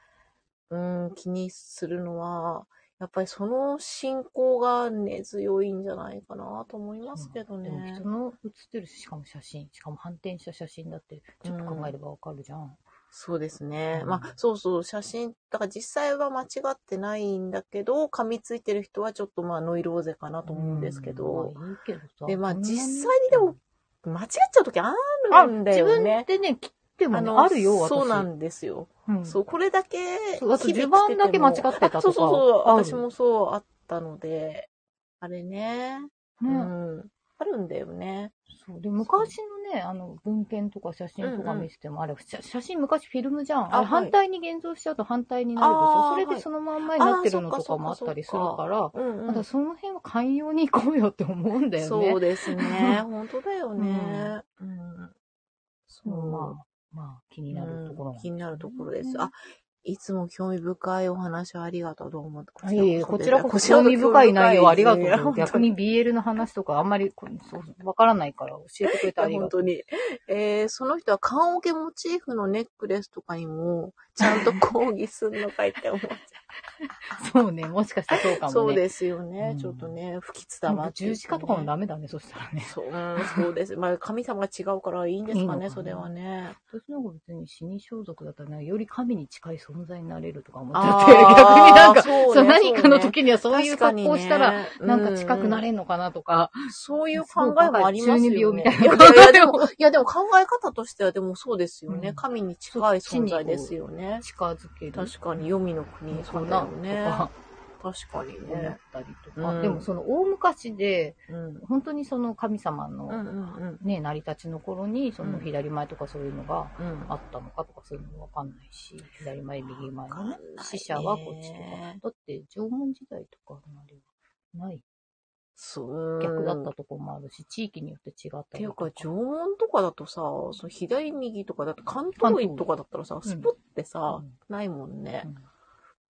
[SPEAKER 1] うん、気にするのは、やっぱりその信仰が根強いんじゃないかなと思いますけど
[SPEAKER 2] でも
[SPEAKER 1] ね
[SPEAKER 2] 人。の写ってるしかも写真、しかも反転した写真だって、ちょっと考えればわかるじゃん。
[SPEAKER 1] そうですね。
[SPEAKER 2] うん
[SPEAKER 1] まあ、そうそう、写真、だから実際は間違ってないんだけど、噛みついてる人はちょっとまあノイローゼかなと思うんですけど、
[SPEAKER 2] まあいいけどさ。
[SPEAKER 1] でまあ
[SPEAKER 2] そんなに
[SPEAKER 1] 実際にでも、間違っちゃう時あ
[SPEAKER 2] あ、
[SPEAKER 1] るんだよね
[SPEAKER 2] 自分。でね、切ってもね、あるよ、私。
[SPEAKER 1] そうなんですよ。
[SPEAKER 2] うん
[SPEAKER 1] そう、これだけ
[SPEAKER 2] そうあと
[SPEAKER 1] 日々
[SPEAKER 2] 序盤だけ間違って
[SPEAKER 1] 着て
[SPEAKER 2] たとか
[SPEAKER 1] もそうそうそう、
[SPEAKER 2] ある
[SPEAKER 1] 私もそうあったので、あれね、う
[SPEAKER 2] ね。
[SPEAKER 1] ん、あるんだよね。
[SPEAKER 2] そうで昔のね、あの、文献とか写真とか見せても、あれ、写写真昔フィルムじゃん。
[SPEAKER 1] あ
[SPEAKER 2] あ
[SPEAKER 1] はい
[SPEAKER 2] れ反対に現像しちゃうと反対になるでし
[SPEAKER 1] あー
[SPEAKER 2] ょ。それ
[SPEAKER 1] は
[SPEAKER 2] で
[SPEAKER 1] い
[SPEAKER 2] そのまんまになってるのとかも
[SPEAKER 1] あ
[SPEAKER 2] あ
[SPEAKER 1] ー
[SPEAKER 2] っ
[SPEAKER 1] そっか
[SPEAKER 2] たりするから、
[SPEAKER 1] うん、う
[SPEAKER 2] ま
[SPEAKER 1] ん
[SPEAKER 2] だ。その辺は寛容に行こうよって思うんだよね。
[SPEAKER 1] そうです ね。本当だよね。うん。そ
[SPEAKER 2] うん
[SPEAKER 1] う。
[SPEAKER 2] まあ、まあ、気になるところ、
[SPEAKER 1] うん気になるところです。
[SPEAKER 2] うん
[SPEAKER 1] あ、いつも興味深いお話ありがとう。どうも。
[SPEAKER 2] いえいえ、こちらこそ
[SPEAKER 1] 興
[SPEAKER 2] 興味深い内容ありがと
[SPEAKER 1] いや本
[SPEAKER 2] う。
[SPEAKER 1] 当に
[SPEAKER 2] 逆に BL の話とかあんまりこうそうわからないから教えてくれてありが
[SPEAKER 1] 本
[SPEAKER 2] とう。
[SPEAKER 1] 当に。えー、その人は棺桶モチーフのネックレスとかにも、ちゃんと抗議すんのかいって思っちゃ
[SPEAKER 2] そ うね、もしかしたらそう
[SPEAKER 1] う。
[SPEAKER 2] かもね。
[SPEAKER 1] そうですよね。
[SPEAKER 2] うん
[SPEAKER 1] ちょっとね、不吉だ
[SPEAKER 2] なん
[SPEAKER 1] わ
[SPEAKER 2] か
[SPEAKER 1] っていうね、
[SPEAKER 2] 十字架とかもダメだね、そしたらね。
[SPEAKER 1] そう、うん、そうです。まあ、神様が違うからいいんですか
[SPEAKER 2] いいのか
[SPEAKER 1] ね、
[SPEAKER 2] な
[SPEAKER 1] それはね。
[SPEAKER 2] 私の方が別に死に装束だったらね、より神に近い存在になれるとか思っちゃって、逆にな
[SPEAKER 1] あ
[SPEAKER 2] んか、
[SPEAKER 1] ーそうね
[SPEAKER 2] そう何かの
[SPEAKER 1] そうね
[SPEAKER 2] 時にはそういう
[SPEAKER 1] 確かにね
[SPEAKER 2] 格好をしたら、なんか近くな
[SPEAKER 1] う
[SPEAKER 2] れんのかなとか、
[SPEAKER 1] んそういう考えもありますよね。
[SPEAKER 2] 中二病みたいない
[SPEAKER 1] やいやいや、 でも、いやでも考え方としてはでもそうですよね。
[SPEAKER 2] うん
[SPEAKER 1] 神に近い存在ですよね。
[SPEAKER 2] 近づけるの
[SPEAKER 1] 確かに、黄泉の国、そ
[SPEAKER 2] か
[SPEAKER 1] うだ
[SPEAKER 2] な
[SPEAKER 1] よ
[SPEAKER 2] と
[SPEAKER 1] ね。
[SPEAKER 2] か
[SPEAKER 1] 確かに
[SPEAKER 2] 思っ
[SPEAKER 1] ね。
[SPEAKER 2] たりとか。
[SPEAKER 1] うん
[SPEAKER 2] でもその大昔で、
[SPEAKER 1] うん。
[SPEAKER 2] 本当にその神様の、
[SPEAKER 1] うんうんうん。
[SPEAKER 2] ね、成り立ちの頃に、そ
[SPEAKER 1] うん
[SPEAKER 2] の左前とかそういうのが
[SPEAKER 1] うん
[SPEAKER 2] あったのかとかそういうのもわかんないし、左前、右前
[SPEAKER 1] わかん
[SPEAKER 2] の
[SPEAKER 1] な
[SPEAKER 2] ね
[SPEAKER 1] いね、
[SPEAKER 2] 死者はこっちとか。だって、縄文時代とかまではない。
[SPEAKER 1] そう。
[SPEAKER 2] 逆だっ
[SPEAKER 1] った
[SPEAKER 2] とこもあるし、地域によって違った
[SPEAKER 1] てい
[SPEAKER 2] り
[SPEAKER 1] う
[SPEAKER 2] と
[SPEAKER 1] か、
[SPEAKER 2] か。
[SPEAKER 1] 縄文とかだとさ、その左右とかだと関東医とかだったらさ、
[SPEAKER 2] 東医
[SPEAKER 1] スポってさ、
[SPEAKER 2] うん
[SPEAKER 1] ないもんね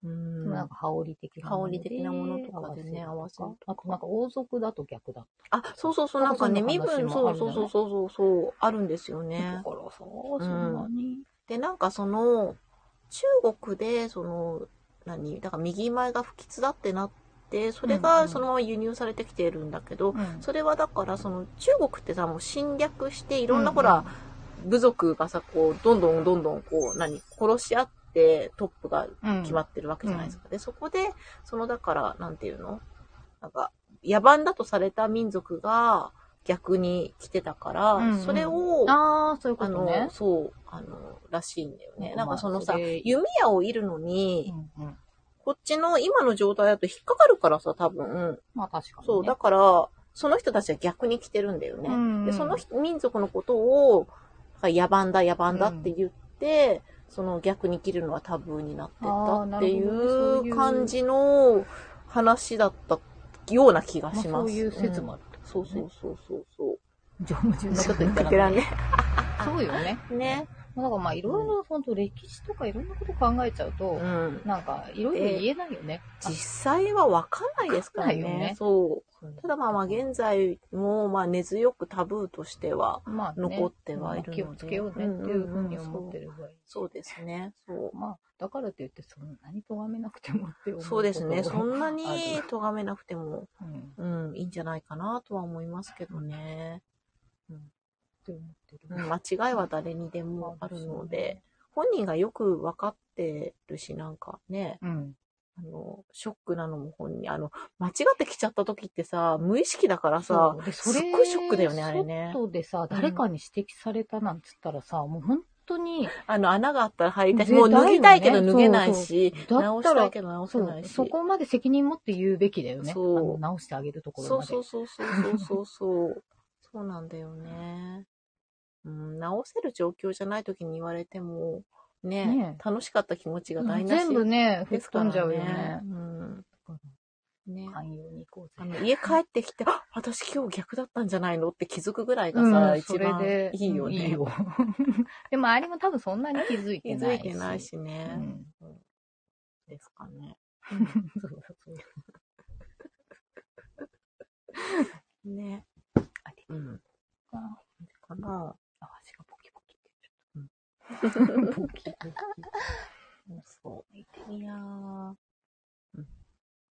[SPEAKER 2] う。ん
[SPEAKER 1] うん。
[SPEAKER 2] でもなんか羽織的な
[SPEAKER 1] 羽
[SPEAKER 2] もの
[SPEAKER 1] 織
[SPEAKER 2] で
[SPEAKER 1] 的なものとかでね合わせるとか
[SPEAKER 2] あとなんか王族だと逆だっ
[SPEAKER 1] あ、そうそうそう、なんかね、身分、
[SPEAKER 2] そ
[SPEAKER 1] そううそ
[SPEAKER 2] そうう
[SPEAKER 1] そうそうそう、そうあるんですよ
[SPEAKER 2] た。
[SPEAKER 1] ね
[SPEAKER 2] だ。からさ、そんなに。
[SPEAKER 1] で、なんかその、中国で、その、何、だから右前が不吉だってなって、それ
[SPEAKER 2] うんう
[SPEAKER 1] が
[SPEAKER 2] ん
[SPEAKER 1] そのまま輸入されてきているんだけど、
[SPEAKER 2] うん
[SPEAKER 1] それはだから、その中国ってさ、もう侵略して、いろんなほら、、部族がさ、こう、どんどんどんどん、こう、何、殺し合ってトップが
[SPEAKER 2] うん
[SPEAKER 1] 決まってるわけじゃないですか。で、そこで、その、だから、なんていうのなんか、野蛮だとされた民族が逆に来てたから、
[SPEAKER 2] うんうん
[SPEAKER 1] それを、
[SPEAKER 2] ああ、そういうこ
[SPEAKER 1] あ
[SPEAKER 2] と
[SPEAKER 1] の、
[SPEAKER 2] ね。
[SPEAKER 1] そう、あの、らしいんだよね。
[SPEAKER 2] うん
[SPEAKER 1] なんかそのさ、
[SPEAKER 2] まあそれ
[SPEAKER 1] 弓矢を射るのに、
[SPEAKER 2] うんうん
[SPEAKER 1] こっちの今の状態だと引っかかるからさ、多分。
[SPEAKER 2] まあ確かにね。
[SPEAKER 1] そう、だから、その人たちは逆に来てるんだよね。
[SPEAKER 2] うんうん
[SPEAKER 1] で、その人民族のことを、野蛮だ、野蛮だって言って、その逆に切るのはタブーになってったってい
[SPEAKER 2] あーなるほどねそういうう
[SPEAKER 1] 感じの話だったような気がし
[SPEAKER 2] まあ
[SPEAKER 1] ます。
[SPEAKER 2] そういう説もあるって
[SPEAKER 1] うん
[SPEAKER 2] こ
[SPEAKER 1] そ
[SPEAKER 2] と
[SPEAKER 1] う
[SPEAKER 2] ね
[SPEAKER 1] そうそうそうそう。
[SPEAKER 2] 縄文人のこと 言った
[SPEAKER 1] ベテラ
[SPEAKER 2] ら
[SPEAKER 1] ン
[SPEAKER 2] ね。
[SPEAKER 1] ね。
[SPEAKER 2] そうよね。
[SPEAKER 1] ね。
[SPEAKER 2] だからまあいろいろ、本当歴史とかいろんなこと考えちゃうと、
[SPEAKER 1] うん。
[SPEAKER 2] なんかいろいろ言えないよね。
[SPEAKER 1] 実際はわかんないですからね。
[SPEAKER 2] わかんないよね
[SPEAKER 1] そう。
[SPEAKER 2] あ
[SPEAKER 1] ただまあまあ現在もまあ根強くタブーとしては
[SPEAKER 2] まあね、
[SPEAKER 1] 残ってはいるので
[SPEAKER 2] 気をつけようねっていうふうに思ってるぐらい。
[SPEAKER 1] そうですね。そう。
[SPEAKER 2] まあ、だからといって、そんなに咎めなくてもって思うこと
[SPEAKER 1] そうですね。そんなに
[SPEAKER 2] ある
[SPEAKER 1] 咎めなくても、
[SPEAKER 2] うん、っ
[SPEAKER 1] うん、いいんじゃないかなとは思いますけどね。
[SPEAKER 2] て思ってる。
[SPEAKER 1] うん間違いは誰にでもあるので、。本人がよく分かってるし、なんかね、
[SPEAKER 2] うん。
[SPEAKER 1] あの、ショックなのも本人、あの、間違ってきちゃった時ってさ、無意識だからさ
[SPEAKER 2] そう、です
[SPEAKER 1] っごいショックだよね、あれね。
[SPEAKER 2] 外でさ、誰かに指摘されたなんつったらさ、もう本当に、
[SPEAKER 1] あの、穴があったら入りたい。
[SPEAKER 2] 絶対
[SPEAKER 1] もう
[SPEAKER 2] よね
[SPEAKER 1] 脱ぎたいけど脱げないし、
[SPEAKER 2] そうそうだ
[SPEAKER 1] 直
[SPEAKER 2] っ
[SPEAKER 1] したた
[SPEAKER 2] ら
[SPEAKER 1] いけど直せ
[SPEAKER 2] そ
[SPEAKER 1] な
[SPEAKER 2] う
[SPEAKER 1] いし。
[SPEAKER 2] そこまで責任持って言うべきだよね。
[SPEAKER 1] そう
[SPEAKER 2] あの直してあげるところ
[SPEAKER 1] そ
[SPEAKER 2] ま
[SPEAKER 1] う
[SPEAKER 2] で。
[SPEAKER 1] そうそうそうそうそうそう。 そうなんだよね。うん、直せる状況じゃない時に言われても、ね、
[SPEAKER 2] ね
[SPEAKER 1] 楽しかった気持ちが台無し。
[SPEAKER 2] 全部ね、吹
[SPEAKER 1] で
[SPEAKER 2] っ
[SPEAKER 1] すか
[SPEAKER 2] 飛
[SPEAKER 1] ら
[SPEAKER 2] ん
[SPEAKER 1] ね
[SPEAKER 2] じゃうよね。
[SPEAKER 1] うん。
[SPEAKER 2] だから
[SPEAKER 1] ねね。
[SPEAKER 2] 寛容に行こう
[SPEAKER 1] あ
[SPEAKER 2] ぜ。
[SPEAKER 1] の、家帰ってきて、あ私今日逆だったんじゃないのって気づくぐらいがさ、
[SPEAKER 2] うん
[SPEAKER 1] 一番いいよね。
[SPEAKER 2] いいよ。 でも、あれも多分そんなに気づい
[SPEAKER 1] 気
[SPEAKER 2] てな
[SPEAKER 1] づ
[SPEAKER 2] い
[SPEAKER 1] い
[SPEAKER 2] し。
[SPEAKER 1] てないし
[SPEAKER 2] う
[SPEAKER 1] ね。
[SPEAKER 2] ん。
[SPEAKER 1] ですかね。
[SPEAKER 2] そうそうそう。
[SPEAKER 1] ね。
[SPEAKER 2] あり
[SPEAKER 1] うん。
[SPEAKER 2] がとう。
[SPEAKER 1] かな。
[SPEAKER 2] あ、足がポキポキって 言っちゃった。ポキポ キ。そう。
[SPEAKER 1] いやー。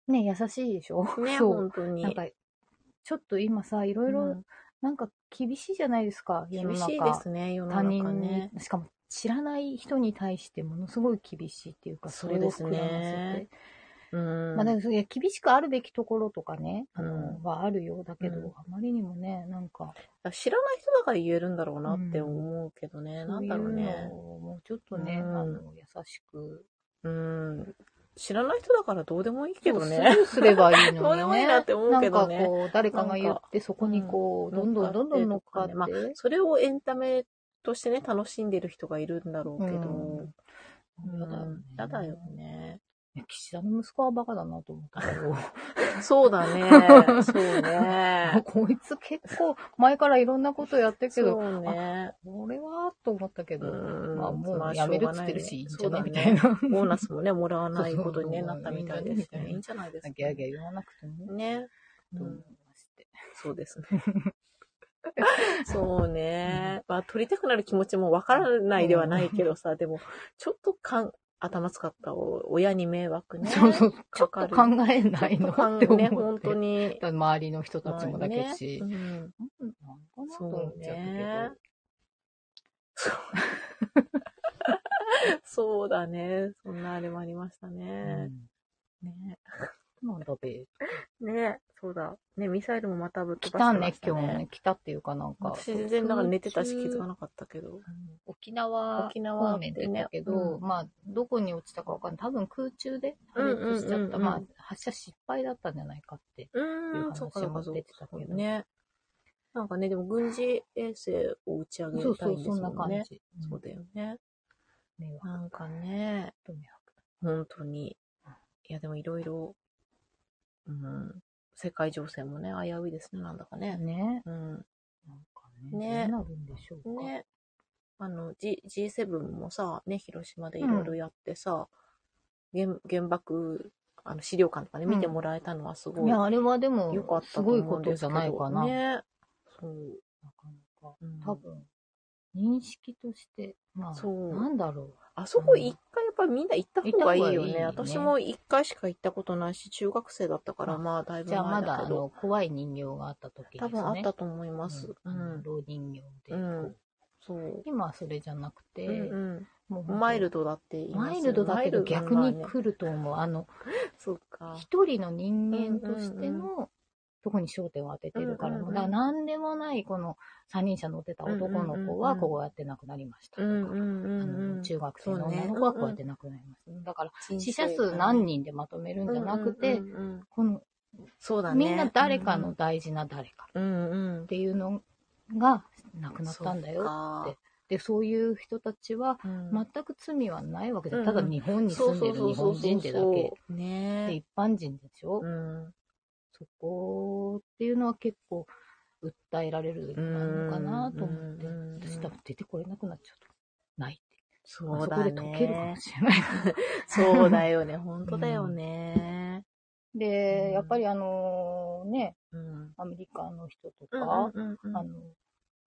[SPEAKER 2] ね優しいでしょ
[SPEAKER 1] ね、
[SPEAKER 2] そう。
[SPEAKER 1] 本当に。
[SPEAKER 2] なんか、ちょっと今さ、いろい
[SPEAKER 1] うん
[SPEAKER 2] ろ、なんか厳しいじゃないですか、世の
[SPEAKER 1] 厳
[SPEAKER 2] 中。
[SPEAKER 1] しいですね、世の
[SPEAKER 2] 他
[SPEAKER 1] 中ね。
[SPEAKER 2] 人に、しかも知らない人に対してものすごい厳しいっていうか、
[SPEAKER 1] そうですね
[SPEAKER 2] れを膨らませて
[SPEAKER 1] うん。
[SPEAKER 2] まあ、だからそういう厳しくあるべきところとかね、あ
[SPEAKER 1] う
[SPEAKER 2] の、はあるようだけど、
[SPEAKER 1] うん
[SPEAKER 2] あまりにもね、なんか、
[SPEAKER 1] 知らない人だから言えるんだろうなって思うけどね。なんだろう
[SPEAKER 2] そういう
[SPEAKER 1] ね
[SPEAKER 2] の。をもうちょっとね、
[SPEAKER 1] うん
[SPEAKER 2] あの、優しく。
[SPEAKER 1] うん。知らない人だからどうでもいいけど
[SPEAKER 2] そう
[SPEAKER 1] ね
[SPEAKER 2] ス。ルーすればいいのにね。
[SPEAKER 1] どうでもいいなって思うけどね
[SPEAKER 2] なんかこう、誰かが言って、そこにこう、どんどんどんどん乗っかって。
[SPEAKER 1] まあそれをエンタメとしてね、楽しんでる人がいるんだろうけど。
[SPEAKER 2] うん
[SPEAKER 1] うんやだよ。ね。
[SPEAKER 2] いや岸田の息子はバカだなと思ったけど。
[SPEAKER 1] そうだね。 そうね。
[SPEAKER 2] あ こいつ結構前からいろんなことやってるけど、
[SPEAKER 1] そうね。
[SPEAKER 2] これはと思ったけ
[SPEAKER 1] う
[SPEAKER 2] ど、
[SPEAKER 1] ん
[SPEAKER 2] まあも
[SPEAKER 1] まあ
[SPEAKER 2] うやめるっつってるし、いいんじゃないみたい
[SPEAKER 1] し
[SPEAKER 2] な。 ギ
[SPEAKER 1] ボーナスもね、もらわないことにね
[SPEAKER 2] そうそ
[SPEAKER 1] な
[SPEAKER 2] う
[SPEAKER 1] ったみたいですね。
[SPEAKER 2] い
[SPEAKER 1] い
[SPEAKER 2] い
[SPEAKER 1] いん
[SPEAKER 2] ん
[SPEAKER 1] じゃないですか。
[SPEAKER 2] ャーギャー言わなくてもね。
[SPEAKER 1] ね。
[SPEAKER 2] と
[SPEAKER 1] う
[SPEAKER 2] 思い
[SPEAKER 1] ん
[SPEAKER 2] まして。
[SPEAKER 1] そうです ね。そうね。まあ、取りたくなる気持ちもわからないではないけどさ、でも、ちょっとかん、頭使ったお親に迷惑ね。
[SPEAKER 2] そうそう、ちょ
[SPEAKER 1] かか
[SPEAKER 2] っと
[SPEAKER 1] る
[SPEAKER 2] 考えないの
[SPEAKER 1] かん
[SPEAKER 2] って思っ
[SPEAKER 1] ね、
[SPEAKER 2] て。
[SPEAKER 1] 本当に。
[SPEAKER 2] 周りの人たちもだけし。
[SPEAKER 1] まあねうん
[SPEAKER 2] なんかなと
[SPEAKER 1] そ
[SPEAKER 2] 思
[SPEAKER 1] う
[SPEAKER 2] っちゃった
[SPEAKER 1] ね。そうそうだね。そんなあれもありました
[SPEAKER 2] けど。
[SPEAKER 1] ね。ね
[SPEAKER 2] うんなんだべ。
[SPEAKER 1] ねそうだ。ね、ミサイルもまたぶっ
[SPEAKER 2] 来
[SPEAKER 1] 飛ば
[SPEAKER 2] た
[SPEAKER 1] してま
[SPEAKER 2] ね
[SPEAKER 1] し、たね。
[SPEAKER 2] 今日ね。来たっていうかなんか。
[SPEAKER 1] 私全然なんか寝てたし気
[SPEAKER 2] 空
[SPEAKER 1] づ
[SPEAKER 2] 中
[SPEAKER 1] かなかったけど。
[SPEAKER 2] 沖縄
[SPEAKER 1] 沖縄
[SPEAKER 2] 方面だったけど、
[SPEAKER 1] ってねう
[SPEAKER 2] まあ、どこに落ちたかわかんない。多分空中で破裂しちゃった。
[SPEAKER 1] うんうんうんうん
[SPEAKER 2] まあ、発射失敗だったんじゃないかって。
[SPEAKER 1] う
[SPEAKER 2] いう
[SPEAKER 1] ーん、
[SPEAKER 2] 話
[SPEAKER 1] そうかそうか
[SPEAKER 2] も
[SPEAKER 1] そう
[SPEAKER 2] 出てたけど
[SPEAKER 1] ね。なんかね、でも軍事衛星を打ち上げ
[SPEAKER 2] そう
[SPEAKER 1] た
[SPEAKER 2] そ
[SPEAKER 1] いん
[SPEAKER 2] う、
[SPEAKER 1] です
[SPEAKER 2] そんな
[SPEAKER 1] よ
[SPEAKER 2] 感
[SPEAKER 1] ね。
[SPEAKER 2] じ。
[SPEAKER 1] そうだよね。
[SPEAKER 2] 迷惑。
[SPEAKER 1] なんかね、
[SPEAKER 2] と迷惑。
[SPEAKER 1] 本当に。いや、でもいろいろ、うん、世界情勢もね、危ういですね、なんだかね。
[SPEAKER 2] ね。
[SPEAKER 1] うん。
[SPEAKER 2] なんかね。
[SPEAKER 1] ね
[SPEAKER 2] どうなるんでしょうか。
[SPEAKER 1] ね。あの、G、G7 もさ、ね、広島でいろいろやってさ、原原爆、あの、資料館とかね、
[SPEAKER 2] うん
[SPEAKER 1] 見てもらえたのはすご
[SPEAKER 2] い
[SPEAKER 1] い、
[SPEAKER 2] や、あれはでも
[SPEAKER 1] よかっ、た
[SPEAKER 2] す
[SPEAKER 1] と
[SPEAKER 2] ごい
[SPEAKER 1] 思
[SPEAKER 2] こ
[SPEAKER 1] うん
[SPEAKER 2] と
[SPEAKER 1] ですけ
[SPEAKER 2] じゃ
[SPEAKER 1] ど
[SPEAKER 2] ないかな。
[SPEAKER 1] ね。そう。
[SPEAKER 2] なかなか。
[SPEAKER 1] うん
[SPEAKER 2] 多分、認識として、まあ、
[SPEAKER 1] そう
[SPEAKER 2] なんだろ
[SPEAKER 1] あそこ一回やっぱりみんな行った方がいいよね。
[SPEAKER 2] 行った方がいいね
[SPEAKER 1] 私も一回しか行ったことないし、中学生だったから、
[SPEAKER 2] あ。
[SPEAKER 1] まあだいうぶ
[SPEAKER 2] じゃあ、ま
[SPEAKER 1] 前
[SPEAKER 2] だ、
[SPEAKER 1] だ
[SPEAKER 2] あ
[SPEAKER 1] けど、
[SPEAKER 2] の、怖い人形があった時です
[SPEAKER 1] 多
[SPEAKER 2] ね。
[SPEAKER 1] 分あったと思います。う
[SPEAKER 2] うん
[SPEAKER 1] ん。
[SPEAKER 2] 老人形で。
[SPEAKER 1] うんそう。
[SPEAKER 2] 今はそれじゃなくて、
[SPEAKER 1] うん
[SPEAKER 2] もう
[SPEAKER 1] う
[SPEAKER 2] 本
[SPEAKER 1] ん、
[SPEAKER 2] 当
[SPEAKER 1] マイルドだって言います
[SPEAKER 2] マ
[SPEAKER 1] よ
[SPEAKER 2] イルドだけど
[SPEAKER 1] マイル
[SPEAKER 2] 逆
[SPEAKER 1] ドな
[SPEAKER 2] に
[SPEAKER 1] ね
[SPEAKER 2] 来ると思う。あの、
[SPEAKER 1] そうか。
[SPEAKER 2] 一人の人間としての、
[SPEAKER 1] う
[SPEAKER 2] とこに焦点を当ててるから
[SPEAKER 1] うんうん
[SPEAKER 2] も、
[SPEAKER 1] うん
[SPEAKER 2] だから何でもないこの三輪車乗ってた男の子は
[SPEAKER 1] うんうんうん
[SPEAKER 2] こうやって亡くなりましたと
[SPEAKER 1] う
[SPEAKER 2] か、
[SPEAKER 1] んうんうん
[SPEAKER 2] あ
[SPEAKER 1] う
[SPEAKER 2] の
[SPEAKER 1] ん。
[SPEAKER 2] 中学生の女の子はこうやって亡くなりました。だから死者数何人でまとめるんじゃなくて、
[SPEAKER 1] うんうんうん
[SPEAKER 2] この
[SPEAKER 1] そうだね。
[SPEAKER 2] みんな誰かの大事な誰か
[SPEAKER 1] うんうん
[SPEAKER 2] っ。ていうのが亡くなったんだよ
[SPEAKER 1] そっか
[SPEAKER 2] で、そういう人たちは、
[SPEAKER 1] うん
[SPEAKER 2] 全く罪はないわけじゃ
[SPEAKER 1] うん
[SPEAKER 2] ん。ただ日本に住んでる日本人ってだ
[SPEAKER 1] そうそう
[SPEAKER 2] け
[SPEAKER 1] そう。そう
[SPEAKER 2] で、
[SPEAKER 1] ね
[SPEAKER 2] 一般人でしょ、
[SPEAKER 1] うん。
[SPEAKER 2] そこっていうのは結構訴えられるのかなと思って。
[SPEAKER 1] うんうん
[SPEAKER 2] 私多分出てこれなくなっちゃうと。ないって。あ
[SPEAKER 1] そう
[SPEAKER 2] そ
[SPEAKER 1] だ
[SPEAKER 2] こ
[SPEAKER 1] ね。
[SPEAKER 2] で溶けるかもしれない。
[SPEAKER 1] そうだよね。本当だよね。う
[SPEAKER 2] で
[SPEAKER 1] ん、
[SPEAKER 2] やっぱりあのね、
[SPEAKER 1] うん。
[SPEAKER 2] アメリカの人と
[SPEAKER 1] う
[SPEAKER 2] か、
[SPEAKER 1] んうんうん
[SPEAKER 2] あの、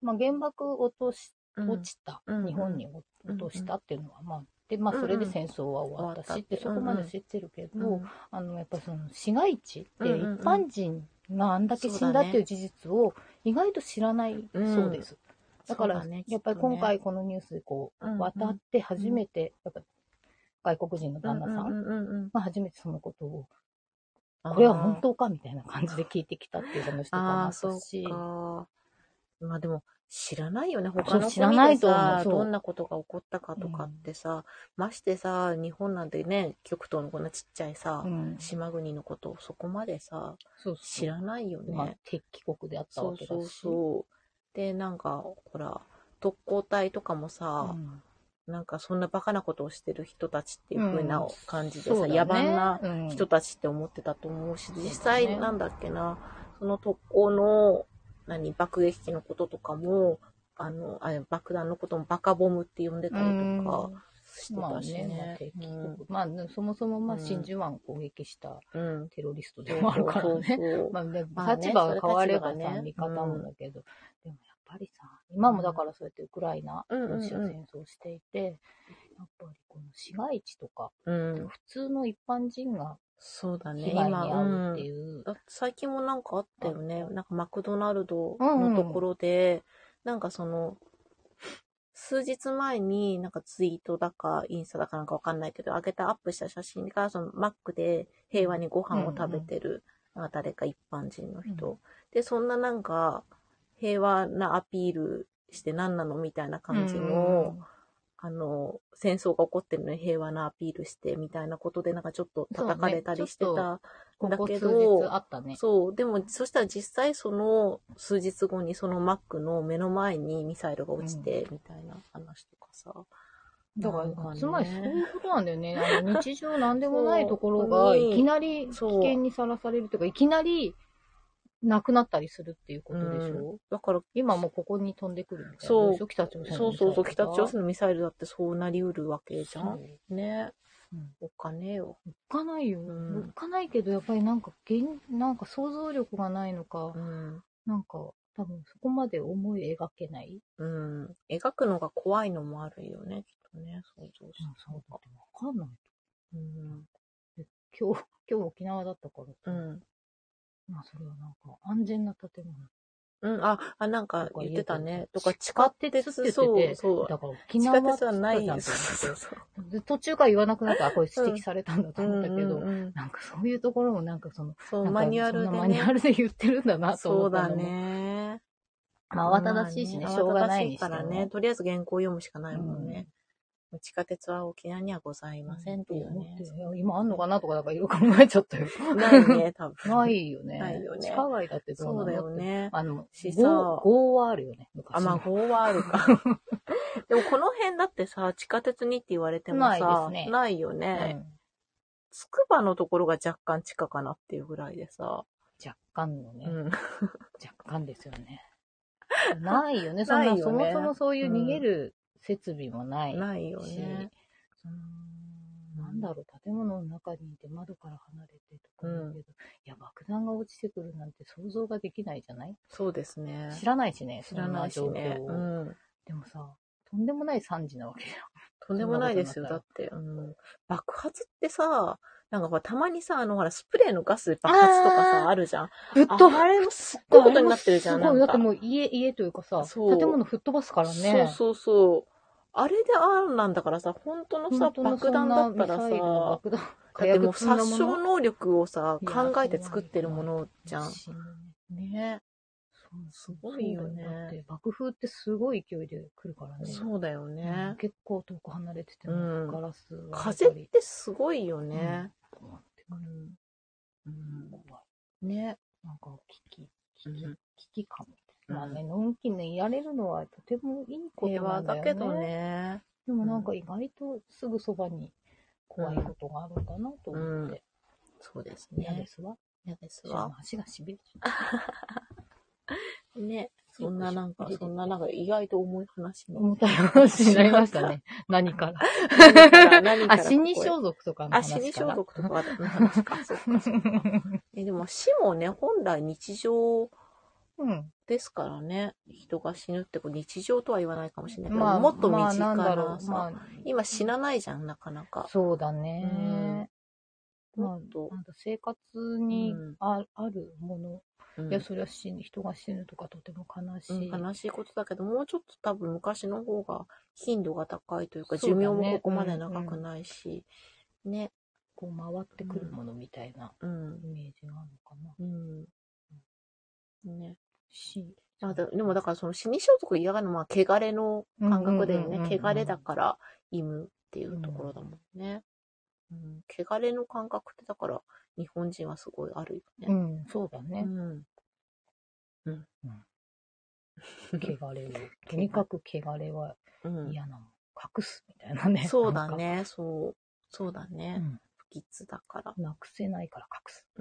[SPEAKER 2] まあ、原爆落とし、
[SPEAKER 1] うん
[SPEAKER 2] 落ちた、
[SPEAKER 1] うん
[SPEAKER 2] 日本に落落としたっていうのは、まあ、で、まあ、それで戦争は終わったしって、
[SPEAKER 1] 終わ
[SPEAKER 2] そ
[SPEAKER 1] った
[SPEAKER 2] こまで知ってるけ
[SPEAKER 1] う
[SPEAKER 2] ど、
[SPEAKER 1] ん
[SPEAKER 2] あの、やっぱその市街地って
[SPEAKER 1] うん
[SPEAKER 2] 一
[SPEAKER 1] うんうん
[SPEAKER 2] 般人があんだけ死んだっていう事実を意外と知らないそうです。だから、やっぱり今、回このニュースでこ
[SPEAKER 1] うんうん
[SPEAKER 2] う、渡って初めて、やっぱ外国人の
[SPEAKER 1] そうだ
[SPEAKER 2] 旦那
[SPEAKER 1] ね
[SPEAKER 2] さ
[SPEAKER 1] うんんうんうん
[SPEAKER 2] が初めてそのことを、
[SPEAKER 1] うん、
[SPEAKER 2] これは本当かみたいな感じで聞いてきたっていう話とかも
[SPEAKER 1] あ
[SPEAKER 2] あ
[SPEAKER 1] あ、
[SPEAKER 2] っ
[SPEAKER 1] そ
[SPEAKER 2] た
[SPEAKER 1] う
[SPEAKER 2] し、
[SPEAKER 1] か。まあでも、知らないよね。他の
[SPEAKER 2] そう知
[SPEAKER 1] 国
[SPEAKER 2] らな
[SPEAKER 1] で
[SPEAKER 2] いと思う
[SPEAKER 1] さ、
[SPEAKER 2] そう
[SPEAKER 1] どんなことが起こったかとかってさ、ましてさ、日本なんてね、極東のこんなちっちゃいさ、
[SPEAKER 2] うん
[SPEAKER 1] 島国のことをそこまでさ、
[SPEAKER 2] そう
[SPEAKER 1] 知らないよね。
[SPEAKER 2] まあ、敵国であった
[SPEAKER 1] そ
[SPEAKER 2] わ
[SPEAKER 1] う
[SPEAKER 2] けだし。
[SPEAKER 1] そうそう。で、なんか、ほら、特攻隊とかもさ、
[SPEAKER 2] うん
[SPEAKER 1] なんかそんなバカなことをしてる人たちっていう風な
[SPEAKER 2] うん
[SPEAKER 1] 感じでさ、
[SPEAKER 2] そうだね
[SPEAKER 1] 野蛮な
[SPEAKER 2] うん
[SPEAKER 1] 人たちって思ってたと思うし、実
[SPEAKER 2] そうだ
[SPEAKER 1] 際
[SPEAKER 2] ね
[SPEAKER 1] なんだっけな、その特攻の、何、爆撃機のこととかも、あの、あ爆弾のこともバカボムって呼んでたりとかして
[SPEAKER 2] まあ
[SPEAKER 1] たし
[SPEAKER 2] ね、まあ、
[SPEAKER 1] ね
[SPEAKER 2] 結。
[SPEAKER 1] う
[SPEAKER 2] 局
[SPEAKER 1] ん
[SPEAKER 2] まあ、そもそも、まあ、
[SPEAKER 1] うん
[SPEAKER 2] 真珠湾を攻撃した
[SPEAKER 1] うん。
[SPEAKER 2] テロリストでもあるからね。
[SPEAKER 1] そうそうそう
[SPEAKER 2] まあ、で
[SPEAKER 1] まあね
[SPEAKER 2] 立場が変われば
[SPEAKER 1] それ立場が
[SPEAKER 2] さ、
[SPEAKER 1] ね
[SPEAKER 2] 見方もだけど、でもやっぱりさ、今もだからそうやってウクライナ、
[SPEAKER 1] うんうんうん
[SPEAKER 2] ロシア戦争していて、やっぱりこの市街地とか、
[SPEAKER 1] うん。
[SPEAKER 2] 普通の一般人が
[SPEAKER 1] そうだね、
[SPEAKER 2] 被害に
[SPEAKER 1] 今、
[SPEAKER 2] 遭う
[SPEAKER 1] う
[SPEAKER 2] って
[SPEAKER 1] ん。
[SPEAKER 2] いう。
[SPEAKER 1] だって最近もなんかあったよね。なんかマクドナルド
[SPEAKER 2] うんうん
[SPEAKER 1] のところで、なんかその、数日前になんかツイートだかインスタだかなんかわかんないけど、上げたアップした写真が、そのマックで平和にご飯を食べてる、なんか誰か一般人の人。
[SPEAKER 2] う
[SPEAKER 1] で、そんななんか、平和なアピールして何なのみたいな感じの、あの、戦争が起こってるのに平和なアピールしてみたいなことで、なんかちょっと叩かれたりして
[SPEAKER 2] そうねちょ
[SPEAKER 1] た。
[SPEAKER 2] うん、
[SPEAKER 1] だ
[SPEAKER 2] ここ
[SPEAKER 1] け
[SPEAKER 2] 数
[SPEAKER 1] ど
[SPEAKER 2] 日あったね。
[SPEAKER 1] そう,、でも、そしたら実際その数日後にそのマックの目の前にミサイルが落ちてみたいな話とかさ。
[SPEAKER 2] だか、
[SPEAKER 1] なんからね
[SPEAKER 2] つまりそういうことなんだ よね。あの日常なんでもないところ
[SPEAKER 1] そ
[SPEAKER 2] が、
[SPEAKER 1] う
[SPEAKER 2] いきなり危
[SPEAKER 1] そう
[SPEAKER 2] 険にさらされるというか、いきなり亡くなったりするっていうことでしょ、
[SPEAKER 1] だから、
[SPEAKER 2] 今もうここに飛んでくるみたいな。
[SPEAKER 1] そう
[SPEAKER 2] どしよ北朝鮮のミサイル
[SPEAKER 1] そうそうそう、
[SPEAKER 2] が
[SPEAKER 1] 北朝鮮のミサイルだってそうなりうるわけじゃん。
[SPEAKER 2] そう
[SPEAKER 1] ね、
[SPEAKER 2] うん
[SPEAKER 1] お金よ。
[SPEAKER 2] おっかないよ。
[SPEAKER 1] うん
[SPEAKER 2] おっかないけど、やっぱりなんか、現なんか想像力がないのか、
[SPEAKER 1] うん。
[SPEAKER 2] なんか、多分そこまで思い描けない。
[SPEAKER 1] うん。描くのが怖いのもあるよね、きっとね。想像して。
[SPEAKER 2] そうだってわかんない。
[SPEAKER 1] うん。
[SPEAKER 2] 今日、今日沖縄だったから。
[SPEAKER 1] うん。
[SPEAKER 2] まあ、それはなんか、安全な建物。
[SPEAKER 1] うん、あ、あ、なんか言ってたね。とか、地
[SPEAKER 2] 地下
[SPEAKER 1] 下
[SPEAKER 2] 鉄
[SPEAKER 1] 鉄
[SPEAKER 2] って言ってて、
[SPEAKER 1] そう、そう。
[SPEAKER 2] だから
[SPEAKER 1] 地
[SPEAKER 2] 沖縄
[SPEAKER 1] 下
[SPEAKER 2] っ
[SPEAKER 1] 鉄はない
[SPEAKER 2] て言ってたじゃん
[SPEAKER 1] そうそうそう。
[SPEAKER 2] で途中から言わなくなって、あ、これ指摘されたんだと思ったけど、
[SPEAKER 1] うんうんうん
[SPEAKER 2] なんかそういうところもなんかその、
[SPEAKER 1] そう、
[SPEAKER 2] なんか
[SPEAKER 1] マニュアルで
[SPEAKER 2] そん
[SPEAKER 1] ね。
[SPEAKER 2] なマニュアルで言ってるんだなと
[SPEAKER 1] そ
[SPEAKER 2] 思っ
[SPEAKER 1] う
[SPEAKER 2] た
[SPEAKER 1] だ
[SPEAKER 2] のも。
[SPEAKER 1] ね。
[SPEAKER 2] まあ、慌ただしいしね、
[SPEAKER 1] まあ
[SPEAKER 2] しょうがないにして
[SPEAKER 1] 慌
[SPEAKER 2] も
[SPEAKER 1] ただしからね、とりあえず原稿を読むしかないもんね。地下鉄は沖縄にはございませんっていう
[SPEAKER 2] 思って
[SPEAKER 1] ね。
[SPEAKER 2] いや今あんのかなとか、だからいろいろ考えちゃったよ。
[SPEAKER 1] ないね、多分。
[SPEAKER 2] ないよね。
[SPEAKER 1] ないよね
[SPEAKER 2] 地下街だってどうな
[SPEAKER 1] そう
[SPEAKER 2] の
[SPEAKER 1] だよ。ね。
[SPEAKER 2] あの、
[SPEAKER 1] しさ
[SPEAKER 2] 豪豪はあるよね、昔
[SPEAKER 1] あ、まあ、
[SPEAKER 2] の。
[SPEAKER 1] 法はある か。でも、この辺だってさ、地下鉄にって言われても
[SPEAKER 2] な
[SPEAKER 1] さ
[SPEAKER 2] い、ですね
[SPEAKER 1] ないよ
[SPEAKER 2] う
[SPEAKER 1] ね。
[SPEAKER 2] ん
[SPEAKER 1] つくばのところが若干地下かなっていうぐらいでさ。
[SPEAKER 2] 若干のね、
[SPEAKER 1] うん。
[SPEAKER 2] 若干ですよね。ないよね、そんな
[SPEAKER 1] ないよね
[SPEAKER 2] そもそもそうい
[SPEAKER 1] う
[SPEAKER 2] う
[SPEAKER 1] ん
[SPEAKER 2] 逃げる設備もない。
[SPEAKER 1] ないよ
[SPEAKER 2] し、
[SPEAKER 1] ね。
[SPEAKER 2] そのなんだろう、建物の中にいて窓から離れてとかだけど、
[SPEAKER 1] うん
[SPEAKER 2] いや、爆弾が落ちてくるなんて想像ができないじゃない
[SPEAKER 1] そうですね。
[SPEAKER 2] 知らないしね、
[SPEAKER 1] 知らないし
[SPEAKER 2] そんな
[SPEAKER 1] ね。
[SPEAKER 2] 状況を
[SPEAKER 1] うん。
[SPEAKER 2] でもさ、とんでもない惨事なわけじ
[SPEAKER 1] とんでもないですよ。だ
[SPEAKER 2] そんな
[SPEAKER 1] って、うん、爆発ってさ、なんかほら、たまにさ、あの、ほら、スプレーのガスで爆
[SPEAKER 2] あ
[SPEAKER 1] 発
[SPEAKER 2] ー
[SPEAKER 1] とかさ、あるじゃん。
[SPEAKER 2] ゃん。ぶっ飛ば
[SPEAKER 1] あれもすっごいことになってるじゃん。
[SPEAKER 2] すごい、
[SPEAKER 1] な
[SPEAKER 2] だ
[SPEAKER 1] ん
[SPEAKER 2] ってもう家、家というかさ、
[SPEAKER 1] そう
[SPEAKER 2] 建物吹っ飛ばすからね。
[SPEAKER 1] そうそうそう。あれであんなんだからさ、本当のさ、
[SPEAKER 2] 本当の
[SPEAKER 1] 爆弾だったら
[SPEAKER 2] そ
[SPEAKER 1] さ、
[SPEAKER 2] んなミサイルの
[SPEAKER 1] だ
[SPEAKER 2] 爆弾
[SPEAKER 1] ってもう
[SPEAKER 2] 火薬
[SPEAKER 1] 殺
[SPEAKER 2] 積んだも
[SPEAKER 1] 傷
[SPEAKER 2] の
[SPEAKER 1] 能力をさ、
[SPEAKER 2] いや
[SPEAKER 1] 考えて作ってるものじゃん。
[SPEAKER 2] 死ぬ
[SPEAKER 1] ね
[SPEAKER 2] そう
[SPEAKER 1] すごいよね
[SPEAKER 2] そうだだって爆風ってすごい勢いで来るからね。
[SPEAKER 1] そうだよ
[SPEAKER 2] う
[SPEAKER 1] ね
[SPEAKER 2] ん。結構遠く離れてても、
[SPEAKER 1] うん
[SPEAKER 2] ガラス
[SPEAKER 1] 風ってすごいよね。
[SPEAKER 2] うんうん怖い
[SPEAKER 1] ね。
[SPEAKER 2] なんか危機、
[SPEAKER 1] う
[SPEAKER 2] 危機
[SPEAKER 1] ん、
[SPEAKER 2] 危機感み
[SPEAKER 1] う
[SPEAKER 2] たい
[SPEAKER 1] ん
[SPEAKER 2] な。まあね、のんきにやれるのはとてもいいこと
[SPEAKER 1] 平
[SPEAKER 2] な
[SPEAKER 1] 和
[SPEAKER 2] んだ
[SPEAKER 1] だ
[SPEAKER 2] よね。
[SPEAKER 1] けど。ね。
[SPEAKER 2] でもなんか意外とすぐそばに怖いことがあるんだなと思って。
[SPEAKER 1] そうです
[SPEAKER 2] 嫌で
[SPEAKER 1] ね。
[SPEAKER 2] すわ。
[SPEAKER 1] 嫌です
[SPEAKER 2] じゃ
[SPEAKER 1] わ
[SPEAKER 2] あ。足がしびれちゃう
[SPEAKER 1] ね。
[SPEAKER 2] そ
[SPEAKER 1] そ
[SPEAKER 2] う
[SPEAKER 1] んななんか、そんななんか意外と重い話に。
[SPEAKER 2] 重たい話になりました ね。何から。
[SPEAKER 1] 何から何か
[SPEAKER 2] あ、
[SPEAKER 1] ら
[SPEAKER 2] 死に
[SPEAKER 1] こ
[SPEAKER 2] 装束とか
[SPEAKER 1] こ
[SPEAKER 2] の
[SPEAKER 1] へあ、死
[SPEAKER 2] 話から。
[SPEAKER 1] に装束とかの話 か。そっかそっかえでも死もね、本来日常
[SPEAKER 2] うん。
[SPEAKER 1] ですからね。人が死ぬってこう日常とは言わないかもしれないけど、
[SPEAKER 2] まあ、
[SPEAKER 1] もっと身近
[SPEAKER 2] まあ、
[SPEAKER 1] な
[SPEAKER 2] なんだろう。
[SPEAKER 1] さ、
[SPEAKER 2] ま
[SPEAKER 1] 今死なないじゃん、なかな
[SPEAKER 2] あ、
[SPEAKER 1] か。
[SPEAKER 2] そうだね。
[SPEAKER 1] うん
[SPEAKER 2] ま
[SPEAKER 1] も
[SPEAKER 2] あ
[SPEAKER 1] っと、
[SPEAKER 2] なんか生活に
[SPEAKER 1] うん
[SPEAKER 2] ああるもの。
[SPEAKER 1] うん
[SPEAKER 2] いや、それは死ぬ、人が死ぬとかとても悲し
[SPEAKER 1] うん
[SPEAKER 2] い。
[SPEAKER 1] 悲しいことだけど、もうちょっと多分昔の方が頻度が高いというか、
[SPEAKER 2] そうだ
[SPEAKER 1] 寿
[SPEAKER 2] ね
[SPEAKER 1] 命もここまで長くないし、ね。
[SPEAKER 2] こう回ってくるものみたいな
[SPEAKER 1] うん
[SPEAKER 2] イ。メージがあるのかな。
[SPEAKER 1] うん。ね。
[SPEAKER 2] 死。
[SPEAKER 1] まあ、だでもだからその死に装束嫌がるのは汚れの感覚だよ
[SPEAKER 2] うんうんうん
[SPEAKER 1] ね
[SPEAKER 2] うん。
[SPEAKER 1] 汚れだから意味っていうところだもんね。うん、汚れの感覚ってだから日本人はすごいあるよ
[SPEAKER 2] う
[SPEAKER 1] ね。
[SPEAKER 2] ん、そうだ
[SPEAKER 1] う
[SPEAKER 2] ね。
[SPEAKER 1] ん。うん。
[SPEAKER 2] とにかく汚れは
[SPEAKER 1] うん。
[SPEAKER 2] 嫌なもん。隠すみたいなね。
[SPEAKER 1] そうだ
[SPEAKER 2] なんか。
[SPEAKER 1] ね、そう。そうだね。不吉だから。
[SPEAKER 2] うん。なくせないから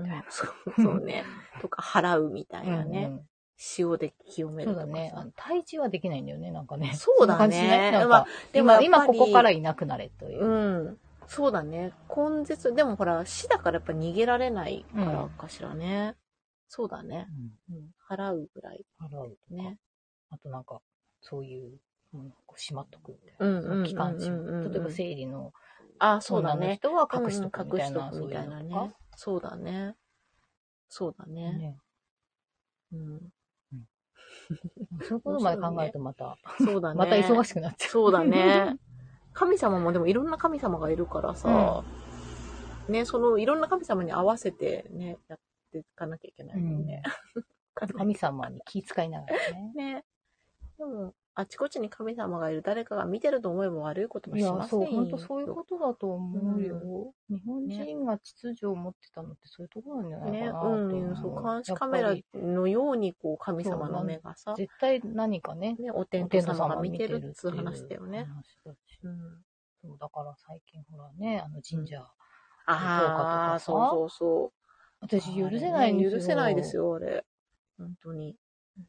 [SPEAKER 2] 隠す。
[SPEAKER 1] うん、 そうそうね。とか、払うみたいなね。
[SPEAKER 2] うん
[SPEAKER 1] 塩で清
[SPEAKER 2] う
[SPEAKER 1] め
[SPEAKER 2] ん。
[SPEAKER 1] る
[SPEAKER 2] そ
[SPEAKER 1] と
[SPEAKER 2] う
[SPEAKER 1] か
[SPEAKER 2] だ
[SPEAKER 1] さ
[SPEAKER 2] ね。あの体重はできないんだよね、なんかね。
[SPEAKER 1] そうだね
[SPEAKER 2] んな感じしないなん
[SPEAKER 1] まあ
[SPEAKER 2] か、
[SPEAKER 1] でもやっ
[SPEAKER 2] 今、
[SPEAKER 1] ぱり
[SPEAKER 2] 今ここからいなくなれというう。
[SPEAKER 1] ん。そうだね。根絶。でもほら、死だからやっぱ逃げられないからかしらね。そうだね。うん。払うぐらい
[SPEAKER 2] 払うとか
[SPEAKER 1] ね。
[SPEAKER 2] あとなんか、そういう、うんこうしまっとくみたいな。
[SPEAKER 1] うんうんうんうんうん
[SPEAKER 2] 期間中。例えば生理の
[SPEAKER 1] あ、そうだ
[SPEAKER 2] 女の
[SPEAKER 1] ね。
[SPEAKER 2] 人は隠しとく
[SPEAKER 1] うん
[SPEAKER 2] み
[SPEAKER 1] 隠
[SPEAKER 2] た
[SPEAKER 1] し
[SPEAKER 2] い
[SPEAKER 1] と
[SPEAKER 2] な、
[SPEAKER 1] く
[SPEAKER 2] そう
[SPEAKER 1] み
[SPEAKER 2] い
[SPEAKER 1] た
[SPEAKER 2] う
[SPEAKER 1] いな
[SPEAKER 2] のと
[SPEAKER 1] ね
[SPEAKER 2] か。。
[SPEAKER 1] そうだね。そうだね。
[SPEAKER 2] ね
[SPEAKER 1] うん。
[SPEAKER 2] そういうことまで考えるとまた、
[SPEAKER 1] そうだね。
[SPEAKER 2] また忙
[SPEAKER 1] い。
[SPEAKER 2] しくなっちゃう。
[SPEAKER 1] そうだね。神様もでもいろんな神様がいるからさ、ね、そのいろんな神様に合わせてね、やっていかなきゃいけないもんね。
[SPEAKER 2] 神様に気遣いながらね。
[SPEAKER 1] ね。でも、あちこちに神様がいる誰かが見てると思えば悪いことも
[SPEAKER 2] い
[SPEAKER 1] し
[SPEAKER 2] や
[SPEAKER 1] ま、せん
[SPEAKER 2] そう、
[SPEAKER 1] よ。
[SPEAKER 2] 本当そういうことだと思うよ。日本
[SPEAKER 1] ね
[SPEAKER 2] 人が秩序を持ってたのってそういうところなんじゃないか
[SPEAKER 1] ね、
[SPEAKER 2] なと
[SPEAKER 1] う
[SPEAKER 2] 思う。
[SPEAKER 1] ん、そう、監視
[SPEAKER 2] やっぱ
[SPEAKER 1] カ
[SPEAKER 2] り
[SPEAKER 1] メラのように、こう、神様の目がさ、
[SPEAKER 2] 絶対何かね、
[SPEAKER 1] ね、お天道様が見てるっつう話だよね。
[SPEAKER 2] 話だし
[SPEAKER 1] うん。
[SPEAKER 2] そう、だから最近ほらね、あの神社、
[SPEAKER 1] ああ、
[SPEAKER 2] そ
[SPEAKER 1] そう
[SPEAKER 2] か
[SPEAKER 1] う
[SPEAKER 2] と
[SPEAKER 1] そうそ
[SPEAKER 2] 私
[SPEAKER 1] う。
[SPEAKER 2] 許せないんですよ。
[SPEAKER 1] 許せないです。よ、あれ。本当に。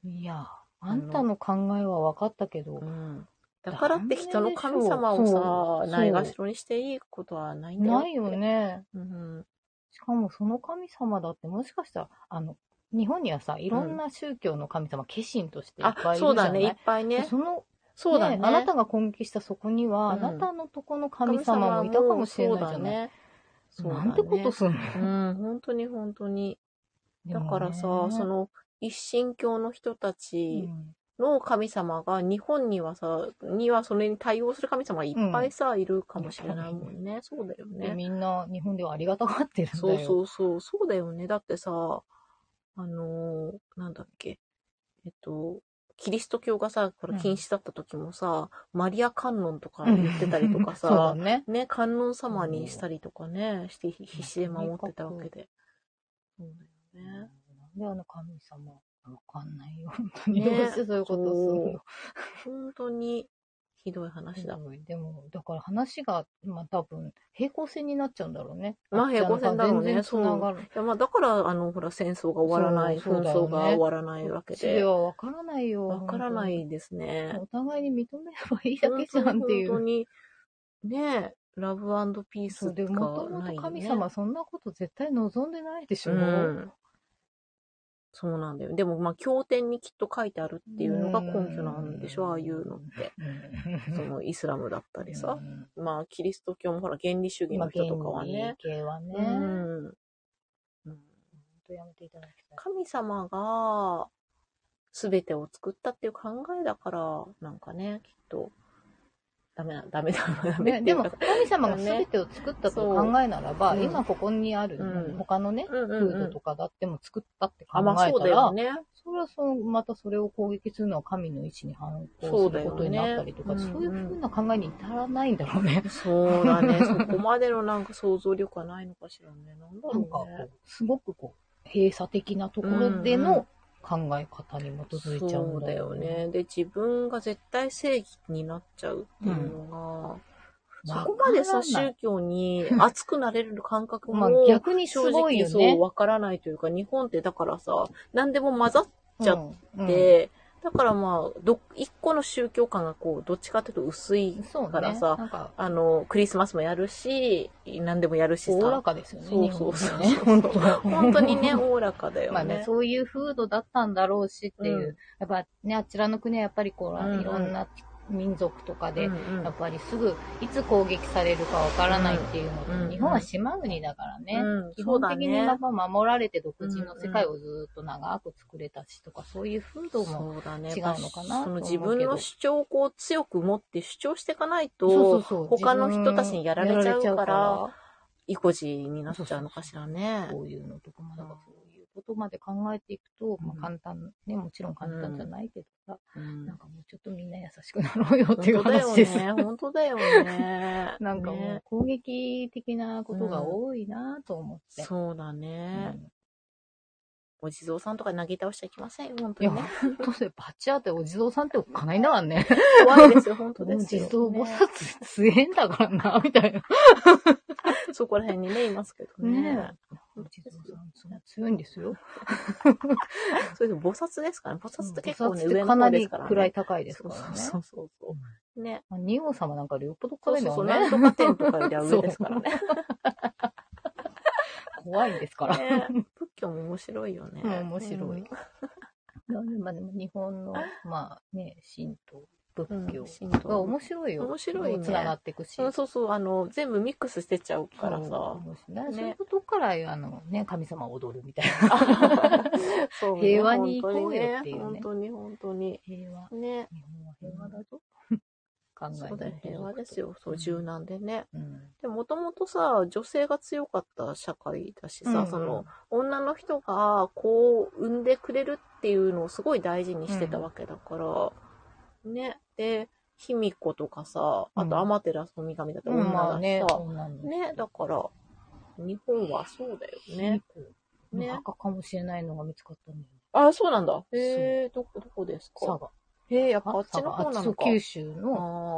[SPEAKER 2] いや、あんたの考えは分かったけど、
[SPEAKER 1] うん。だからって人の神様をさ、
[SPEAKER 2] ダメでしょそう
[SPEAKER 1] ないがしろにしていいことはないんだよ。
[SPEAKER 2] ないよ。ね。
[SPEAKER 1] うん。
[SPEAKER 2] しかもその神様だってもしかしたら、あの、日本にはさ、いろんな宗教の神様、化身としていっぱ
[SPEAKER 1] あ、
[SPEAKER 2] いい
[SPEAKER 1] そ
[SPEAKER 2] る
[SPEAKER 1] う
[SPEAKER 2] じゃ
[SPEAKER 1] だ
[SPEAKER 2] ない
[SPEAKER 1] ね、いっぱいね。
[SPEAKER 2] その
[SPEAKER 1] そうだね
[SPEAKER 2] ね。あなたが根気したそこには、
[SPEAKER 1] うん
[SPEAKER 2] あなたのとこの神様もいたかもしれないじゃない、
[SPEAKER 1] そうだね。
[SPEAKER 2] なんてことすんの、
[SPEAKER 1] うん、本当に本当に。だからさ、そ
[SPEAKER 2] の、
[SPEAKER 1] の、一神教の人た
[SPEAKER 2] う
[SPEAKER 1] ち
[SPEAKER 2] ん
[SPEAKER 1] の神様が、日本にはさ、にはそれに対応する神様がいっぱいさ、いるかもしれないもんね。そうだよ
[SPEAKER 2] で
[SPEAKER 1] ね。
[SPEAKER 2] みんな日本ではありがたがってるんだ
[SPEAKER 1] そ
[SPEAKER 2] よ。。
[SPEAKER 1] うそううそう、そうだよね。だってさ、あのーなんだっけ、えっと、キリスト教がさ、こ
[SPEAKER 2] う
[SPEAKER 1] れ
[SPEAKER 2] ん
[SPEAKER 1] 禁止だった時もさ、マリア観音とか言ってたりとかさ、
[SPEAKER 2] そうだね。
[SPEAKER 1] ね、観音様にしたりとかね、してひ必死で守ってたわけで。そうだ
[SPEAKER 2] な
[SPEAKER 1] よ
[SPEAKER 2] ん
[SPEAKER 1] ね。
[SPEAKER 2] であの神様、わかんないよ。本当に。
[SPEAKER 1] ね
[SPEAKER 2] どうしてそういうことするの
[SPEAKER 1] 本当にひどい話だ。
[SPEAKER 2] でも、だから話が、まあ多分、平行線になっちゃうんだろうね。
[SPEAKER 1] まあ平行線だろうね
[SPEAKER 2] 全然繋がる。
[SPEAKER 1] いやまあだから、あの、ほら、戦争が終わらない、
[SPEAKER 2] そうそ
[SPEAKER 1] 紛
[SPEAKER 2] うだよね
[SPEAKER 1] 争が終わらないわけ
[SPEAKER 2] それ
[SPEAKER 1] で。
[SPEAKER 2] はわからないよ。
[SPEAKER 1] わからな
[SPEAKER 2] 本
[SPEAKER 1] いです
[SPEAKER 2] 当
[SPEAKER 1] ね
[SPEAKER 2] に。。お互いに認めればいいだけじゃんっていう。
[SPEAKER 1] 本当に、ね、ラブピース
[SPEAKER 2] そう
[SPEAKER 1] が
[SPEAKER 2] でもとも
[SPEAKER 1] ないよね
[SPEAKER 2] と神様そんなこと絶対望んでないでしょ、
[SPEAKER 1] うん。そうなんだよ。でも、まあ、経典にきっと書いてあるっていうのが根拠なんでし
[SPEAKER 2] う
[SPEAKER 1] ょ、
[SPEAKER 2] ん
[SPEAKER 1] ああいうのって。
[SPEAKER 2] う ん
[SPEAKER 1] そのイスラムだったりさ
[SPEAKER 2] う。ん
[SPEAKER 1] まあ、キリスト教もほら、原理主義
[SPEAKER 2] 今
[SPEAKER 1] の
[SPEAKER 2] 現
[SPEAKER 1] 人とかはね。
[SPEAKER 2] 系はね、
[SPEAKER 1] う
[SPEAKER 2] 本
[SPEAKER 1] ん。うん
[SPEAKER 2] 当やめていただきたい。
[SPEAKER 1] 神様が全てを作ったっていう考えだから、なんかね、きっと、ダメな、ダメだ、ダメ
[SPEAKER 2] ね、
[SPEAKER 1] ってい
[SPEAKER 2] で
[SPEAKER 1] う
[SPEAKER 2] も
[SPEAKER 1] か。
[SPEAKER 2] 神様が全てを作ったと考えならば、
[SPEAKER 1] そううん
[SPEAKER 2] 今ここにある、
[SPEAKER 1] うん
[SPEAKER 2] 他のね、
[SPEAKER 1] うんう
[SPEAKER 2] フ
[SPEAKER 1] んう
[SPEAKER 2] ード
[SPEAKER 1] ん
[SPEAKER 2] と。かだっても作ったって考
[SPEAKER 1] あ、
[SPEAKER 2] え
[SPEAKER 1] ま
[SPEAKER 2] た
[SPEAKER 1] あそうだ
[SPEAKER 2] ら、
[SPEAKER 1] よね。
[SPEAKER 2] それはそのまたそれを攻撃するのは神の意志に反
[SPEAKER 1] そ
[SPEAKER 2] 抗
[SPEAKER 1] う
[SPEAKER 2] す
[SPEAKER 1] だ
[SPEAKER 2] る
[SPEAKER 1] よね
[SPEAKER 2] ことになったりとか、そう,、いう
[SPEAKER 1] うんうん
[SPEAKER 2] ふうな考えに至らないんだろうね。
[SPEAKER 1] そうだ ね。そこまでのなんか想像力はないのかしらね。なんだ
[SPEAKER 2] なん
[SPEAKER 1] ろ
[SPEAKER 2] かこ
[SPEAKER 1] うね。
[SPEAKER 2] う、すごくこう、閉鎖的なところで
[SPEAKER 1] うんうん
[SPEAKER 2] の考え方に基づいちゃう
[SPEAKER 1] そ
[SPEAKER 2] ん
[SPEAKER 1] うだ
[SPEAKER 2] だ
[SPEAKER 1] よ
[SPEAKER 2] よ
[SPEAKER 1] ね。で、自分が絶対正義になっちゃうっていうのが、そこまでさ、
[SPEAKER 2] わからない
[SPEAKER 1] 宗教に熱くなれる感覚
[SPEAKER 2] まあ
[SPEAKER 1] も、
[SPEAKER 2] 逆にす
[SPEAKER 1] 正
[SPEAKER 2] ごい
[SPEAKER 1] 直
[SPEAKER 2] よ
[SPEAKER 1] そ
[SPEAKER 2] ね
[SPEAKER 1] う。わからないというか、日本ってだからさ、何でも混ざっちゃっ
[SPEAKER 2] うん
[SPEAKER 1] て、だからまあ、ど、一個の宗教観がこう、どっちかというと薄
[SPEAKER 2] う
[SPEAKER 1] い
[SPEAKER 2] ん、そうね。
[SPEAKER 1] からさ
[SPEAKER 2] なんか、
[SPEAKER 1] あの、クリスマスもやるし、何でもやるし
[SPEAKER 2] おおら
[SPEAKER 1] さ。
[SPEAKER 2] かですよね。
[SPEAKER 1] そうそうそう
[SPEAKER 2] 日本ってね本当
[SPEAKER 1] 本当に ね、おおらかだよね。
[SPEAKER 2] まあね、そういう風土だったんだろうしっていう、
[SPEAKER 1] うん
[SPEAKER 2] やっぱね、あちらの国はやっぱりこう、
[SPEAKER 1] うんうん
[SPEAKER 2] いろんな民族とかで、
[SPEAKER 1] うんうん
[SPEAKER 2] やっぱりすぐいつ攻撃されるかわからないっていうのと、
[SPEAKER 1] うんうん
[SPEAKER 2] 日本は島国だからね、
[SPEAKER 1] うん
[SPEAKER 2] 基
[SPEAKER 1] そう
[SPEAKER 2] 本
[SPEAKER 1] だ
[SPEAKER 2] 的
[SPEAKER 1] ね
[SPEAKER 2] にやっぱ守られて独自の世界をずっと長く作れたしとか、そういう風土も、
[SPEAKER 1] そうだね。
[SPEAKER 2] 違うのかな
[SPEAKER 1] その
[SPEAKER 2] と思うけど
[SPEAKER 1] 自分の主張をこう強く持って主張していかないと、
[SPEAKER 2] そうそうそう
[SPEAKER 1] 他の人たちにやられちゃう
[SPEAKER 2] や
[SPEAKER 1] から
[SPEAKER 2] れちゃう
[SPEAKER 1] 意固地になっちゃうのかしらね。
[SPEAKER 2] こういうのとかも、なんかそういうことまで考えていくと、まあ簡単、ね、もちろん簡単じゃないけどさ、
[SPEAKER 1] うん
[SPEAKER 2] なんかもうちょっとみんな優しくなろうよっていう
[SPEAKER 1] 本当だ
[SPEAKER 2] 話
[SPEAKER 1] よ
[SPEAKER 2] です。。
[SPEAKER 1] ね。本当だよね
[SPEAKER 2] なんかもう
[SPEAKER 1] ね
[SPEAKER 2] 攻撃的なことが多いなと思って。
[SPEAKER 1] そうだ
[SPEAKER 2] うん
[SPEAKER 1] ね。お地蔵さんとか投げ倒しちゃいけませんよ、本当
[SPEAKER 2] いや、
[SPEAKER 1] にね。
[SPEAKER 2] ほんとね、バチ当てお地蔵さんっておっかないんだからね。
[SPEAKER 1] 怖いですよ、本当で
[SPEAKER 2] でも
[SPEAKER 1] す
[SPEAKER 2] 地
[SPEAKER 1] よ。
[SPEAKER 2] 蔵菩
[SPEAKER 1] ね
[SPEAKER 2] 薩強えんだからな、みたいな。
[SPEAKER 1] そこら辺にね、いますけどね。
[SPEAKER 2] ねお地蔵さん、そんな強いんですよ。
[SPEAKER 1] それでも菩薩ですからね。菩薩って結構ね、
[SPEAKER 2] 菩薩って
[SPEAKER 1] 上の
[SPEAKER 2] かな
[SPEAKER 1] 方で
[SPEAKER 2] り
[SPEAKER 1] すからね。
[SPEAKER 2] 位高いですからね。
[SPEAKER 1] そうそうそうそう。ね。
[SPEAKER 2] まあ二号様なんかよりよっぽど
[SPEAKER 1] そ
[SPEAKER 2] 高
[SPEAKER 1] う
[SPEAKER 2] い
[SPEAKER 1] そう
[SPEAKER 2] の
[SPEAKER 1] そう。
[SPEAKER 2] は
[SPEAKER 1] なんと
[SPEAKER 2] ね、
[SPEAKER 1] か天とかよりは上ですからね。
[SPEAKER 2] 怖いですから。
[SPEAKER 1] ね仏教も面白いよ ね。
[SPEAKER 2] うん面白い
[SPEAKER 1] うん
[SPEAKER 2] まあでも日本の、まあね、神道、仏教
[SPEAKER 1] うん神道
[SPEAKER 2] が面白いよ。
[SPEAKER 1] 面白いね
[SPEAKER 2] つながっていくし。
[SPEAKER 1] うんそうそう、あの、全部ミックスしてちゃうからさ。
[SPEAKER 2] そうね
[SPEAKER 1] ね
[SPEAKER 2] そういうことから、あのね、神様を踊るみたいな。
[SPEAKER 1] そうね
[SPEAKER 2] 平和に行こうよっていうね
[SPEAKER 1] 本当に本当に。
[SPEAKER 2] 平和。
[SPEAKER 1] ね。
[SPEAKER 2] 日本は平和だぞ。考え
[SPEAKER 1] そうだよ、平和ですよ。そう、柔軟でね。
[SPEAKER 2] うん。
[SPEAKER 1] で、もともとさ、女性が強かった社会だしさ、
[SPEAKER 2] うん
[SPEAKER 1] その、女の人が子を産んでくれるっていうのをすごい大事にしてたわけだから、ね。で、卑弥呼とかさ、あ
[SPEAKER 2] うん
[SPEAKER 1] とアマテラスの女神だって
[SPEAKER 2] うん、
[SPEAKER 1] 女
[SPEAKER 2] まあ
[SPEAKER 1] だし
[SPEAKER 2] ね、
[SPEAKER 1] さ、
[SPEAKER 2] そうなの。
[SPEAKER 1] ね、だから、日本はそうだよね。
[SPEAKER 2] ね。
[SPEAKER 1] ね。
[SPEAKER 2] 赤かもしれないのが見つかったんだよ。
[SPEAKER 1] あ、そうなんだ。へえ、どこ、どこです
[SPEAKER 2] 佐
[SPEAKER 1] か
[SPEAKER 2] 賀。
[SPEAKER 1] へえ、やっぱ
[SPEAKER 2] あ
[SPEAKER 1] あっちの方なのか。
[SPEAKER 2] 九州の、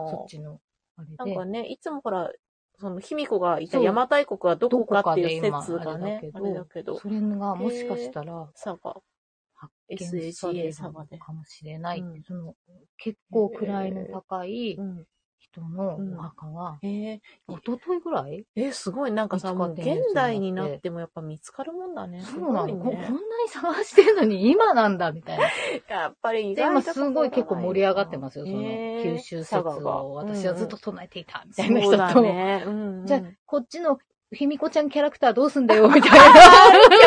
[SPEAKER 2] そ
[SPEAKER 1] あ
[SPEAKER 2] っちの、あ
[SPEAKER 1] あ。
[SPEAKER 2] れ
[SPEAKER 1] なん
[SPEAKER 2] で
[SPEAKER 1] か。ね、いつもほら、その、卑弥呼がいた
[SPEAKER 2] そう
[SPEAKER 1] 邪馬台国はどこかっていう
[SPEAKER 2] どこかで
[SPEAKER 1] 説
[SPEAKER 2] 今
[SPEAKER 1] がね、あ
[SPEAKER 2] あ
[SPEAKER 1] れ
[SPEAKER 2] れ
[SPEAKER 1] だ
[SPEAKER 2] だ
[SPEAKER 1] けど、
[SPEAKER 2] それがもしかしたら、
[SPEAKER 1] 佐賀。
[SPEAKER 2] 発
[SPEAKER 1] SAGA
[SPEAKER 2] 見さ
[SPEAKER 1] サ
[SPEAKER 2] れる
[SPEAKER 1] バ
[SPEAKER 2] の
[SPEAKER 1] で。
[SPEAKER 2] かもしれない。
[SPEAKER 1] うん
[SPEAKER 2] その結構位の高い
[SPEAKER 1] ん。
[SPEAKER 2] 人の
[SPEAKER 1] うん
[SPEAKER 2] お墓が、
[SPEAKER 1] えー、
[SPEAKER 2] 一昨日ぐらい
[SPEAKER 1] えー、すごい、なんかさ、
[SPEAKER 2] 見つか
[SPEAKER 1] もう
[SPEAKER 2] ってんね
[SPEAKER 1] 現代になってもやっぱ見つかるもんだね。す
[SPEAKER 2] そうな
[SPEAKER 1] ご
[SPEAKER 2] の、
[SPEAKER 1] い
[SPEAKER 2] ここんな
[SPEAKER 1] ね
[SPEAKER 2] に。探してるのに今なんだみたいな。
[SPEAKER 1] やっぱり意
[SPEAKER 2] で、
[SPEAKER 1] 外
[SPEAKER 2] 今
[SPEAKER 1] と
[SPEAKER 2] すごい結構盛り上がってますよ。その
[SPEAKER 1] えー
[SPEAKER 2] 九州説
[SPEAKER 1] 佐賀が
[SPEAKER 2] を私はずっと唱えていたみたい
[SPEAKER 1] うんう
[SPEAKER 2] な
[SPEAKER 1] ん
[SPEAKER 2] 人
[SPEAKER 1] そう
[SPEAKER 2] と、
[SPEAKER 1] だね。うんうん。
[SPEAKER 2] じゃあ
[SPEAKER 1] キ
[SPEAKER 2] こっちのひみこちゃんキャラクターどうすん だよみたいな。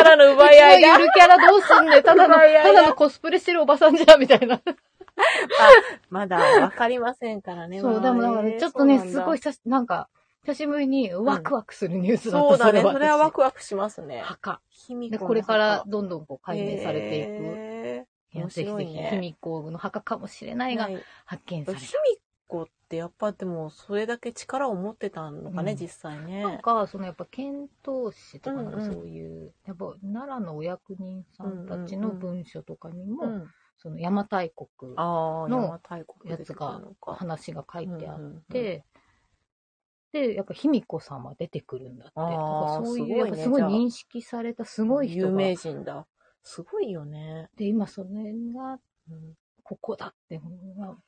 [SPEAKER 1] ャラの奪い合い
[SPEAKER 2] ゆ
[SPEAKER 1] が。
[SPEAKER 2] るキャラどう すんだよただの、
[SPEAKER 1] 奪い合いが
[SPEAKER 2] ただのコスプレしてるおばさんじゃんみた いな。
[SPEAKER 1] まだわかりませんからね。
[SPEAKER 2] そう、でもだからね、ちょっとね、すごい
[SPEAKER 1] い。
[SPEAKER 2] 久し、なんか、久しぶりにワクワクするニュースだった、
[SPEAKER 1] そうだね。それはワ
[SPEAKER 2] ク
[SPEAKER 1] クワクしますね。
[SPEAKER 2] 墓。
[SPEAKER 1] 卑弥
[SPEAKER 2] で、
[SPEAKER 1] 呼の
[SPEAKER 2] これ
[SPEAKER 1] 墓
[SPEAKER 2] からどんどんこう解明されていく、
[SPEAKER 1] へー
[SPEAKER 2] やってき
[SPEAKER 1] 面白
[SPEAKER 2] て
[SPEAKER 1] い
[SPEAKER 2] き
[SPEAKER 1] ね
[SPEAKER 2] て、卑弥呼の墓かもしれな
[SPEAKER 1] ー
[SPEAKER 2] いが
[SPEAKER 1] はい
[SPEAKER 2] 発見
[SPEAKER 1] 卑
[SPEAKER 2] され
[SPEAKER 1] 弥呼ってやっぱでもそれだけ力を持ってたのかね、
[SPEAKER 2] うん
[SPEAKER 1] 実際
[SPEAKER 2] た。なん
[SPEAKER 1] ね。
[SPEAKER 2] か、そのやっぱ遣唐使とかなんか
[SPEAKER 1] うんう
[SPEAKER 2] そ
[SPEAKER 1] ん
[SPEAKER 2] ういう、やっぱ奈良のお役人さんたちの文書とかにも、
[SPEAKER 1] うん、
[SPEAKER 2] その邪馬台国の
[SPEAKER 1] ああ、
[SPEAKER 2] の
[SPEAKER 1] 邪馬台国
[SPEAKER 2] やつが
[SPEAKER 1] の、
[SPEAKER 2] 話が書いてあ
[SPEAKER 1] う
[SPEAKER 2] っ
[SPEAKER 1] んうんうん
[SPEAKER 2] て、で、やっぱ卑弥呼さんは出てくるんだって。
[SPEAKER 1] あー
[SPEAKER 2] だからそうい
[SPEAKER 1] すご
[SPEAKER 2] う、
[SPEAKER 1] いね
[SPEAKER 2] やっぱすごい
[SPEAKER 1] じゃあ
[SPEAKER 2] 認識されたすごい人
[SPEAKER 1] 有
[SPEAKER 2] が
[SPEAKER 1] 名人だ。すごいよね。
[SPEAKER 2] で、今それが、
[SPEAKER 1] うん
[SPEAKER 2] ここだって、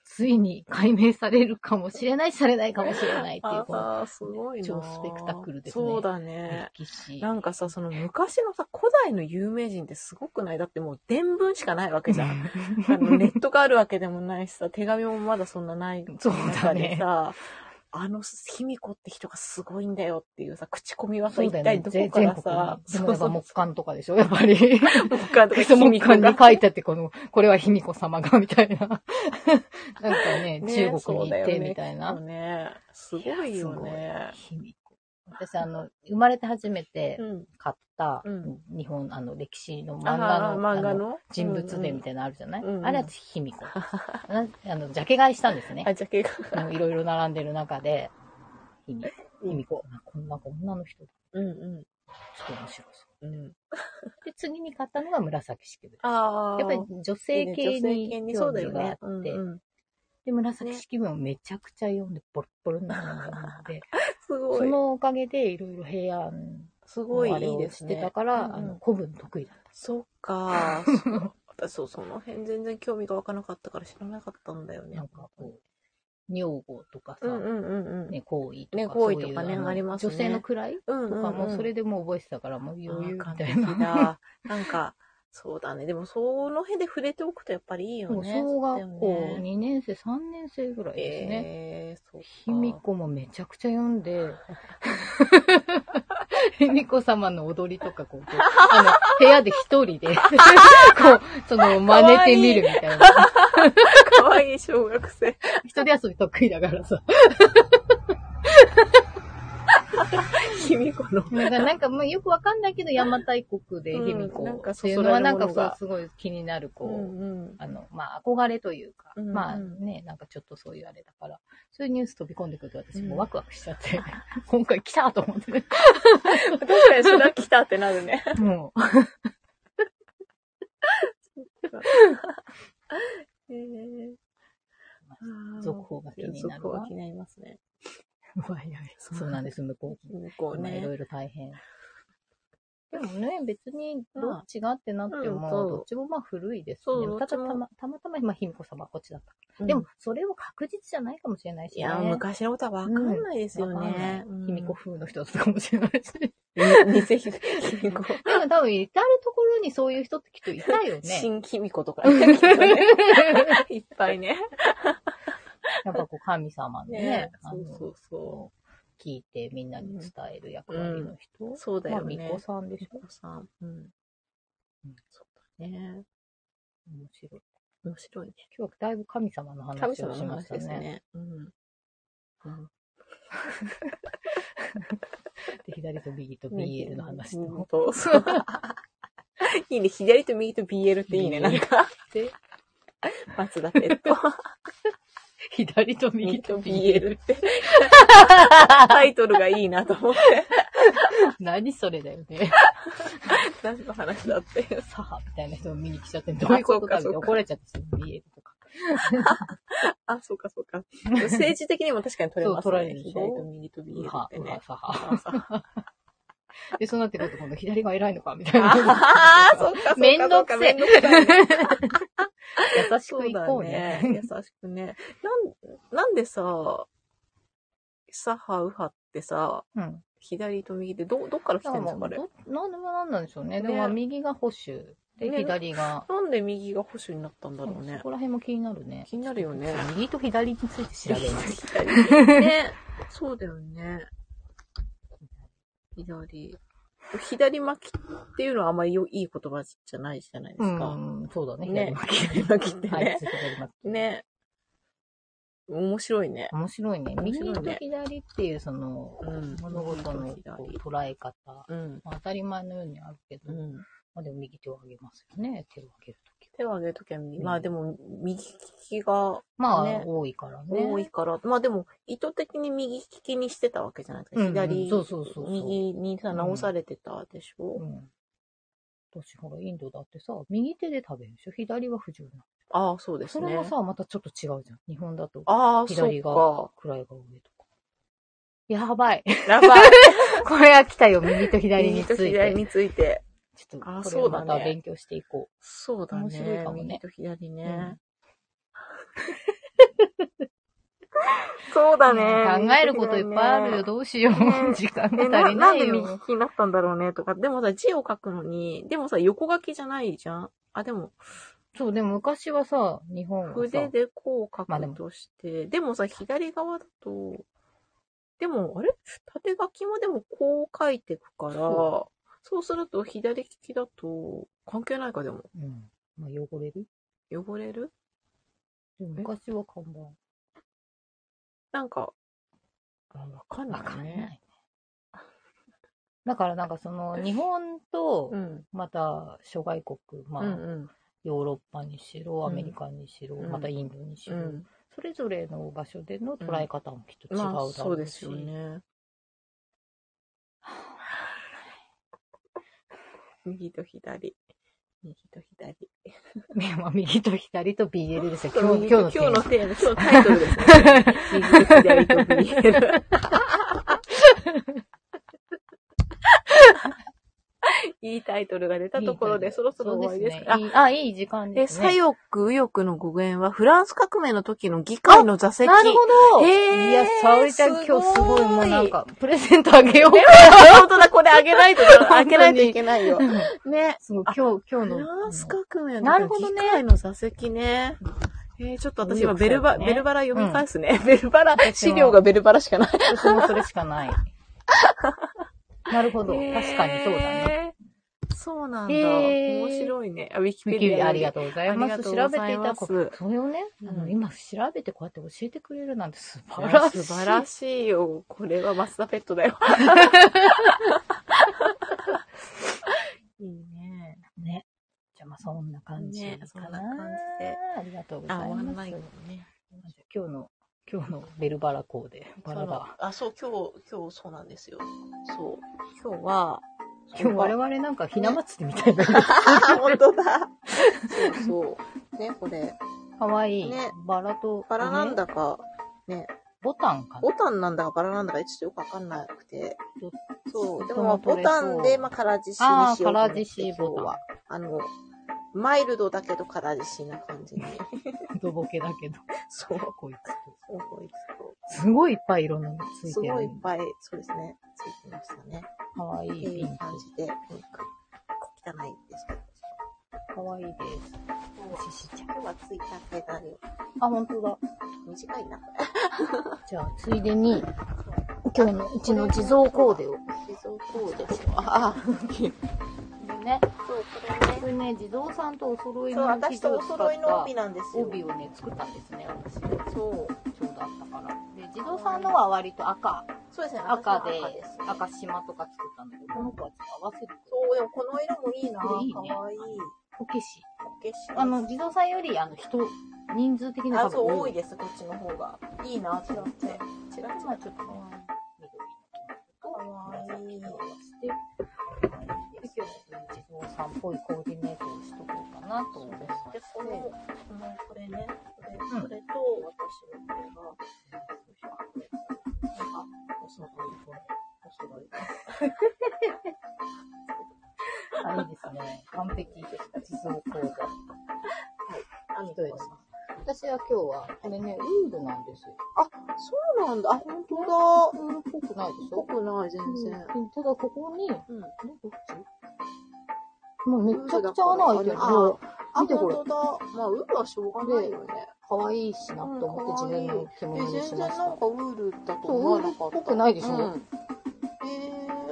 [SPEAKER 2] ついに解明されるかもしれない、されないかもしれないっていう、この
[SPEAKER 1] ああ、すごいな。
[SPEAKER 2] 超スペクタクルですね
[SPEAKER 1] そうだね。
[SPEAKER 2] 歴史。
[SPEAKER 1] なんかさ、その昔のさ、古代の有名人ってすごくないだってもう伝聞しかないわけじゃ ん。あのネットがあるわけでもないしさ、手紙もまだそんなない
[SPEAKER 2] そうだ
[SPEAKER 1] 中で
[SPEAKER 2] ね。
[SPEAKER 1] さ、あの、卑弥呼って人がすごいんだよっていうさ、口コミはさ、
[SPEAKER 2] そう
[SPEAKER 1] 一
[SPEAKER 2] だ
[SPEAKER 1] 体
[SPEAKER 2] よ
[SPEAKER 1] ど
[SPEAKER 2] ね。
[SPEAKER 1] こ
[SPEAKER 2] 全
[SPEAKER 1] から
[SPEAKER 2] 国
[SPEAKER 1] さ
[SPEAKER 2] に。、で
[SPEAKER 1] そう
[SPEAKER 2] もやっ
[SPEAKER 1] そ
[SPEAKER 2] ぱ
[SPEAKER 1] う、
[SPEAKER 2] 木簡とかでしょ、やっぱり。
[SPEAKER 1] 木簡とか
[SPEAKER 2] 木簡に
[SPEAKER 1] が
[SPEAKER 2] 書いてあって、この、これは卑弥呼様が、みたいな。なんかね、
[SPEAKER 1] ね
[SPEAKER 2] 中国に行っ
[SPEAKER 1] そうだ
[SPEAKER 2] て、
[SPEAKER 1] よね
[SPEAKER 2] みたいな。
[SPEAKER 1] ね、すごいよね。
[SPEAKER 2] 卑弥呼。私、あの、生まれて初めて
[SPEAKER 1] うん。
[SPEAKER 2] 買った
[SPEAKER 1] うん、
[SPEAKER 2] 日本、あの、歴史の漫
[SPEAKER 1] あ
[SPEAKER 2] 画
[SPEAKER 1] ー
[SPEAKER 2] の、
[SPEAKER 1] 漫画の
[SPEAKER 2] 人物でみ
[SPEAKER 1] い
[SPEAKER 2] たいなのあるじゃない、
[SPEAKER 1] うんうん
[SPEAKER 2] あれは卑弥呼。なあの、ジャケ買いしたんですね。
[SPEAKER 1] あ、じゃけが。
[SPEAKER 2] もういろいろ並んでる中で、卑弥呼。
[SPEAKER 1] 卑
[SPEAKER 2] 卑
[SPEAKER 1] 弥
[SPEAKER 2] 弥呼。あこんな女の人、ちょ
[SPEAKER 1] うんう
[SPEAKER 2] っと面白そ
[SPEAKER 1] ん。うん。
[SPEAKER 2] う。で、次に買ったのが紫式部。
[SPEAKER 1] ああ。
[SPEAKER 2] やっぱり女性系
[SPEAKER 1] 女性系
[SPEAKER 2] に
[SPEAKER 1] に
[SPEAKER 2] 興
[SPEAKER 1] そうだ
[SPEAKER 2] 味
[SPEAKER 1] よ
[SPEAKER 2] があっ
[SPEAKER 1] ね
[SPEAKER 2] て、。
[SPEAKER 1] うんうん
[SPEAKER 2] で、紫式部もめちゃくちゃ読んで、ボロッボロになる ので、
[SPEAKER 1] すご
[SPEAKER 2] そ
[SPEAKER 1] い。
[SPEAKER 2] のおかげでいろいろ平安
[SPEAKER 1] すごい
[SPEAKER 2] のあれ
[SPEAKER 1] いい
[SPEAKER 2] を
[SPEAKER 1] です
[SPEAKER 2] 知っ
[SPEAKER 1] ね。
[SPEAKER 2] てたから、
[SPEAKER 1] うんうん
[SPEAKER 2] あの、古文得意だった。
[SPEAKER 1] そっ かー。そう私、そう、その辺全然興味が湧かなかったから知らなかったんだよね。
[SPEAKER 2] なんかこう、女房とかさ、
[SPEAKER 1] うんうんうんうん。
[SPEAKER 2] ね、行為とか。
[SPEAKER 1] ね行為とかね
[SPEAKER 2] そういうの
[SPEAKER 1] ありますね
[SPEAKER 2] 女性の位
[SPEAKER 1] うんうん
[SPEAKER 2] とかも、それ
[SPEAKER 1] で
[SPEAKER 2] でもう覚えてたから、もう余裕み
[SPEAKER 1] 完
[SPEAKER 2] たい
[SPEAKER 1] 璧
[SPEAKER 2] な。
[SPEAKER 1] だ。なんか、そうだね。でも、その辺で触れておくとやっぱりいい よ
[SPEAKER 2] そう
[SPEAKER 1] ね。
[SPEAKER 2] 小学
[SPEAKER 1] そうだ
[SPEAKER 2] 校
[SPEAKER 1] よね
[SPEAKER 2] 2年生、3年生ぐらいですね。
[SPEAKER 1] えー、そうか。
[SPEAKER 2] 卑弥呼もめちゃくちゃ読 んで、卑弥呼様の踊りとかこう、こうあの、部屋で一 人で、こう、その、真似てみるみたいな。
[SPEAKER 1] かわいい小学生。
[SPEAKER 2] 一人遊び得意だからさ。
[SPEAKER 1] 卑弥呼の。
[SPEAKER 2] だからなんかもうよくわかんないけど、邪馬台国で卑弥
[SPEAKER 1] うんなん
[SPEAKER 2] 呼
[SPEAKER 1] か
[SPEAKER 2] って
[SPEAKER 1] そ
[SPEAKER 2] い
[SPEAKER 1] そうら
[SPEAKER 2] の
[SPEAKER 1] れ
[SPEAKER 2] は
[SPEAKER 1] る
[SPEAKER 2] なん
[SPEAKER 1] もの
[SPEAKER 2] か
[SPEAKER 1] が
[SPEAKER 2] さ、すごい気になる、こう、
[SPEAKER 1] うん
[SPEAKER 2] あの、まあ、憧れというか、
[SPEAKER 1] うんうん
[SPEAKER 2] まあね、なんかちょっとそういうあれだから、そういうニュース飛び込んでくると私もうワクワクしちゃ って、今回来たと思って、
[SPEAKER 1] 確かにそれは来たってなるね。
[SPEAKER 2] もう、
[SPEAKER 1] か。えー
[SPEAKER 2] 続報が気になる
[SPEAKER 1] 続報
[SPEAKER 2] わ
[SPEAKER 1] が気になり ますね。
[SPEAKER 2] そうなんです、向こう。
[SPEAKER 1] 向こう
[SPEAKER 2] 今い
[SPEAKER 1] ね
[SPEAKER 2] ろ。いろ大変。でもね、別にどっちがってなって
[SPEAKER 1] うん
[SPEAKER 2] も、
[SPEAKER 1] そう
[SPEAKER 2] どっちもまあ古いです
[SPEAKER 1] そ
[SPEAKER 2] ね。
[SPEAKER 1] う
[SPEAKER 2] ただた
[SPEAKER 1] どっちも
[SPEAKER 2] またまたま今、ひみこ様はこっちだった。でも、、それを確実じゃないかもしれないし、
[SPEAKER 1] い
[SPEAKER 2] ね。
[SPEAKER 1] や、昔の歌わかんないですよ
[SPEAKER 2] わかんない
[SPEAKER 1] ね。うん
[SPEAKER 2] 卑弥呼風の人だったかもしれないし。で
[SPEAKER 1] に偽ひみ こ。
[SPEAKER 2] も多分、至るところにそういう人ってきっといたよ ね。
[SPEAKER 1] 新ひみことか、ね。いっぱいね。
[SPEAKER 2] やっぱこう、神様のね、
[SPEAKER 1] ね
[SPEAKER 2] あ
[SPEAKER 1] そう
[SPEAKER 2] の
[SPEAKER 1] そうそ
[SPEAKER 2] 聞いてみんなに伝える役割の人。
[SPEAKER 1] う。そうだ
[SPEAKER 2] まあ、
[SPEAKER 1] よ
[SPEAKER 2] 巫
[SPEAKER 1] ね
[SPEAKER 2] 女。さんでしょ
[SPEAKER 1] みこさん。うん。そうだね。
[SPEAKER 2] 面白い。
[SPEAKER 1] 面白いね。
[SPEAKER 2] 今日はだいぶ神様の
[SPEAKER 1] 神
[SPEAKER 2] 話
[SPEAKER 1] 様
[SPEAKER 2] をし
[SPEAKER 1] の
[SPEAKER 2] まし
[SPEAKER 1] 話
[SPEAKER 2] た
[SPEAKER 1] です
[SPEAKER 2] ね。
[SPEAKER 1] ね。うん。
[SPEAKER 2] で左と右と BL の話と。
[SPEAKER 1] うんと。 そう。いいね。左と右と BL っていいね。
[SPEAKER 2] BL
[SPEAKER 1] なん か、
[SPEAKER 2] で、
[SPEAKER 1] 松田ペット。
[SPEAKER 2] 左 と
[SPEAKER 1] 右
[SPEAKER 2] 右
[SPEAKER 1] と
[SPEAKER 2] と
[SPEAKER 1] BL
[SPEAKER 2] BL
[SPEAKER 1] っ。て。タイトルがいいなと思って。
[SPEAKER 2] 何それだよね。
[SPEAKER 1] 何の話だって。
[SPEAKER 2] 左派みたいな人を見に来ちゃって、どういうことかって
[SPEAKER 1] そうかそうか
[SPEAKER 2] 怒られちゃって、その BL とか。
[SPEAKER 1] あ、そうかそうか。政治的にも確かに取れます
[SPEAKER 2] そう取られ
[SPEAKER 1] ね。
[SPEAKER 2] るでしょ
[SPEAKER 1] 左と右と BL
[SPEAKER 2] 右
[SPEAKER 1] っ
[SPEAKER 2] 派、
[SPEAKER 1] て
[SPEAKER 2] 右
[SPEAKER 1] ね
[SPEAKER 2] 派、。左派。
[SPEAKER 1] あそう
[SPEAKER 2] で、そうなってくると、今度左が偉いのかみたいな。
[SPEAKER 1] あー、そうかそうかそうか。
[SPEAKER 2] めんどくせ
[SPEAKER 1] め
[SPEAKER 2] え
[SPEAKER 1] んどくさいね
[SPEAKER 2] 優し
[SPEAKER 1] そ
[SPEAKER 2] く
[SPEAKER 1] う
[SPEAKER 2] い
[SPEAKER 1] だ
[SPEAKER 2] こうね。
[SPEAKER 1] 優しくね。なん、なんでさ、左派、右派ってさ、
[SPEAKER 2] うん。
[SPEAKER 1] 左と右でど、どっから来
[SPEAKER 2] だ
[SPEAKER 1] て
[SPEAKER 2] から
[SPEAKER 1] るんで
[SPEAKER 2] も
[SPEAKER 1] す
[SPEAKER 2] う、
[SPEAKER 1] か、あれ。
[SPEAKER 2] どなんでもなんなんでしょうね。
[SPEAKER 1] ね
[SPEAKER 2] でも、右が保守。で、
[SPEAKER 1] ね
[SPEAKER 2] 左が。
[SPEAKER 1] なんで右が保守になったんだ
[SPEAKER 2] そ
[SPEAKER 1] ろ
[SPEAKER 2] こ
[SPEAKER 1] う
[SPEAKER 2] ら
[SPEAKER 1] ね。
[SPEAKER 2] 辺も気になるね。
[SPEAKER 1] 気になるよね。
[SPEAKER 2] 右と左について調べます。
[SPEAKER 1] 左ね。そうだよね。左。左巻きっていうのはあまりよいい言葉じゃないじゃないで
[SPEAKER 2] う
[SPEAKER 1] すか。
[SPEAKER 2] ん、そうだね。
[SPEAKER 1] ね
[SPEAKER 2] 左巻き。
[SPEAKER 1] 左巻きって
[SPEAKER 2] はい、
[SPEAKER 1] ね。
[SPEAKER 2] 左巻き。
[SPEAKER 1] ね。面白いね。
[SPEAKER 2] 面白いね。
[SPEAKER 1] 面白い
[SPEAKER 2] 右
[SPEAKER 1] ね
[SPEAKER 2] と左っていう、その、
[SPEAKER 1] うん
[SPEAKER 2] 物事の
[SPEAKER 1] 右と
[SPEAKER 2] こう
[SPEAKER 1] 左
[SPEAKER 2] 捉え方。
[SPEAKER 1] うん。
[SPEAKER 2] まあ当たり前のようにあるけど、
[SPEAKER 1] うん。
[SPEAKER 2] まあでも右手を上げますよね。手を上げるとき。
[SPEAKER 1] 手を挙げるときは右。
[SPEAKER 2] うん
[SPEAKER 1] まあでも、右利きが
[SPEAKER 2] まあ、
[SPEAKER 1] ね
[SPEAKER 2] 多いからね。
[SPEAKER 1] 多いから、まあでも、意図的に右利きにしてたわけじゃないですか。
[SPEAKER 2] うんうん
[SPEAKER 1] 左、
[SPEAKER 2] そうそうそうそう
[SPEAKER 1] 右にさ、
[SPEAKER 2] うん
[SPEAKER 1] 直されてたでしょ、
[SPEAKER 2] うん。私ほら、インドだってさ、右手で食べるでしょ左は不自由なの。
[SPEAKER 1] ああ、そうです
[SPEAKER 2] そ
[SPEAKER 1] ね。
[SPEAKER 2] れもさ、またちょっと違うじゃん。日本だと、
[SPEAKER 1] ああ、そう
[SPEAKER 2] 左が
[SPEAKER 1] か。
[SPEAKER 2] 位が上とか。やばい。
[SPEAKER 1] やばい。
[SPEAKER 2] これは来たよ、右と左につい
[SPEAKER 1] 右と左
[SPEAKER 2] て。
[SPEAKER 1] について。
[SPEAKER 2] ちょっ
[SPEAKER 1] あ
[SPEAKER 2] と、こ
[SPEAKER 1] そ
[SPEAKER 2] れ
[SPEAKER 1] うだ
[SPEAKER 2] ま
[SPEAKER 1] ね
[SPEAKER 2] た勉強していこ
[SPEAKER 1] そうだね。
[SPEAKER 2] 面白いかもね
[SPEAKER 1] 右と左ね。
[SPEAKER 2] うん
[SPEAKER 1] そう
[SPEAKER 2] う。
[SPEAKER 1] だ
[SPEAKER 2] 考えることいっぱいあるよ。。どうしよ
[SPEAKER 1] ね
[SPEAKER 2] う。時間
[SPEAKER 1] え
[SPEAKER 2] が
[SPEAKER 1] な
[SPEAKER 2] 足り
[SPEAKER 1] な
[SPEAKER 2] なんい
[SPEAKER 1] で右
[SPEAKER 2] よ
[SPEAKER 1] 利。きになったんだろうねとか。でもさ、字を書くのに、でもさ、横書きじゃないじゃんあ、でも、
[SPEAKER 2] そう、でも昔はさ、日本は
[SPEAKER 1] 筆
[SPEAKER 2] さ、
[SPEAKER 1] でこう書
[SPEAKER 2] まあで
[SPEAKER 1] く
[SPEAKER 2] も
[SPEAKER 1] として、でもさ、左側だと、でも、あれ縦書きもでもこう書いてくから、そ
[SPEAKER 2] そう
[SPEAKER 1] すると左利きだと、関係ないかでも、
[SPEAKER 2] うん。まあ、汚れる
[SPEAKER 1] 汚れる
[SPEAKER 2] でも昔は看板。
[SPEAKER 1] なんか、あわかんない、
[SPEAKER 2] わ
[SPEAKER 1] ね。
[SPEAKER 2] かんないね。だからなんかその、日本と
[SPEAKER 1] う、ん。
[SPEAKER 2] また諸外国、まあ、
[SPEAKER 1] うん
[SPEAKER 2] ヨーロッパにしろ、
[SPEAKER 1] うん
[SPEAKER 2] アメリカにしろ、
[SPEAKER 1] うん
[SPEAKER 2] またインドにし
[SPEAKER 1] う
[SPEAKER 2] ろ、
[SPEAKER 1] ん。うん。
[SPEAKER 2] それぞれの場所での捉え方もきっと違うだ
[SPEAKER 1] ま
[SPEAKER 2] ろ
[SPEAKER 1] あ、
[SPEAKER 2] うし、
[SPEAKER 1] そうですよね。右と左。右と左。
[SPEAKER 2] ね まあ右と左と BL ですよ。
[SPEAKER 1] 今日
[SPEAKER 2] 今日今日
[SPEAKER 1] 今日
[SPEAKER 2] の
[SPEAKER 1] のテーマ、今日のタイトルですね。右と左と BL。いいタイトルが出たところで、そろそろ終わりですか。
[SPEAKER 2] そうねいいあ、いい時間
[SPEAKER 1] で、
[SPEAKER 2] です
[SPEAKER 1] 左
[SPEAKER 2] ね。
[SPEAKER 1] 翼、右翼の語源は、フランス革命の時の議会の座席。
[SPEAKER 2] なるほど
[SPEAKER 1] へー
[SPEAKER 2] いや、沙織ちゃん今日すご
[SPEAKER 1] すご
[SPEAKER 2] い、
[SPEAKER 1] い
[SPEAKER 2] もうなんか、プレゼントあげようか。
[SPEAKER 1] 本当だ、これあげないと、あげないといけないよ。ね。
[SPEAKER 2] すごい、今日、今日
[SPEAKER 1] フ
[SPEAKER 2] の。
[SPEAKER 1] ランス革命
[SPEAKER 2] な
[SPEAKER 1] の
[SPEAKER 2] るほど
[SPEAKER 1] 議
[SPEAKER 2] ね
[SPEAKER 1] 会の座席ね。えー、ちょっと私今ベルバ、
[SPEAKER 2] 右翼左翼ね
[SPEAKER 1] ベルバラ読み返すね。ベルバラ、
[SPEAKER 2] 私
[SPEAKER 1] 資
[SPEAKER 2] も
[SPEAKER 1] 料がベルバラしかない。
[SPEAKER 2] 私もそれしか ない。なるほど。確かにそうだね。
[SPEAKER 1] ね。そうなんだ。
[SPEAKER 2] へー
[SPEAKER 1] 面白いね。あ、ウィキ
[SPEAKER 2] ウィ
[SPEAKER 1] ペ
[SPEAKER 2] キ
[SPEAKER 1] ディア
[SPEAKER 2] ありがとうございま
[SPEAKER 1] あり
[SPEAKER 2] す。
[SPEAKER 1] がと
[SPEAKER 2] 調
[SPEAKER 1] うご
[SPEAKER 2] べ
[SPEAKER 1] ざ
[SPEAKER 2] て
[SPEAKER 1] い
[SPEAKER 2] い
[SPEAKER 1] ま
[SPEAKER 2] た
[SPEAKER 1] す
[SPEAKER 2] こと、それをね、あ
[SPEAKER 1] う
[SPEAKER 2] の
[SPEAKER 1] ん
[SPEAKER 2] 今調べてこうやって教えてくれるなんて素
[SPEAKER 1] いや
[SPEAKER 2] 晴らしい。
[SPEAKER 1] 素晴ら
[SPEAKER 2] し
[SPEAKER 1] しいよ。これはマスターペットだ よ。いいね。
[SPEAKER 2] い。ね。じゃあまあそんな感じ
[SPEAKER 1] ねそ
[SPEAKER 2] か
[SPEAKER 1] んな
[SPEAKER 2] な。
[SPEAKER 1] 感じで
[SPEAKER 2] ありがとうござい
[SPEAKER 1] あ、
[SPEAKER 2] ます。
[SPEAKER 1] 終わんないよね。
[SPEAKER 2] 今日の、今日のベルバラコーで、バラ
[SPEAKER 1] そうな
[SPEAKER 2] バ。
[SPEAKER 1] あ、そう、今日、今日そうなんですよ。そう。今日は、
[SPEAKER 2] 今日我
[SPEAKER 1] は、
[SPEAKER 2] 々なんかひな祭りみたい な。
[SPEAKER 1] あ、本当だ。そうそう。ね、これ。
[SPEAKER 2] かわいい。
[SPEAKER 1] ね
[SPEAKER 2] バラと、
[SPEAKER 1] バラなん
[SPEAKER 2] ね
[SPEAKER 1] だか、ね、
[SPEAKER 2] ボタンかな
[SPEAKER 1] ボタンなんだかバラなんだかちょっとよくわかんなくて
[SPEAKER 2] ど。
[SPEAKER 1] そう。で
[SPEAKER 2] ど
[SPEAKER 1] も、まあ
[SPEAKER 2] のト
[SPEAKER 1] ボ
[SPEAKER 2] レ
[SPEAKER 1] タン
[SPEAKER 2] そう
[SPEAKER 1] で、まあ、からじしにしようと思
[SPEAKER 2] あー
[SPEAKER 1] って
[SPEAKER 2] からじしボタン
[SPEAKER 1] 今日は。あの、マイルドだけどからじしな感じに。
[SPEAKER 2] ドボケだけど。
[SPEAKER 1] そう。
[SPEAKER 2] こい
[SPEAKER 1] そうこいつと
[SPEAKER 2] つ。すごいいっぱいいろんなのつい
[SPEAKER 1] す
[SPEAKER 2] てる
[SPEAKER 1] ごいい
[SPEAKER 2] ね
[SPEAKER 1] っ。ぱい、そうですね。ついてましたね。
[SPEAKER 2] かわいい
[SPEAKER 1] ってい
[SPEAKER 2] ピン
[SPEAKER 1] う
[SPEAKER 2] ク。
[SPEAKER 1] 感じで、ピンク。汚いですけど。
[SPEAKER 2] かわいいです。
[SPEAKER 1] そう
[SPEAKER 2] シシちゃん。
[SPEAKER 1] 今日はツイッター系なのよ。
[SPEAKER 2] あ、本当だ。
[SPEAKER 1] 短いな。
[SPEAKER 2] じゃあ、ついでに、今日のうちの地蔵コーデを。
[SPEAKER 1] 地蔵コーデを。あ、そう、これ
[SPEAKER 2] ね、
[SPEAKER 1] ね
[SPEAKER 2] こ。れね、地蔵さんとお揃い
[SPEAKER 1] そう、
[SPEAKER 2] の
[SPEAKER 1] 私とお揃いの帯なんですよ。
[SPEAKER 2] 帯をね、作ったんですね、私。ちょう
[SPEAKER 1] そう。
[SPEAKER 2] どあったから。で、地蔵さんのは割と赤。
[SPEAKER 1] そうですね。
[SPEAKER 2] 赤で
[SPEAKER 1] 私は赤です、
[SPEAKER 2] 赤島とか作ったんだけど、この子はちょっと合わせると。
[SPEAKER 1] そうよ、この色もいいな。
[SPEAKER 2] これいいね
[SPEAKER 1] かわいい。
[SPEAKER 2] おけし。
[SPEAKER 1] おけし。
[SPEAKER 2] あの、、地蔵さんより、あの、人、人数的に
[SPEAKER 1] あ、そう、多
[SPEAKER 2] 多
[SPEAKER 1] い
[SPEAKER 2] い。
[SPEAKER 1] です、こっちの方が。いいなと思って。ちらち
[SPEAKER 2] 今ちょっとね、緑のと、紫を合わせて、で今日、地蔵さんっぽいコーディネートをしとこうかなと思います。
[SPEAKER 1] で、この、この、これね、これ、
[SPEAKER 2] うん
[SPEAKER 1] これと、私のこれが、よいしょあ、これあ、お揃い、これ、お揃い。
[SPEAKER 2] あ、いいですね。完璧。地蔵コーデ。
[SPEAKER 1] あ、
[SPEAKER 2] どうですか私は今日は、これね、ウールなんですよ。
[SPEAKER 1] そうなんだ。あ、本当だ。
[SPEAKER 2] ウールっぽくないでし
[SPEAKER 1] 濃
[SPEAKER 2] ょ
[SPEAKER 1] くない、全然。
[SPEAKER 2] うんただここに、ね
[SPEAKER 1] うん。
[SPEAKER 2] どっちもうめちゃくちゃ穴開いてる。
[SPEAKER 1] あ
[SPEAKER 2] ほら
[SPEAKER 1] あ、
[SPEAKER 2] 見てこれ。
[SPEAKER 1] 本当だ。まあ、ウールはしょうがないよね。
[SPEAKER 2] 可愛いしなと思って自分の着
[SPEAKER 1] え、
[SPEAKER 2] 物にし
[SPEAKER 1] 全然
[SPEAKER 2] まし
[SPEAKER 1] な
[SPEAKER 2] た
[SPEAKER 1] ん。かウールだと
[SPEAKER 2] そう、
[SPEAKER 1] 思
[SPEAKER 2] ウ
[SPEAKER 1] わ
[SPEAKER 2] ール
[SPEAKER 1] な
[SPEAKER 2] っ
[SPEAKER 1] かった。
[SPEAKER 2] ぽくないでしょ、
[SPEAKER 1] う、
[SPEAKER 2] うん
[SPEAKER 1] え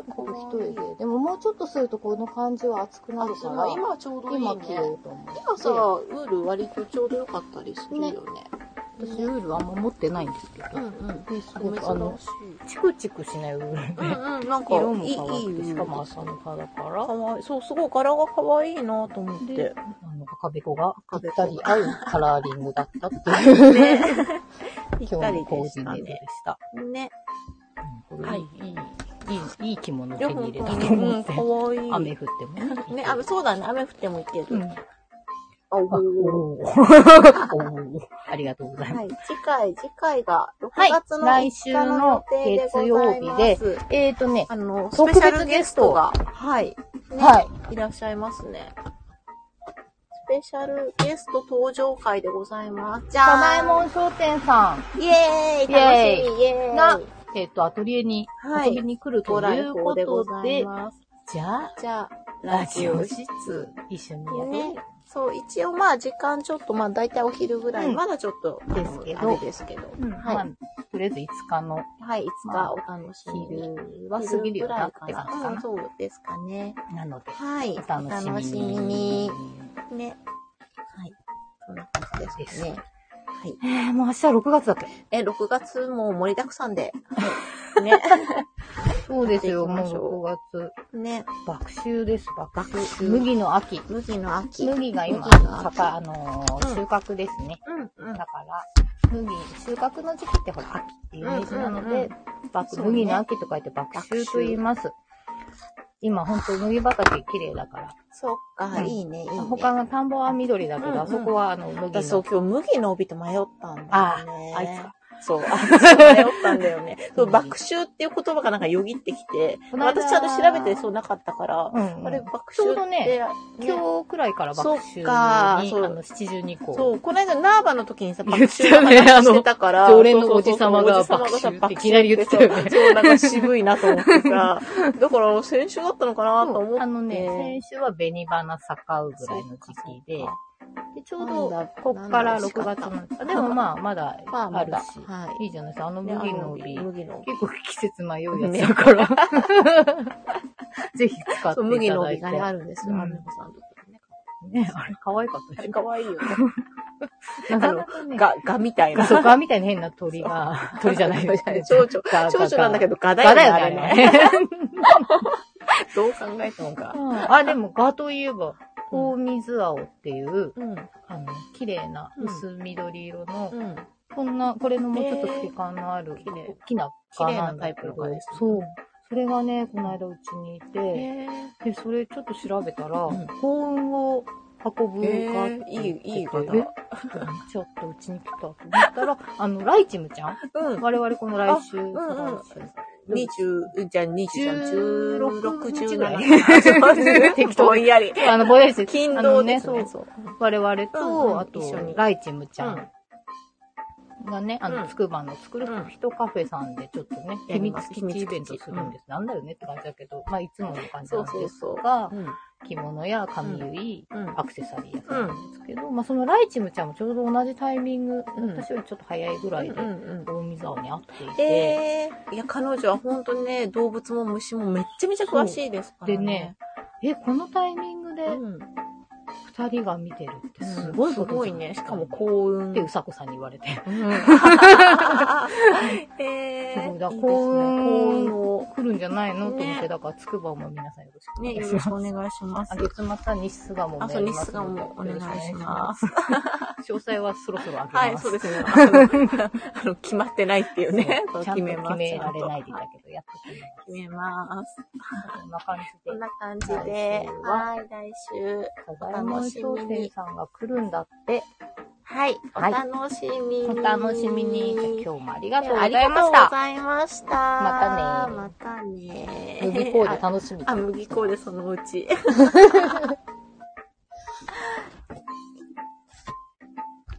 [SPEAKER 1] ー、
[SPEAKER 2] こ
[SPEAKER 1] こ
[SPEAKER 2] れ
[SPEAKER 1] れ一
[SPEAKER 2] 一重
[SPEAKER 1] 重
[SPEAKER 2] で。でももうちょっとするとこの感じは厚くなるか
[SPEAKER 1] そう
[SPEAKER 2] ら、
[SPEAKER 1] 今ちょうどいいね
[SPEAKER 2] 今着ようと思って。
[SPEAKER 1] 今さ、ウール割とちょうどよかったりするよね。
[SPEAKER 2] 私ウールあんま持ってないんですけど、
[SPEAKER 1] うんうん。
[SPEAKER 2] です
[SPEAKER 1] 珍
[SPEAKER 2] ごくあの、
[SPEAKER 1] しい。
[SPEAKER 2] チクチクしないウールで、
[SPEAKER 1] うんうん、なんか、
[SPEAKER 2] 色も
[SPEAKER 1] いい、い
[SPEAKER 2] 変わって、
[SPEAKER 1] い、
[SPEAKER 2] しかも朝の葉だから
[SPEAKER 1] か、わいい。そう、すごい柄が可愛いなと思っ
[SPEAKER 2] で
[SPEAKER 1] て。、
[SPEAKER 2] あの赤べこが
[SPEAKER 1] 赤
[SPEAKER 2] ぴっ
[SPEAKER 1] べこ
[SPEAKER 2] た
[SPEAKER 1] が
[SPEAKER 2] り合うカラーリングだったっていう、
[SPEAKER 1] ぴっ
[SPEAKER 2] 今
[SPEAKER 1] た
[SPEAKER 2] 日
[SPEAKER 1] り
[SPEAKER 2] のコ
[SPEAKER 1] で
[SPEAKER 2] ーデ
[SPEAKER 1] し
[SPEAKER 2] ィ
[SPEAKER 1] た
[SPEAKER 2] ネートで
[SPEAKER 1] ね。
[SPEAKER 2] した。
[SPEAKER 1] ね。
[SPEAKER 2] うんこれ
[SPEAKER 1] はい
[SPEAKER 2] い、いい、いい、いい着物を手
[SPEAKER 1] で
[SPEAKER 2] に
[SPEAKER 1] も、
[SPEAKER 2] 入れたと思って、
[SPEAKER 1] うん、可愛い。
[SPEAKER 2] 雨降ってもね。
[SPEAKER 1] ね、雨、そうだね。雨降ってもいける。
[SPEAKER 2] うん。
[SPEAKER 1] あ
[SPEAKER 2] あ、、
[SPEAKER 1] お
[SPEAKER 2] お
[SPEAKER 1] ー。
[SPEAKER 2] ーおー ありがとうございます。
[SPEAKER 1] はい、次回、次回が
[SPEAKER 2] はい
[SPEAKER 1] 6月の5
[SPEAKER 2] 来週
[SPEAKER 1] 日
[SPEAKER 2] の
[SPEAKER 1] の予定でございます。
[SPEAKER 2] 月えーとね、
[SPEAKER 1] あの、ス
[SPEAKER 2] 特
[SPEAKER 1] ペ
[SPEAKER 2] 別
[SPEAKER 1] シャルゲストが、はい、ね
[SPEAKER 2] はい。
[SPEAKER 1] いらっしゃいますね。スペシャルゲスト登場会でございます。じゃ
[SPEAKER 2] サ
[SPEAKER 1] あ、
[SPEAKER 2] ナエモン商店さ
[SPEAKER 1] イエーイ楽しみイエー
[SPEAKER 2] ん
[SPEAKER 1] イ
[SPEAKER 2] が、えっ、と、アトリエに
[SPEAKER 1] はい
[SPEAKER 2] 遊びに来る
[SPEAKER 1] ご
[SPEAKER 2] とい
[SPEAKER 1] 来
[SPEAKER 2] うこ
[SPEAKER 1] 光でご
[SPEAKER 2] と
[SPEAKER 1] ざ
[SPEAKER 2] で、
[SPEAKER 1] います。
[SPEAKER 2] じゃあ、
[SPEAKER 1] じゃあ、
[SPEAKER 2] ラジオ室、一緒にや
[SPEAKER 1] ね
[SPEAKER 2] る。。
[SPEAKER 1] そう、一応まあ時間ちょっと、まあ大体お昼ぐらい、
[SPEAKER 2] うん
[SPEAKER 1] まだちょっと、あの
[SPEAKER 2] ですけど
[SPEAKER 1] あれですけど。
[SPEAKER 2] うん、ま
[SPEAKER 1] は
[SPEAKER 2] あ、とりあえず5日の
[SPEAKER 1] い。はい、いつかお楽しみに。
[SPEAKER 2] 昼は過ぎるよなって感じか
[SPEAKER 1] うん、
[SPEAKER 2] な。
[SPEAKER 1] そうですかね。
[SPEAKER 2] なので、
[SPEAKER 1] はい。
[SPEAKER 2] お楽しみに。
[SPEAKER 1] に。ね。はい。そんな感じですかね。はい。
[SPEAKER 2] えー、もう明日6月だっけ
[SPEAKER 1] え、6月も盛りだくさん で。はい。ね。
[SPEAKER 2] そうですよ、
[SPEAKER 1] やっていきましょう
[SPEAKER 2] もう6月。
[SPEAKER 1] ね。
[SPEAKER 2] 爆秋です、爆秋。
[SPEAKER 1] 爆秋
[SPEAKER 2] 麦の秋。
[SPEAKER 1] 麦の秋。
[SPEAKER 2] 麦が今、
[SPEAKER 1] 麦の秋
[SPEAKER 2] かあのー
[SPEAKER 1] うん
[SPEAKER 2] 収穫ですね。
[SPEAKER 1] うん、うん
[SPEAKER 2] だ。から、麦、収穫の時期ってほら、秋っていうイメージなので、
[SPEAKER 1] うんうんうん
[SPEAKER 2] 爆
[SPEAKER 1] そうね
[SPEAKER 2] 麦の秋と書いて爆秋と言います。今ほんと麦畑綺麗だから。
[SPEAKER 1] そっか、
[SPEAKER 2] うん
[SPEAKER 1] いいね、いいね。
[SPEAKER 2] 他の田んぼは緑だけど、
[SPEAKER 1] うんうん
[SPEAKER 2] あそこはあの麦
[SPEAKER 1] 私そう
[SPEAKER 2] の。、
[SPEAKER 1] 今日麦の帯と迷ったんだよね。
[SPEAKER 2] ああいつか。
[SPEAKER 1] そう、あいつか 迷ったんだよね。そう、
[SPEAKER 2] うん
[SPEAKER 1] 爆臭っていう言葉がなんかよぎってきて、
[SPEAKER 2] この間
[SPEAKER 1] 私ちゃんと調べてそうなかったから、
[SPEAKER 2] うんうん
[SPEAKER 1] あれ爆
[SPEAKER 2] ちょ
[SPEAKER 1] 臭って
[SPEAKER 2] うど、ね
[SPEAKER 1] ね
[SPEAKER 2] 今日くらいから爆秋
[SPEAKER 1] そっ
[SPEAKER 2] に、
[SPEAKER 1] か
[SPEAKER 2] あ
[SPEAKER 1] そう
[SPEAKER 2] の、72以降。
[SPEAKER 1] そう、この間、ナーバの時にさ、
[SPEAKER 2] 言
[SPEAKER 1] 爆
[SPEAKER 2] っ
[SPEAKER 1] 笑
[SPEAKER 2] たよね
[SPEAKER 1] の話してたから、
[SPEAKER 2] あの常連のおじ様が
[SPEAKER 1] そうそうそう
[SPEAKER 2] 爆笑っていきなり言ってたよね
[SPEAKER 1] そう、なんか渋いなと思って さ、だから、先週だったのかなと思って。
[SPEAKER 2] あのね、先週は紅花盛うぐらいの時期で
[SPEAKER 1] そうか、
[SPEAKER 2] でちょうど
[SPEAKER 1] なんだ、
[SPEAKER 2] こっから
[SPEAKER 1] なんだ
[SPEAKER 2] 6月の、あでもま あ、まだ
[SPEAKER 1] まあ
[SPEAKER 2] あるし、、
[SPEAKER 1] まだはい
[SPEAKER 2] いじゃないですか、あの
[SPEAKER 1] ね
[SPEAKER 2] 麦の帯。
[SPEAKER 1] あ麦の帯。
[SPEAKER 2] 結構季節迷うやつだから。 ぜひ使っ
[SPEAKER 1] そ
[SPEAKER 2] て
[SPEAKER 1] う、
[SPEAKER 2] い
[SPEAKER 1] 麦
[SPEAKER 2] た
[SPEAKER 1] の
[SPEAKER 2] だ
[SPEAKER 1] 帯
[SPEAKER 2] いて。
[SPEAKER 1] がね、あるんですよ、
[SPEAKER 2] うん
[SPEAKER 1] アンミコさんのところね。
[SPEAKER 2] ね、あれ可愛かった
[SPEAKER 1] あ
[SPEAKER 2] で
[SPEAKER 1] れ、
[SPEAKER 2] し
[SPEAKER 1] かわいいよね。な
[SPEAKER 2] ょ。な
[SPEAKER 1] か
[SPEAKER 2] ん
[SPEAKER 1] な
[SPEAKER 2] か
[SPEAKER 1] かね、ガ、ガみたいな。
[SPEAKER 2] そこみたいな変な鳥が、鳥じゃ ない。
[SPEAKER 1] 蝶々。蝶々なんだけ
[SPEAKER 2] ど、
[SPEAKER 1] ど、ガだ
[SPEAKER 2] ガ
[SPEAKER 1] よね。
[SPEAKER 2] だよね
[SPEAKER 1] あれね。
[SPEAKER 2] あれね。
[SPEAKER 1] どう考えたのか。
[SPEAKER 2] うんあ、でもガといえば、大水青っていう、
[SPEAKER 1] うん。
[SPEAKER 2] あの、綺麗な薄緑色の、
[SPEAKER 1] うん。
[SPEAKER 2] こんな、これのもうちょっと透け感のある、
[SPEAKER 1] 綺麗
[SPEAKER 2] 大きな
[SPEAKER 1] 綺
[SPEAKER 2] ガ
[SPEAKER 1] 麗
[SPEAKER 2] な
[SPEAKER 1] なんタ
[SPEAKER 2] だ
[SPEAKER 1] イ
[SPEAKER 2] け
[SPEAKER 1] プ
[SPEAKER 2] ど
[SPEAKER 1] のガですね
[SPEAKER 2] そう。それがね、この間うちにいて、で、それちょっと調べたら、
[SPEAKER 1] うん
[SPEAKER 2] 幸運を
[SPEAKER 1] 運ぶが、
[SPEAKER 3] えー
[SPEAKER 1] いい、いい方。
[SPEAKER 2] えちょっとうちに来たと思ったら、 あの、ライチムちゃん
[SPEAKER 1] うん。
[SPEAKER 2] 我々この来週、
[SPEAKER 1] んうん
[SPEAKER 2] 再来週
[SPEAKER 1] 二十、じゃあ二十三、十六、
[SPEAKER 2] 16
[SPEAKER 1] 十
[SPEAKER 2] ぐらい
[SPEAKER 1] 七。
[SPEAKER 2] 適当
[SPEAKER 1] ぼんやり。
[SPEAKER 2] あの、ぼやりして、
[SPEAKER 1] 勤
[SPEAKER 2] あ
[SPEAKER 1] 労
[SPEAKER 2] の
[SPEAKER 1] ですね。
[SPEAKER 2] そ
[SPEAKER 1] そう。
[SPEAKER 2] う我々
[SPEAKER 1] うんうん
[SPEAKER 2] と、あと
[SPEAKER 1] 一緒に、
[SPEAKER 2] ライチムちゃ
[SPEAKER 1] うん
[SPEAKER 2] んがね、あ
[SPEAKER 1] うん
[SPEAKER 2] の、つくばの作る人カフェさんで、ちょっとね、
[SPEAKER 1] や
[SPEAKER 2] 秘
[SPEAKER 1] ります
[SPEAKER 2] 密基地イベントするんです。なんだよねって感じだけど、まあ、いつもの感じ
[SPEAKER 1] そ
[SPEAKER 2] なん
[SPEAKER 1] うそ
[SPEAKER 2] で
[SPEAKER 1] う
[SPEAKER 2] す
[SPEAKER 1] そう。
[SPEAKER 2] が
[SPEAKER 1] う、ん。
[SPEAKER 2] 着物や髪結い、
[SPEAKER 1] うん
[SPEAKER 2] アクセサリーやつなんですけど、まあ、そのライチムちゃんもちょうど同じタイミング、
[SPEAKER 1] うん
[SPEAKER 2] 私よりちょっと早いぐらいで
[SPEAKER 1] う、んうん。
[SPEAKER 2] 大見沢に会っていて、
[SPEAKER 1] えー、いや、彼女は本当にね、動物も虫もめっちゃめちゃ詳しいですからね。
[SPEAKER 2] でね、え、このタイミングで
[SPEAKER 1] うん。
[SPEAKER 2] 二人が見てるってすごい
[SPEAKER 1] す
[SPEAKER 2] こと
[SPEAKER 1] ご
[SPEAKER 2] じ
[SPEAKER 1] い
[SPEAKER 2] ゃな
[SPEAKER 1] ね。
[SPEAKER 2] です
[SPEAKER 1] しかも幸運。
[SPEAKER 2] ってうさこさんに言われて。す
[SPEAKER 1] うん。えー、いいですね幸
[SPEAKER 2] ごい。だから幸運
[SPEAKER 1] 運
[SPEAKER 2] を来るんじゃないのと思っ
[SPEAKER 1] ね
[SPEAKER 2] て、だからつくばも皆さんよろしくお願
[SPEAKER 1] ね、
[SPEAKER 2] い
[SPEAKER 1] よ
[SPEAKER 2] し
[SPEAKER 1] ろ
[SPEAKER 2] ま
[SPEAKER 1] し
[SPEAKER 2] す
[SPEAKER 1] く。お願いします
[SPEAKER 2] あ。月末は西巣鴨も
[SPEAKER 1] あ、そう、
[SPEAKER 2] やり
[SPEAKER 1] 日
[SPEAKER 2] ます
[SPEAKER 1] 数がもうお願いし
[SPEAKER 2] よろ
[SPEAKER 1] ます。
[SPEAKER 2] くお願いします詳細はそろそろあげます。
[SPEAKER 1] はい、そうですね。あのあの、決まってないっていうね。
[SPEAKER 2] そ うちゃん
[SPEAKER 1] 決め
[SPEAKER 2] と
[SPEAKER 1] ます。
[SPEAKER 2] 決められないでい
[SPEAKER 1] は
[SPEAKER 2] たけど、やってくれます。
[SPEAKER 1] 決めます。
[SPEAKER 2] こんな感じ
[SPEAKER 1] こん
[SPEAKER 2] で。
[SPEAKER 1] な感じで、
[SPEAKER 2] 来週は
[SPEAKER 1] はい、来週。
[SPEAKER 2] 小山商店さんが来るんだって。
[SPEAKER 1] はい、お
[SPEAKER 2] はい
[SPEAKER 1] 楽しみに。
[SPEAKER 2] お楽しみに。じゃあ今日もありがとうござ
[SPEAKER 1] あり
[SPEAKER 2] い
[SPEAKER 1] が
[SPEAKER 2] ま
[SPEAKER 1] とう
[SPEAKER 2] し
[SPEAKER 1] ご
[SPEAKER 2] た。
[SPEAKER 1] ざいました。
[SPEAKER 2] ま
[SPEAKER 1] またね。またね。
[SPEAKER 2] 麦コーデ楽しみ。
[SPEAKER 1] あ、麦コーデそのうち。